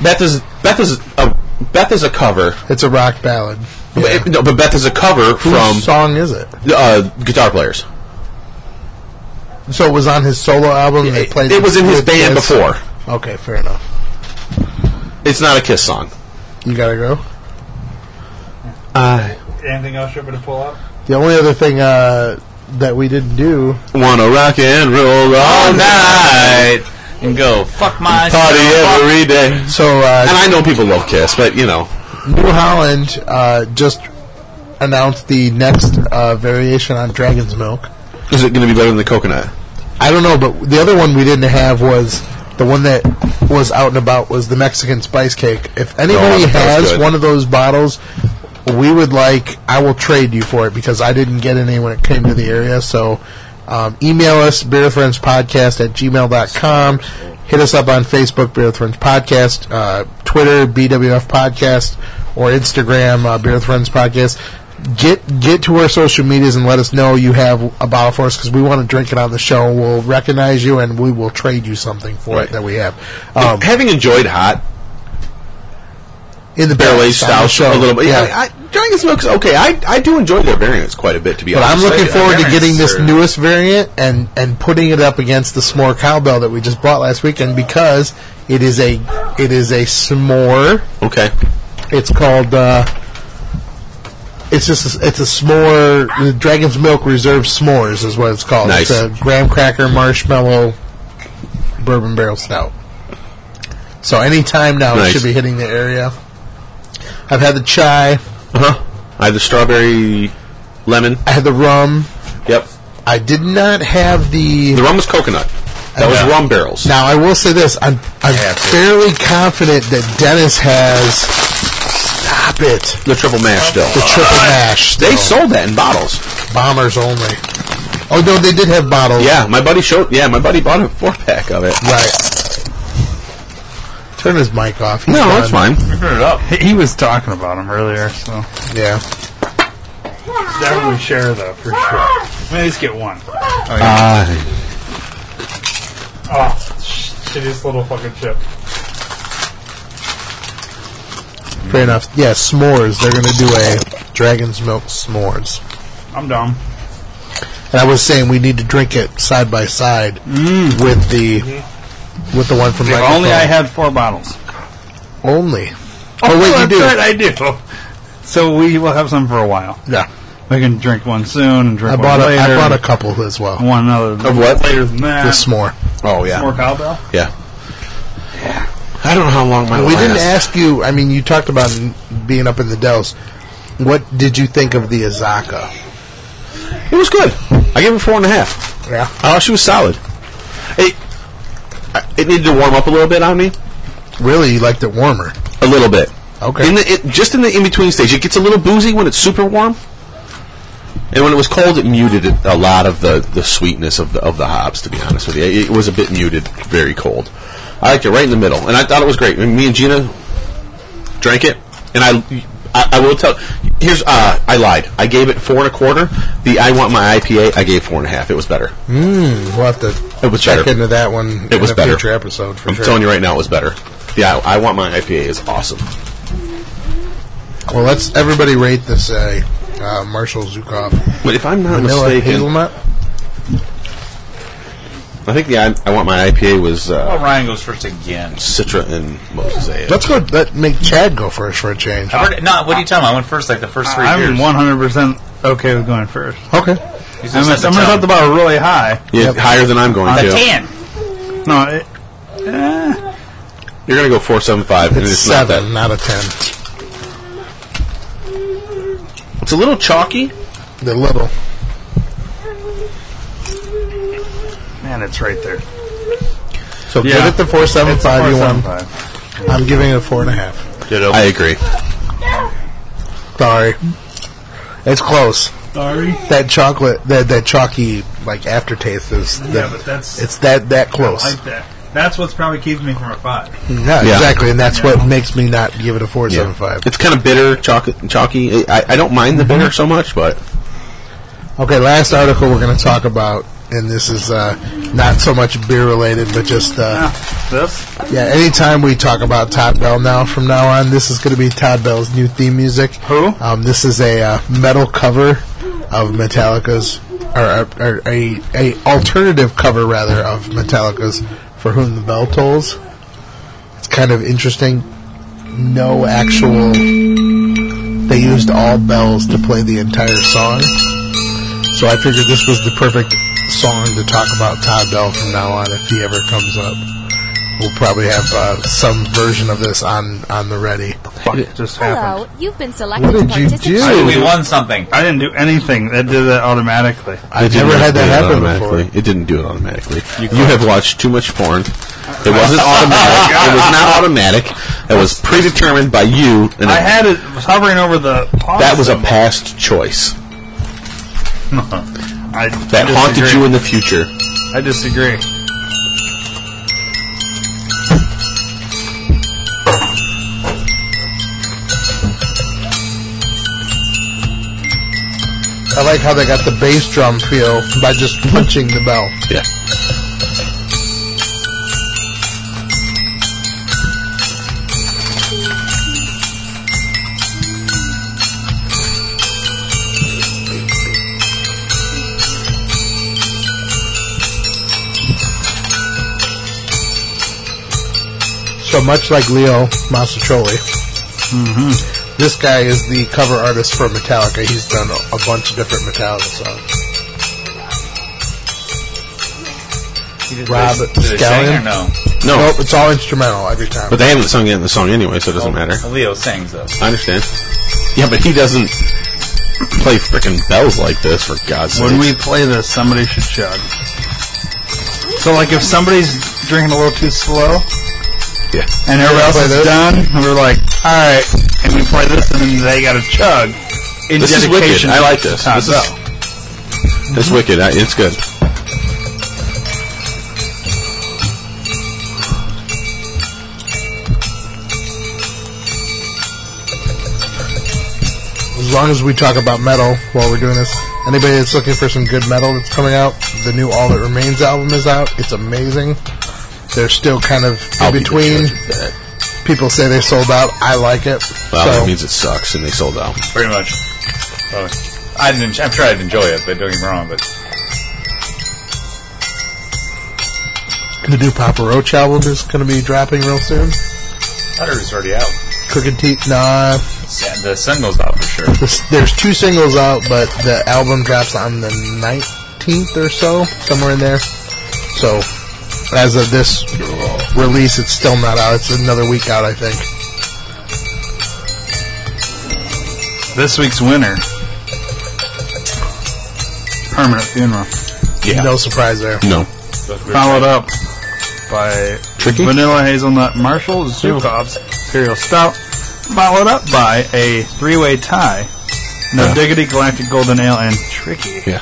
Beth is Beth is a Beth is a cover,
It's a rock ballad.
But it- no, but Beth is a cover
Whose
from
song is it?
uh, guitar players.
So it was on his solo album. and they
It,
played.
it was in his
with
band
Kiss?
before.
Okay, fair enough.
It's not a Kiss song.
You gotta go.
Anything else you're going to pull up?
The only other thing uh, that we didn't do.
Wanna rock and roll all
All
night.
night and go fuck my
Party every day.
So uh,
And I know people love Kiss, but you know,
New Holland uh, just announced the next uh, variation on Dragon's Milk.
is it going to be better than the coconut?
I don't know, but the other one we didn't have was the one that was out and about was the Mexican spice cake. If anybody
Oh, that was
has
good.
one of those bottles, we would like. I will trade you for it because I didn't get any when it came to the area. So um, email us beerfriendspodcast at gmail dot com. Hit us up on Facebook, Beer with Friends Podcast, uh, Twitter, BWF Podcast, or Instagram, uh, Beer with Friends Podcast. Get get to our social medias and let us know you have a bottle for us because we want to drink it on the show. We'll recognize you and we will trade you something for
Right.
it that we have. Um,
Having enjoyed hot
in the
barrel aged
past, on the
style
show
a little bit, yeah, I, Dragon Smoke's okay. I, I do enjoy their variants quite a bit, to be
But I'm
honest.
looking
I-
forward to
variants
getting this
are-
newest variant and, and putting it up against the s'more cowbell that we just bought last weekend because it is a it is a s'more.
Okay,
It's called uh, it's just a, it's a s'more the Dragon's Milk Reserve S'mores is what it's called.
Nice.
It's a graham cracker marshmallow bourbon barrel stout. So any time now
Nice.
it should be hitting the area. I've had the chai,
uh huh. I have the strawberry lemon.
I had the rum.
Yep,
I did not have the
the rum was coconut. That was
Yeah.
rum barrels.
Now I will say this: I'm I'm fairly confident that Dennis has stop it
the triple mash still.
the triple
Uh,
mash.
They
so
sold that in bottles.
bombers only. Oh no, they did have bottles.
Yeah, my buddy showed. Yeah, my buddy bought a four pack of it.
right. Turn his mic off. He's
No, that's
done.
fine.
He- He was talking about him earlier, so
Yeah,
definitely share though for sure. At least get one. Oh, shittiest little fucking chip.
fair enough. Yeah, s'mores. They're gonna do a dragon's milk s'mores.
I'm dumb.
And I was saying we need to drink it side by side with the with the one from
Mm. If
Michael
only I
Cohen.
had four bottles.
only. Oh wait, you
that's
do.
Right, (laughs) I do. So we will have some for a while.
Yeah,
We can drink one soon and drink
I bought a,
one later.
I bought a couple as well.
(laughs) one other
Of what?
later than that.
The s'more.
Oh yeah,
More cowbell.
yeah. I don't know how long my.
we didn't ask you. I mean, you talked about n- being up in the Dells. What did you think of the Azaka?
It was good. I gave it four and a half.
Yeah,
Oh, she was solid. It I- it needed to warm up a little bit on me,
really, you liked it warmer.
a little bit.
Okay.
In the it, just in the in between stage, it gets a little boozy when it's super warm, and when it was cold, it muted it- a lot of the, the sweetness of the of the hops. To be honest with you, it, it was a bit muted, very cold. I liked it right in the middle, and I thought it was great. And me and Gina drank it, and I. I, I will tell. Here's uh, I lied. I gave it four and a quarter. The I want my IPA. I gave four and a half. It was better.
We'll have to
It was
check
better.
into that one
It
Mm-hmm. in
was
a
better.
future episode for
I'm
sure.
telling you right now, it was better. Yeah, I, I want my IPA is awesome.
Well, let's everybody rate this uh, uh, Marshall Zukov
But if I'm not
vanilla
mistaken,
hazelnut.
I think the I, I want my IPA was
Oh,
uh,
Ryan goes first again.
Citra and Mosaic.
Let's go. Let make Chad go first for a change.
Uh,
I've already- no, what are you talking about? I went first like the first three years.
I'm 100 percent okay with going first.
Okay.
He's
I'm
gonna
gonna,
set
I'm gonna set the
the tone.
bar really high.
yeah,
Yep.
higher than I'm going
A
to.
ten.
No, it,
You're gonna go four seven five, and
It's
it's not
seven, not, a ten.
that. It's a little chalky.
The little.
man, it's right there.
So
Yeah.
give it the four seven
It's
five you want.
4.75.
I'm giving it a four and a half.
I agree.
Sorry. It's close.
Sorry.
that chocolate that that chalky like aftertaste is the,
Yeah, but that's-
it's that that close
like that. That's what's probably keeping me from a five.
yeah,
Yeah.
exactly and that's what makes me not give it a four
Yeah.
seven five. Mm-hmm.
It's kind of bitter, choc- chalky. I, I don't mind the bitter so much, but
okay last article we're going to talk about and this is uh, not so much beer related but just uh,
This?
yeah anytime we talk about Todd Bell now from now on this is going to be Todd Bell's new theme music
Who?
um, this is a uh, metal cover of Metallica's or, or, or a, a alternative cover rather of Metallica's For Whom the Bell Tolls it's kind of interesting no actual they used all bells to play the entire song so I figured this was the perfect song to talk about Todd Bell from now on if he ever comes up we'll probably have uh, some version of this on on the ready
Fuck, it just happened.
Hello, you've been selected
What
to
did you
participate.
do?
We won something.
I didn't do anything. That did that automatically.
I've never had that happen before.
It didn't do it automatically. You, have watched too much porn. It
(laughs)
wasn't
Oh
automatic. it was not automatic. It was predetermined by you. And
I
it-
had it was hovering over the. Pause
that was a past choice
I
that
I
haunted
disagree.
you in the future.
I disagree.
I like how they got the bass drum feel by just punching the bell.
Yeah.
So much like Leo Mascioli,
Mm-hmm.
this guy is the cover artist for Metallica. He's done a, a bunch of different Metallica songs. Rob
Do they sing or
Scallion?
no?
No,
Nope, it's all instrumental every time.
but they haven't sung it in the song anyway, so it doesn't matter.
Leo sings though.
I understand. Yeah, but he doesn't play frickin' bells like this, for God's sake.
When we play this, somebody should chug. So, like, if somebody's drinking a little too slow
Yeah.
and everybody else is done, we're like, all right, and we play this, and then they got to chug. In
This is wicked.
dedication
I
to
like this.
Todd
This is-
Bell.
It's wicked. I, it's good.
As long as we talk about metal while we're doing this, anybody that's looking for some good metal that's coming out, the new All That Remains album is out. It's amazing. They're still kind of in
I'll be the
between.
judge of that.
People say they sold out. I like it. so
Well, that means it sucks, and they sold out.
Pretty much. Probably. I'd en- I'm sure I'd enjoy it, but don't get me wrong. But
the new Papa Roach album is going to be dropping real soon.
Butter is already out.
Crooked Teeth, nah.
Yeah, the single's out for sure.
This- There's two singles out, but the album drops on the 19th or so, somewhere in there. So, as of this release, it's still not out. It's another week out, I think.
This week's winner Permanent Funeral.
Yeah.
No surprise there.
No.
Followed up by
Tricky?
Vanilla Hazelnut Marshall, Zukov's Imperial Stout. Followed up by a three way tie No
Yeah.
Diggity Galactic Golden Ale and Tricky.
Yeah.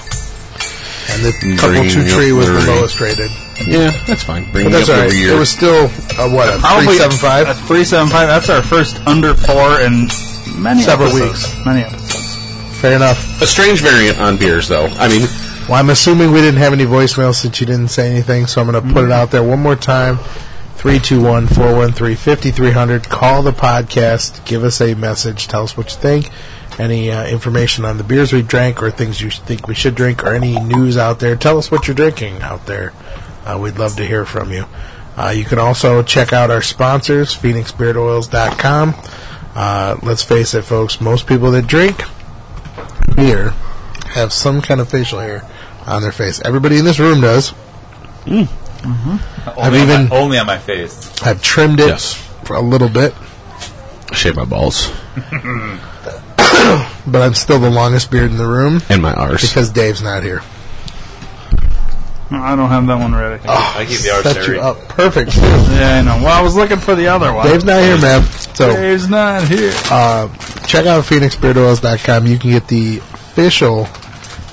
And the couple
Bring
two tree
up
was
the
the
ring.
lowest rated.
Yeah, that's fine. Bring
But that's
it up
alright.
every
It
year.
was still a what a three seven
a
five.
375. That's our first under four in many
Several
episodes. Many episodes.
Fair enough.
a strange variant on beers, though. I mean,
Well, I'm assuming we didn't have any voicemails since you didn't say anything, so I'm going to put it out there one more time. 321-413-5300. Call the podcast. Give us a message. Tell us what you think. Any uh, information on the beers we drank or things you think we should drink or any news out there. Tell us what you're drinking out there. Uh, we'd love to hear from you. Uh, you can also check out our sponsors, PhoenixBeardOils.com. Uh, let's face it, folks. Most people that drink beer have some kind of facial hair on their face. Everybody in this room does.
Only on
even-
my, only on my face.
I've trimmed it
Yes.
for a little bit,
shave my balls
but I'm still the longest beard in the room
and my
(laughs)
arse.
because Dave's not here.
I don't have that one ready.
I keep the arse
Set you
every.
up perfect.
Yeah, I know. Well, I was looking for the other one.
Dave's not here, man. So
Dave's not here.
check out PhoenixBeardOils.com. You can get the official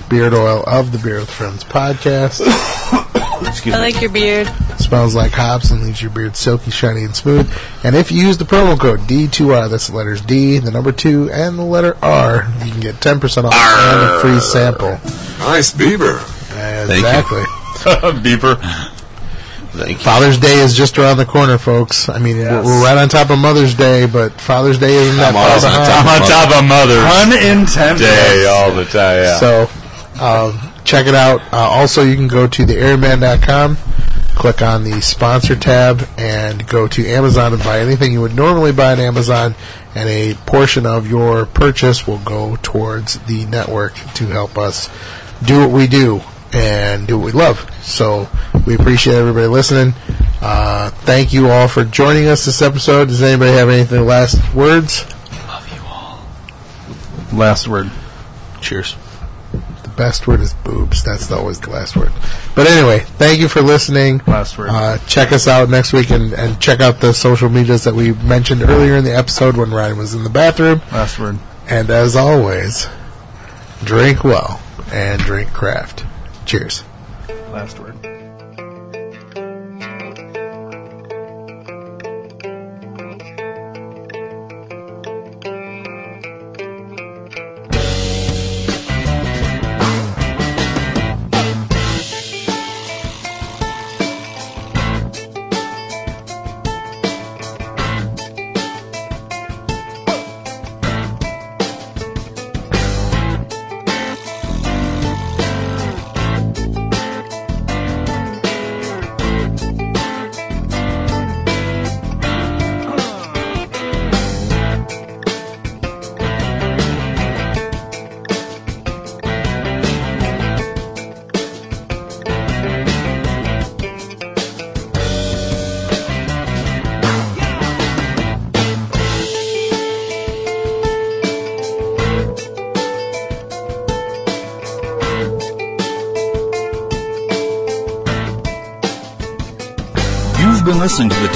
beard oil of the Beer with Friends
(coughs)
podcast.
I like your beard.
Smells like hops and leaves your beard silky, shiny, and smooth. And if you use the promo code D2R, that's the letters D, the number 2, and the letter R, you can get 10% off and a free sample.
Nice beaver. you.
Exactly.
Beeper.
Thank you.
Father's Day is just around the corner, folks. I mean, we're, we're right on top of Mother's Day, but Father's Day isn't that
I'm always
far
on
behind.
top.
I'm on top of Mother's
Unintended.
Day all the time.
(laughs)
Yeah.
So, um, check it out. Uh, also, you can go to theairman.com, click on the sponsor tab, and go to Amazon and buy anything you would normally buy on Amazon, and a portion of your purchase will go towards the network to help us do what we do and do what we love. So, we appreciate everybody listening. Uh, thank you all for joining us this episode. Does anybody have anything last words?
Last word.
Cheers. The best word is boobs. That's always the last word. But anyway, thank you for listening.
Last word.
Uh, check us out next week and, and check out the social medias that we mentioned earlier in the episode when Ryan was in the bathroom.
Last word.
And as always, drink well and drink craft. Cheers.
Last word.
listening to the